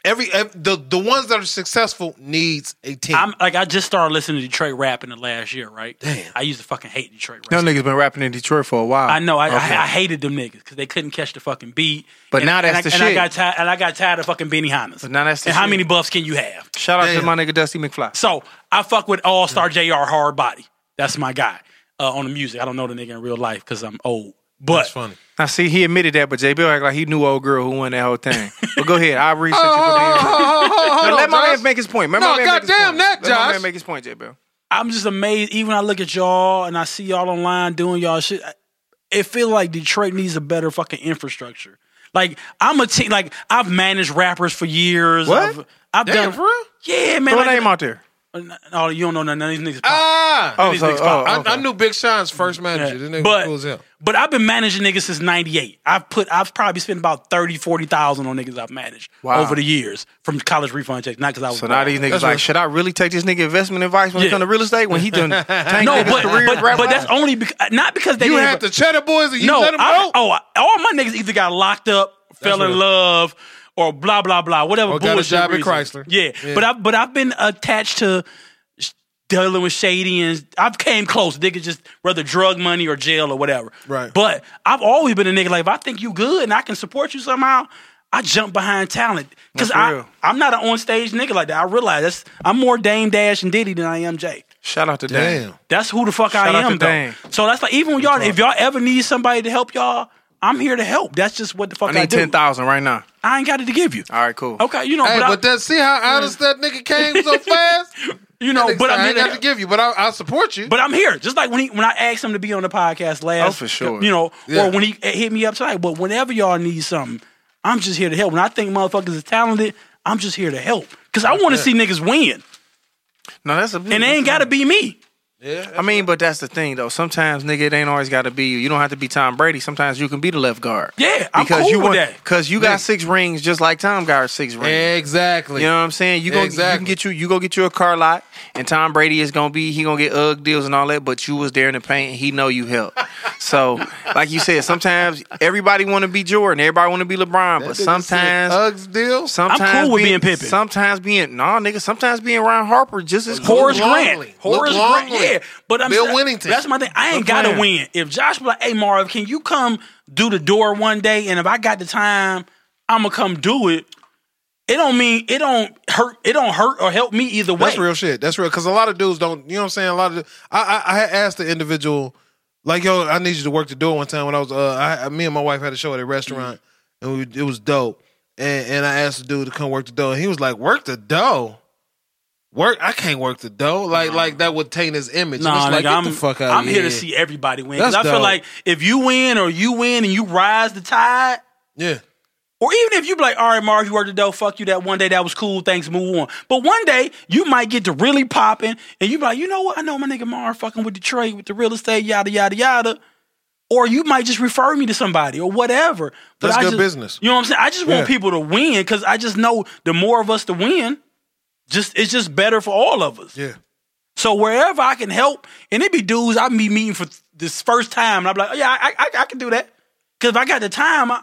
Every ev- the the ones that are successful needs a team.
I'm like I just started listening to Detroit rap in the last year, right? Damn. I used to fucking hate Detroit rap.
Them niggas been rapping in Detroit for a while.
I know. I,
Okay.
I, I hated them niggas because they couldn't catch the fucking beat.
But
and,
now that's
and I,
the
and I
shit.
got tired. And I got tired of fucking Benny Hannas.
But now that's the
and how
shit.
many buffs can you have?
Shout out to my nigga Dusty McFly.
So I fuck with All Star Jr. Hard Body. That's my guy uh, on the music. I don't know the nigga in real life because I'm old. But
That's funny.
Now see, he admitted that, but J Bill act like he knew old girl who won that whole thing. But go ahead, I'll research it for the
Oh,
But let my man make his point. Let my
No,
man make his
goddamn
point.
that,
Let my
Josh.
man make his point, J Bill.
I'm just amazed. Even I look at y'all and I see y'all online doing y'all shit. I- It feel like Detroit needs a better fucking infrastructure. Like I'm a team. Like I've managed rappers for years.
What?
I've, I've done
for real?
Yeah, man.
Throw a
like-
name out there.
No, you don't know none of these niggas.
ah,
Oh,
these
so,
niggas
oh,
pop.
I,
okay.
I knew Big Sean's first manager.
Yeah.
This nigga
but,
cool as hell.
but I've been managing niggas since 98. I've put I've probably spent about 30, 40,000 on niggas I've managed
Wow.
over the years from college refund checks. Not because I was
So now these niggas like,
right.
should I really take this nigga investment advice when it
Yeah.
comes to real estate when he done tanked
No,
his
but
career
but,
rap
but
life?
that's only because not because they
You
didn't
had the Cheddar Boys and you
no,
let them
I,
go.
oh, I, all my niggas either got locked up, fell in love, or blah blah blah, whatever.
Or got a
bullshit
job at
reason.
Chrysler.
Yeah. but I but I've been attached to sh- dealing with shady and I've came close. Nigga, just rather drug money or jail or whatever.
Right.
But I've always been a nigga like if I think you good and I can support you somehow. I jump behind talent because
That's
I
real.
I'm not an on stage nigga like that. I realize that's I'm more Dame Dash and Diddy than I am Jay.
Shout out to
Damn.
Damn.
That's who the fuck
Shout
I
out
am,
to
though.
Dame.
So that's like even when y'all, if y'all ever need somebody to help y'all, I'm here to help. That's just what the fuck
I
I,
need
do.
ten thousand right now.
I ain't got it to give you.
All right, cool.
Okay, you know,
Hey,
but, I,
but that see how honest that nigga came so fast.
you know, but
I
I'm
ain't
here
got
to,
to give you, but I, I support you.
but I'm here. Just like when he when I asked him to be on the podcast last,
Oh, for sure.
You know,
Yeah.
or when he hit me up tonight. But whenever y'all need something, I'm just here to help. When I think motherfuckers is talented, I'm just here to help because I want to see niggas win,
No, that's a
and they ain't got to be me.
I mean, but that's the thing though. Sometimes nigga, it ain't always got to be you. You don't have to be Tom Brady. Sometimes you can be the left guard.
Yeah, I'm
because
cool
you
with
want-
that.
Cause you got six rings, just like Tom got six rings.
exactly.
You know what I'm saying? You gonna you can
Exactly.
get you you go get you a car lot, and Tom Brady is gonna be he gonna get UGG deals and all that. But you was there in the paint, and he know you helped. so, like you said, sometimes everybody want to be Jordan, everybody want to be LeBron, but sometimes.
Uggs deal.
Sometimes
cool with being Pippen.
Sometimes being nah, nigga. Sometimes being Ron Harper just as cool.
Horace
Luke
Grant.
Longley. Luke
Horace Grant.
Longley.
Yeah. But I'm
Bill
saying-
Winnington.
That's my thing. I ain't
Look
gotta
around.
win. If Josh be like, hey Marv, can you come do the door one day? And if I got the time, I'ma come do it. It don't mean it don't hurt it don't hurt or help me either way.
That's real shit. That's real. Because a lot of dudes don't. You know what I'm saying? A lot of. I I, I had asked the individual, like yo, I need you to work the door one time when I was. Uh, I, I- me and my wife had a show at a restaurant,
Mm-hmm.
and we, it was dope. And and I asked the dude to come work the dough, and he was like, "Work the dough." Work, I can't work the dough. Like, like that would taint his image.
Nah,
It's
nigga,
like, get
I'm,
the fuck out
I'm here to see everybody win. 'Cause
That's
I feel
dope.
like if you win or you win and you rise the tide,
Yeah,
Or even if you be like, all right, Marv, you worked the dough, fuck you that one day, that was cool, thanks, move on. But one day, you might get to really popping, and you be like, you know what, I know my nigga Marv fucking with Detroit, with the real estate, yada, yada, yada. Or you might just refer me to somebody or whatever. But
That's
I
good
just-
business.
You know what I'm saying? I just want
Yeah.
people to win because I just know the more of us to win, just it's just better for all of us.
yeah.
So wherever I can help, and it be dudes I be meeting for this first time, and I'm like, oh, yeah, I, I, I can do that. Because if I got the time, I,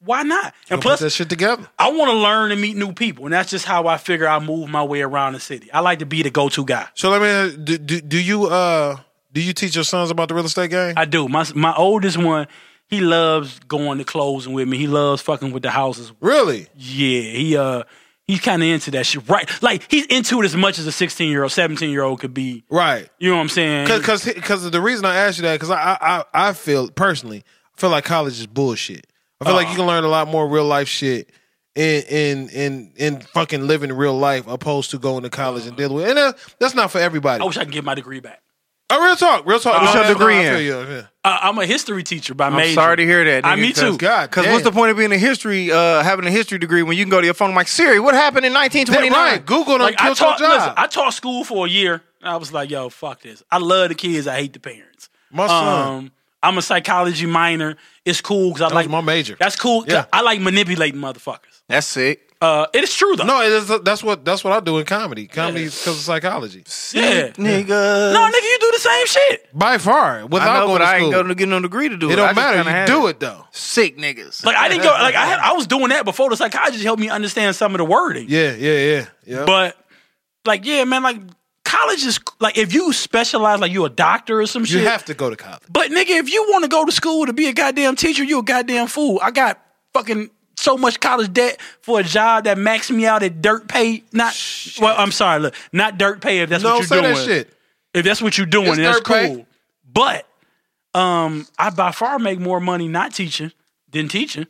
why not? And
Put
plus,
that shit together.
I want to learn and meet new people, and that's just how I figure I move my way around the city. I like to be the go-to guy.
So let me. Do, do, do you uh do you teach your sons about the real estate game?
I do. My my oldest one, he loves going to closing with me. He loves fucking with the houses.
really?
Yeah, he uh he's kind of into that shit. Right, like he's into it as much as a sixteen year old, seventeen year old could be.
Right.
You know what I'm saying?
because because the reason I asked you that because I, I I I feel personally I feel like college is bullshit. I feel
Oh.
like you can learn a lot more real life shit in in in in fucking living real life opposed to going to college and dealing with. And that, that's not for everybody.
I wish I could get my degree back.
Oh, real talk, real talk.
What's your
that's-
degree
I
in?
feel you, yeah.
Uh, I'm a history teacher by
I'm
major.
sorry to hear that.
I-
nigga,
me too.
God
Because what's
damn.
the point of being a history, uh, having a history degree when you can go to your phone? I'm like Siri, what happened in
That
1929?
right. Google done
Like I
killed
taught,
your job.
listen, I taught school for a year. And I was like, yo, fuck this. I love the kids. I hate the parents.
My son.
Um, I'm a psychology minor. It's cool because I
that
like
was my major.
That's cool. 'cause
Yeah.
I like manipulating motherfuckers.
That's sick.
Uh, it is true though.
No, it is, that's what that's what I do in comedy. Comedy is because of psychology.
yeah.
Nigga.
No, nigga, you do the same shit.
By far, without
I know,
going
but
to
I
school.
ain't going to get no degree to do it.
it don't
I just kinda
matter. You
had
do it though.
Sick niggas.
Like I didn't go. Like I had. I was doing that before the psychologist helped me understand some of the wording.
Yeah, yeah, yeah, yeah.
But like, yeah, man, like college is like if you specialize, like you're a doctor or some
you
shit.
have to go to college.
but nigga, if you want to go to school to be a goddamn teacher, you a goddamn fool. I got fucking so much college debt for a job that maxed me out at dirt pay. Not well, I'm sorry, look, not dirt pay. If that's
No,
what
say
you're doing,
that shit.
if that's what you're doing,
It's
that's
dirt pay.
cool. But um, I by far make more money not teaching than teaching.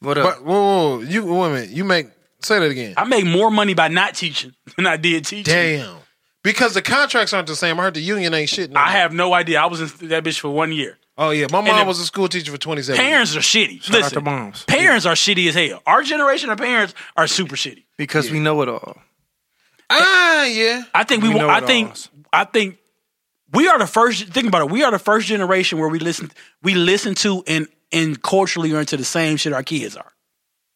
What up?
But whoa, whoa, you women, you make say that again.
I make more money by not teaching than I did teaching.
Damn, because the contracts aren't the same. I heard the union ain't shit. no
I
more.
have no idea. I was in that bitch for one year.
Oh yeah, my mom
then-
was a school teacher for twenty seven.
Parents are shitty.
out
Listen,
to moms.
parents are shitty as hell. Our generation of parents are super shitty.
Because we know it all.
Ah, yeah.
I think we.
We
wa-
know
I
it
think.
alls.
I think we are the first. Think about it. We are the first generation where we listen. We listen to and and culturally are into the same shit our kids are.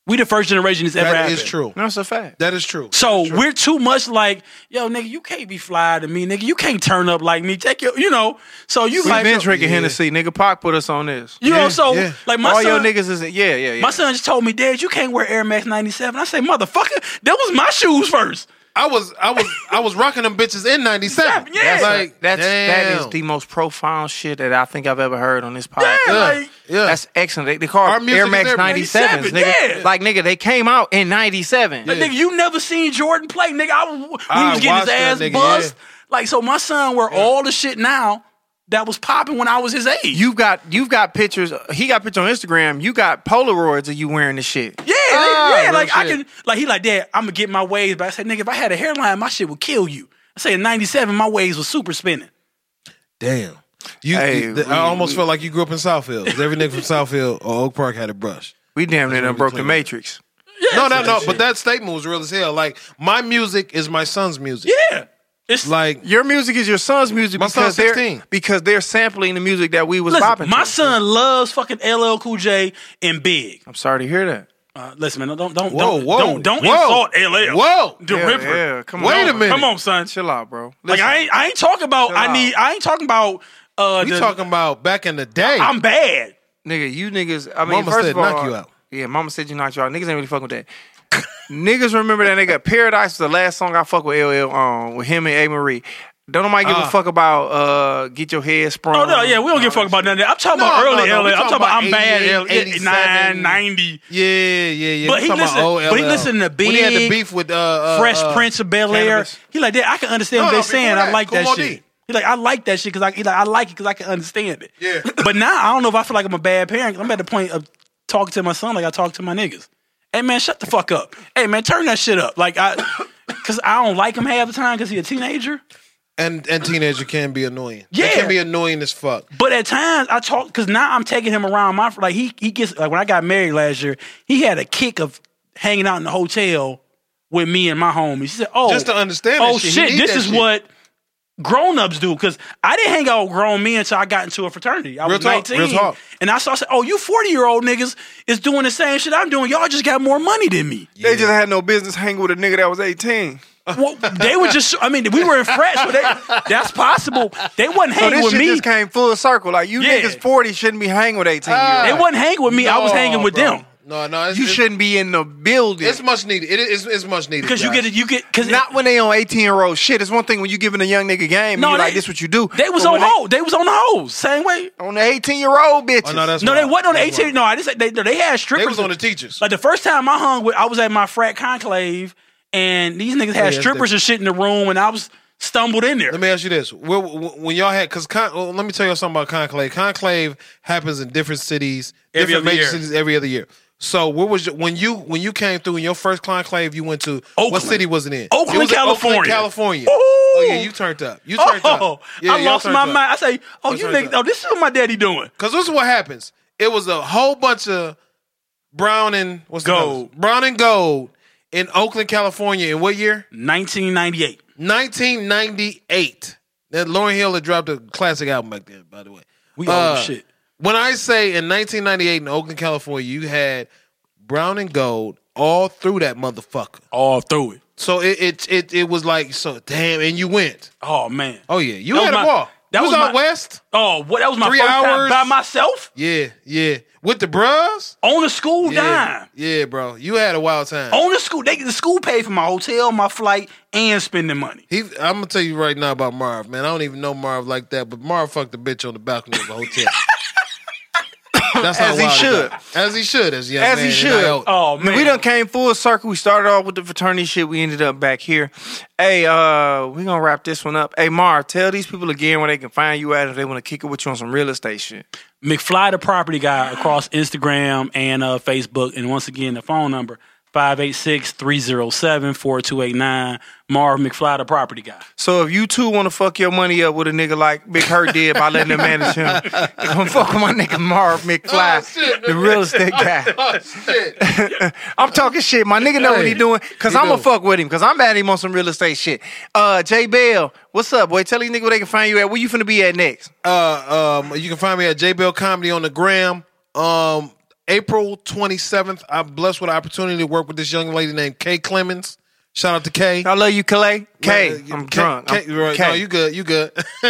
We the first generation that's ever
That
happened.
is true.
That's a fact.
That is true.
So we're too much like, yo, nigga, you can't be fly to me, nigga. You can't turn up like me. Take your, you know. So you
We've
like,
been drinking
Yeah.
Hennessy. Nigga, Pac put us on this.
you
Yeah,
know. So
yeah.
like my
All
son,
your niggas is yeah, yeah, yeah.
My son just told me, Dad, you can't wear Air Max 97. I say, motherfucker, that was my shoes first.
I was, I was, I was rocking them bitches in ninety seven.
Yeah, yeah.
like
that's that is
damn.
the most profound shit that I think I've ever heard on this podcast.
Yeah,
Yeah,
like,
yeah.
That's excellent. They, they call
Our
it
music
Air
is
Max
everything.
97s,
97,
nigga.
yeah.
Like, nigga, they came out in 97.
like, nigga, you never seen Jordan play. Nigga, I was, when he
I
was getting
watched
his
that
ass
nigga,
buzzed. Like, so my son wear all the shit now that was popping when I was his age.
You've got you've got pictures. He got pictures on Instagram. You got Polaroids of you wearing this shit.
yeah,
Ah,
nigga, yeah.
real
Like, I
shit.
can, like, he like, Dad, I'm going to get my waves back. I said, nigga, if I had a hairline, my shit would kill you. I say, in 97, my waves was super spinning.
damn. You,
Hey,
you-
we-
I almost
we-
felt like you grew up in Southfield. 'cause Every nigga from Southfield or Oak Park had a brush.
We damn near done
we
broke the
clean.
matrix.
no, no, no. But that statement was real as hell. Like my music is my son's music.
Yeah. It's
Like
Your music is your son's music
My
because
son's
they're
16.
because they're sampling the music that we was
listen,
bopping.
my
to.
son loves fucking LL Cool J and Big.
I'm sorry to hear that.
Uh, listen, man, don't don't
Whoa,
don't
whoa,
don't, don't
whoa,
insult LL.
whoa.
the
Yeah,
Ripper.
yeah, come on.
Wait a minute.
Come on, son.
Chill out, bro.
Like
Listen.
I ain't I ain't talking about I
out.
need I ain't talking about uh
we
the-
talking about back in the day.
I'm bad.
Nigga, you niggas. I mean,
Mama
first
said
of all,
knock you out.
Yeah, mama said you knocked you out. Niggas ain't really fucking with that. niggas remember that nigga. Paradise was the last song I fuck with LL on with him and A Marie. Don't nobody give a
Ah.
fuck about uh get your head sprung.
Oh no, yeah, we don't give a fuck about none of that. I'm talking
No,
about
no,
early
no,
LL.
we
I'm
talking
talking about
about
I'm bad
88, 87.
89, 90.
yeah, yeah, yeah.
But
We
he
talking about
listen-
old
but he
LL.
listened to
When he had the
Big,
beef with uh, uh,
Fresh
uh,
Prince of Bel Air.
Cannabis.
He like that. I can understand
No,
what
no,
they saying.
before
I
that,
like that
Kumo D.
shit. He like I like that shit because I he like I like it because I can understand it.
Yeah.
But now I don't know if I feel like I'm a bad parent. 'cause I'm at the point of talking to my son like I talk to my niggas. Hey man, shut the fuck up. Hey man, turn that shit up. Like I, because I don't like him half the time because he a teenager.
and and teenager can be annoying. They
Yeah.
can be annoying as fuck.
But at times I talk because now I'm taking him around my like he he gets like when I got married last year he had a kick of hanging out in the hotel with me and my homies. He said, "Oh,
Just to understand that
oh
shit,
shit,
he need
this
that
is
shit.
what grown ups do." Because I didn't hang out with grown men until I got into a fraternity. I
Real
was
talk,
19,
real talk.
and I saw I said, "Oh, you 40 year old niggas is doing the same shit I'm doing. Y'all just got more money than me."
They just had no business hanging with a nigga that was 18.
well, they were just. I mean, we were in frats, so they, that's possible. They wasn't
So
hanging
this
with
shit
me.
just came full circle. Like you
Yeah.
niggas 40 shouldn't be hanging with 18 year
they
olds.
wasn't hanging with me. I was
No,
hanging with
bro.
them.
No, no, it's,
You
it's-
shouldn't be in the building.
It's much needed. It is it's much needed
Because you
Josh.
get it, you get because
not when they on 18 year old shit. It's one thing when you giving a young nigga game.
No,
and you like
they-
this what you do.
They was
But
on
when they-
hold. They was on the hose. Same way.
on the 18 year old bitches.
Oh, no, that's
No, they
wild.
wasn't on the
That's
18.
wild.
No, I just they, no, they had strippers.
They was on the teachers.
Like the first time I hung with, I was at my frat conclave, and these niggas had
yeah,
strippers and shit in the room, and I was stumbled in there.
Let me ask you this: when, when y'all had, because con, well, let me tell you something about conclave. Conclave happens in different cities,
Every
different
other
major
year.
cities every other year. So, where was your, when you when you came through in your first conclave? You went to what
Oakland.
city was it in?
Oakland,
It was in
California.
California.
Ooh.
Oh yeah, you turned up. You turned
oh,
up. Yeah,
I
y'all
lost
turned
my
up.
mind. I say, oh,
Y'all
you
turned up.
niggas, oh, this is what my daddy doing.
Cause this is what happens. It was a whole bunch of brown and what's the
Gold.
colors? brown and gold in Oakland, California. In what year?
1998.
1998. That Lauren Hill had dropped a classic album back then. By the way,
We
Uh.
old as shit.
When I say in 1998 in Oakland, California, you had brown and gold all through that motherfucker.
all through it.
So it it it, it was like so damn, and you went.
Oh man.
Oh yeah, you
That was
had
my-
a ball.
that
That was,
was my-
out west.
Oh, what? That was my
Three
first time
hours.
by myself
Yeah, yeah, with the bros.
on a school dime.
Yeah, yeah, bro, you had a wild time.
On the school, they the school paid for my hotel, my flight, and spending money.
He, I'm gonna tell you right now about Marv, man. I don't even know Marv like that, but Marv fucked a bitch on the balcony of a hotel. That's how
As he
wild
should.
got. As he should. As a young
As
man
he
in
should.
Iowa.
Oh man,
We done came full circle. We started off with the fraternity shit. We ended up back here. Hey, uh, we gonna wrap this one up. Hey, Mar, tell these people again where they can find you at if they want to kick it with you on some real estate shit.
McFly the property guy across Instagram and uh, Facebook. And once again, the phone number 586 307 4289. Marv McFly the property guy.
So if you too want to fuck your money up with a nigga like Big Hurt did by letting him manage him, come fuck with my nigga
Oh,
Marv McFly, the real estate guy.
Oh shit!
I'm talking shit. My nigga know what he doing. Cause I'm gonna fuck with him. Cause I'm at him on some real estate shit. Uh J Bell, what's up, boy? Tell these nigga where they can find you at. Where you finna be at next?
Uh, um, you can find me at J Bell Comedy on the gram. Um, April 27th, I'm blessed with the opportunity to work with this young lady named Kay Clemens. Shout out to Kay.
I love you, Clay.
Uh,
K. I'm
Kay-
drunk.
Kay,
I'm-
right,
K.
No, you good. You good.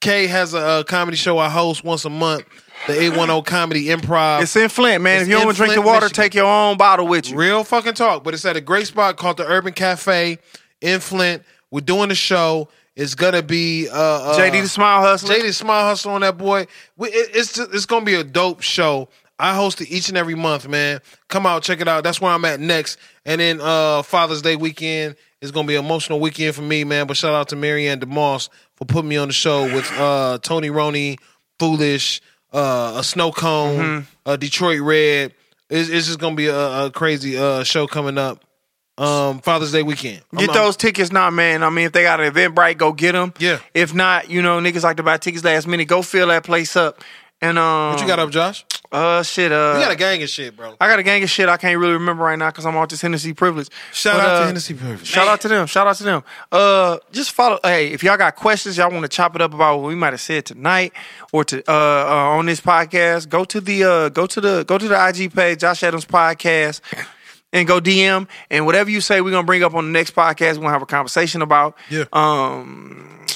Kay has a uh, comedy show I host once a month, the 810 Comedy Improv.
It's in Flint, man.
It's
if you don't
in
want to drink the
Flint,
water,
Michigan.
take your own bottle with you.
Real fucking talk, but it's at a great spot called the Urban Cafe in Flint. We're doing the show. It's gonna be uh, uh,
JD the Smile Hustler.
JD Smile Hustle on that boy. We, it, it's just, it's gonna be a dope show. I host it each and every month, man. Come out, check it out. That's where I'm at next. And then uh, Father's Day weekend is gonna be an emotional weekend for me, man. But shout out to Marianne DeMoss for putting me on the show with uh, Tony Roney, Foolish, uh, a Snow Cone,
Mm-hmm.
uh, Detroit Red. It's, it's just gonna be a, a crazy uh, show coming up. Um, Father's Day weekend. I'm-
Get
I'm-
those tickets now, man. I mean, if they got an Eventbrite, go get them.
Yeah.
If not, you know, niggas like to buy tickets last minute. Go fill that place up. And um,
What you got up, Josh?
Uh, shit. Uh,
You got a gang of shit, bro.
I got a gang of shit I can't really remember right now because I'm off this Hennessy privilege.
Shout
But,
out
uh,
to Hennessy Purvis.
Shout out to them. Shout out to them. Uh, just follow. Hey, if y'all got questions, y'all want to chop it up about what we might have said tonight or to uh, uh on this podcast, go to the uh go to the go to the IG page, Josh Adams Podcast, and go DM and whatever you say, we're gonna bring up on the next podcast. We're gonna have a conversation about.
Yeah.
Um.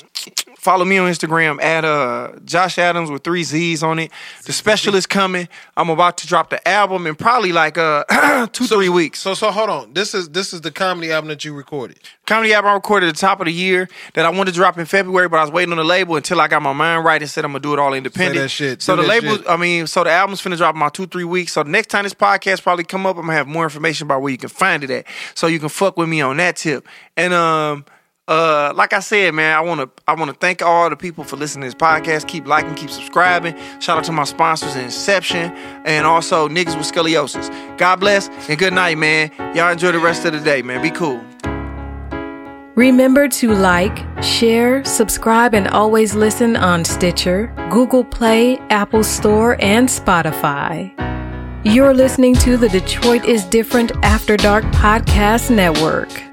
Follow me on Instagram at uh, Josh Adams with three Z's on it. The special is coming. I'm about to drop the album in probably like uh two three weeks.
So so hold on. This is this is the comedy album that you recorded.
Comedy album I recorded at the top of the year that I wanted to drop in February, but I was waiting on the label until I got my mind right and said I'm gonna do it all independent.
that shit.
So
Do
the
that
label,
shit.
I mean, so the album's finna drop in my two three weeks. So the next time this podcast probably come up, I'm gonna have more information about where you can find it at, so you can fuck with me on that tip. And um, uh, like I said, man, I wanna I wanna thank all the people for listening to this podcast. Keep liking, keep subscribing. Shout out to my sponsors, Inception, and also niggas with scoliosis. God bless and good night, man. Y'all enjoy the rest of the day, man. Be cool.
Remember to like, share, subscribe, and always listen on Stitcher, Google Play, Apple Store, and Spotify. You're listening to the Detroit is Different After Dark Podcast Network.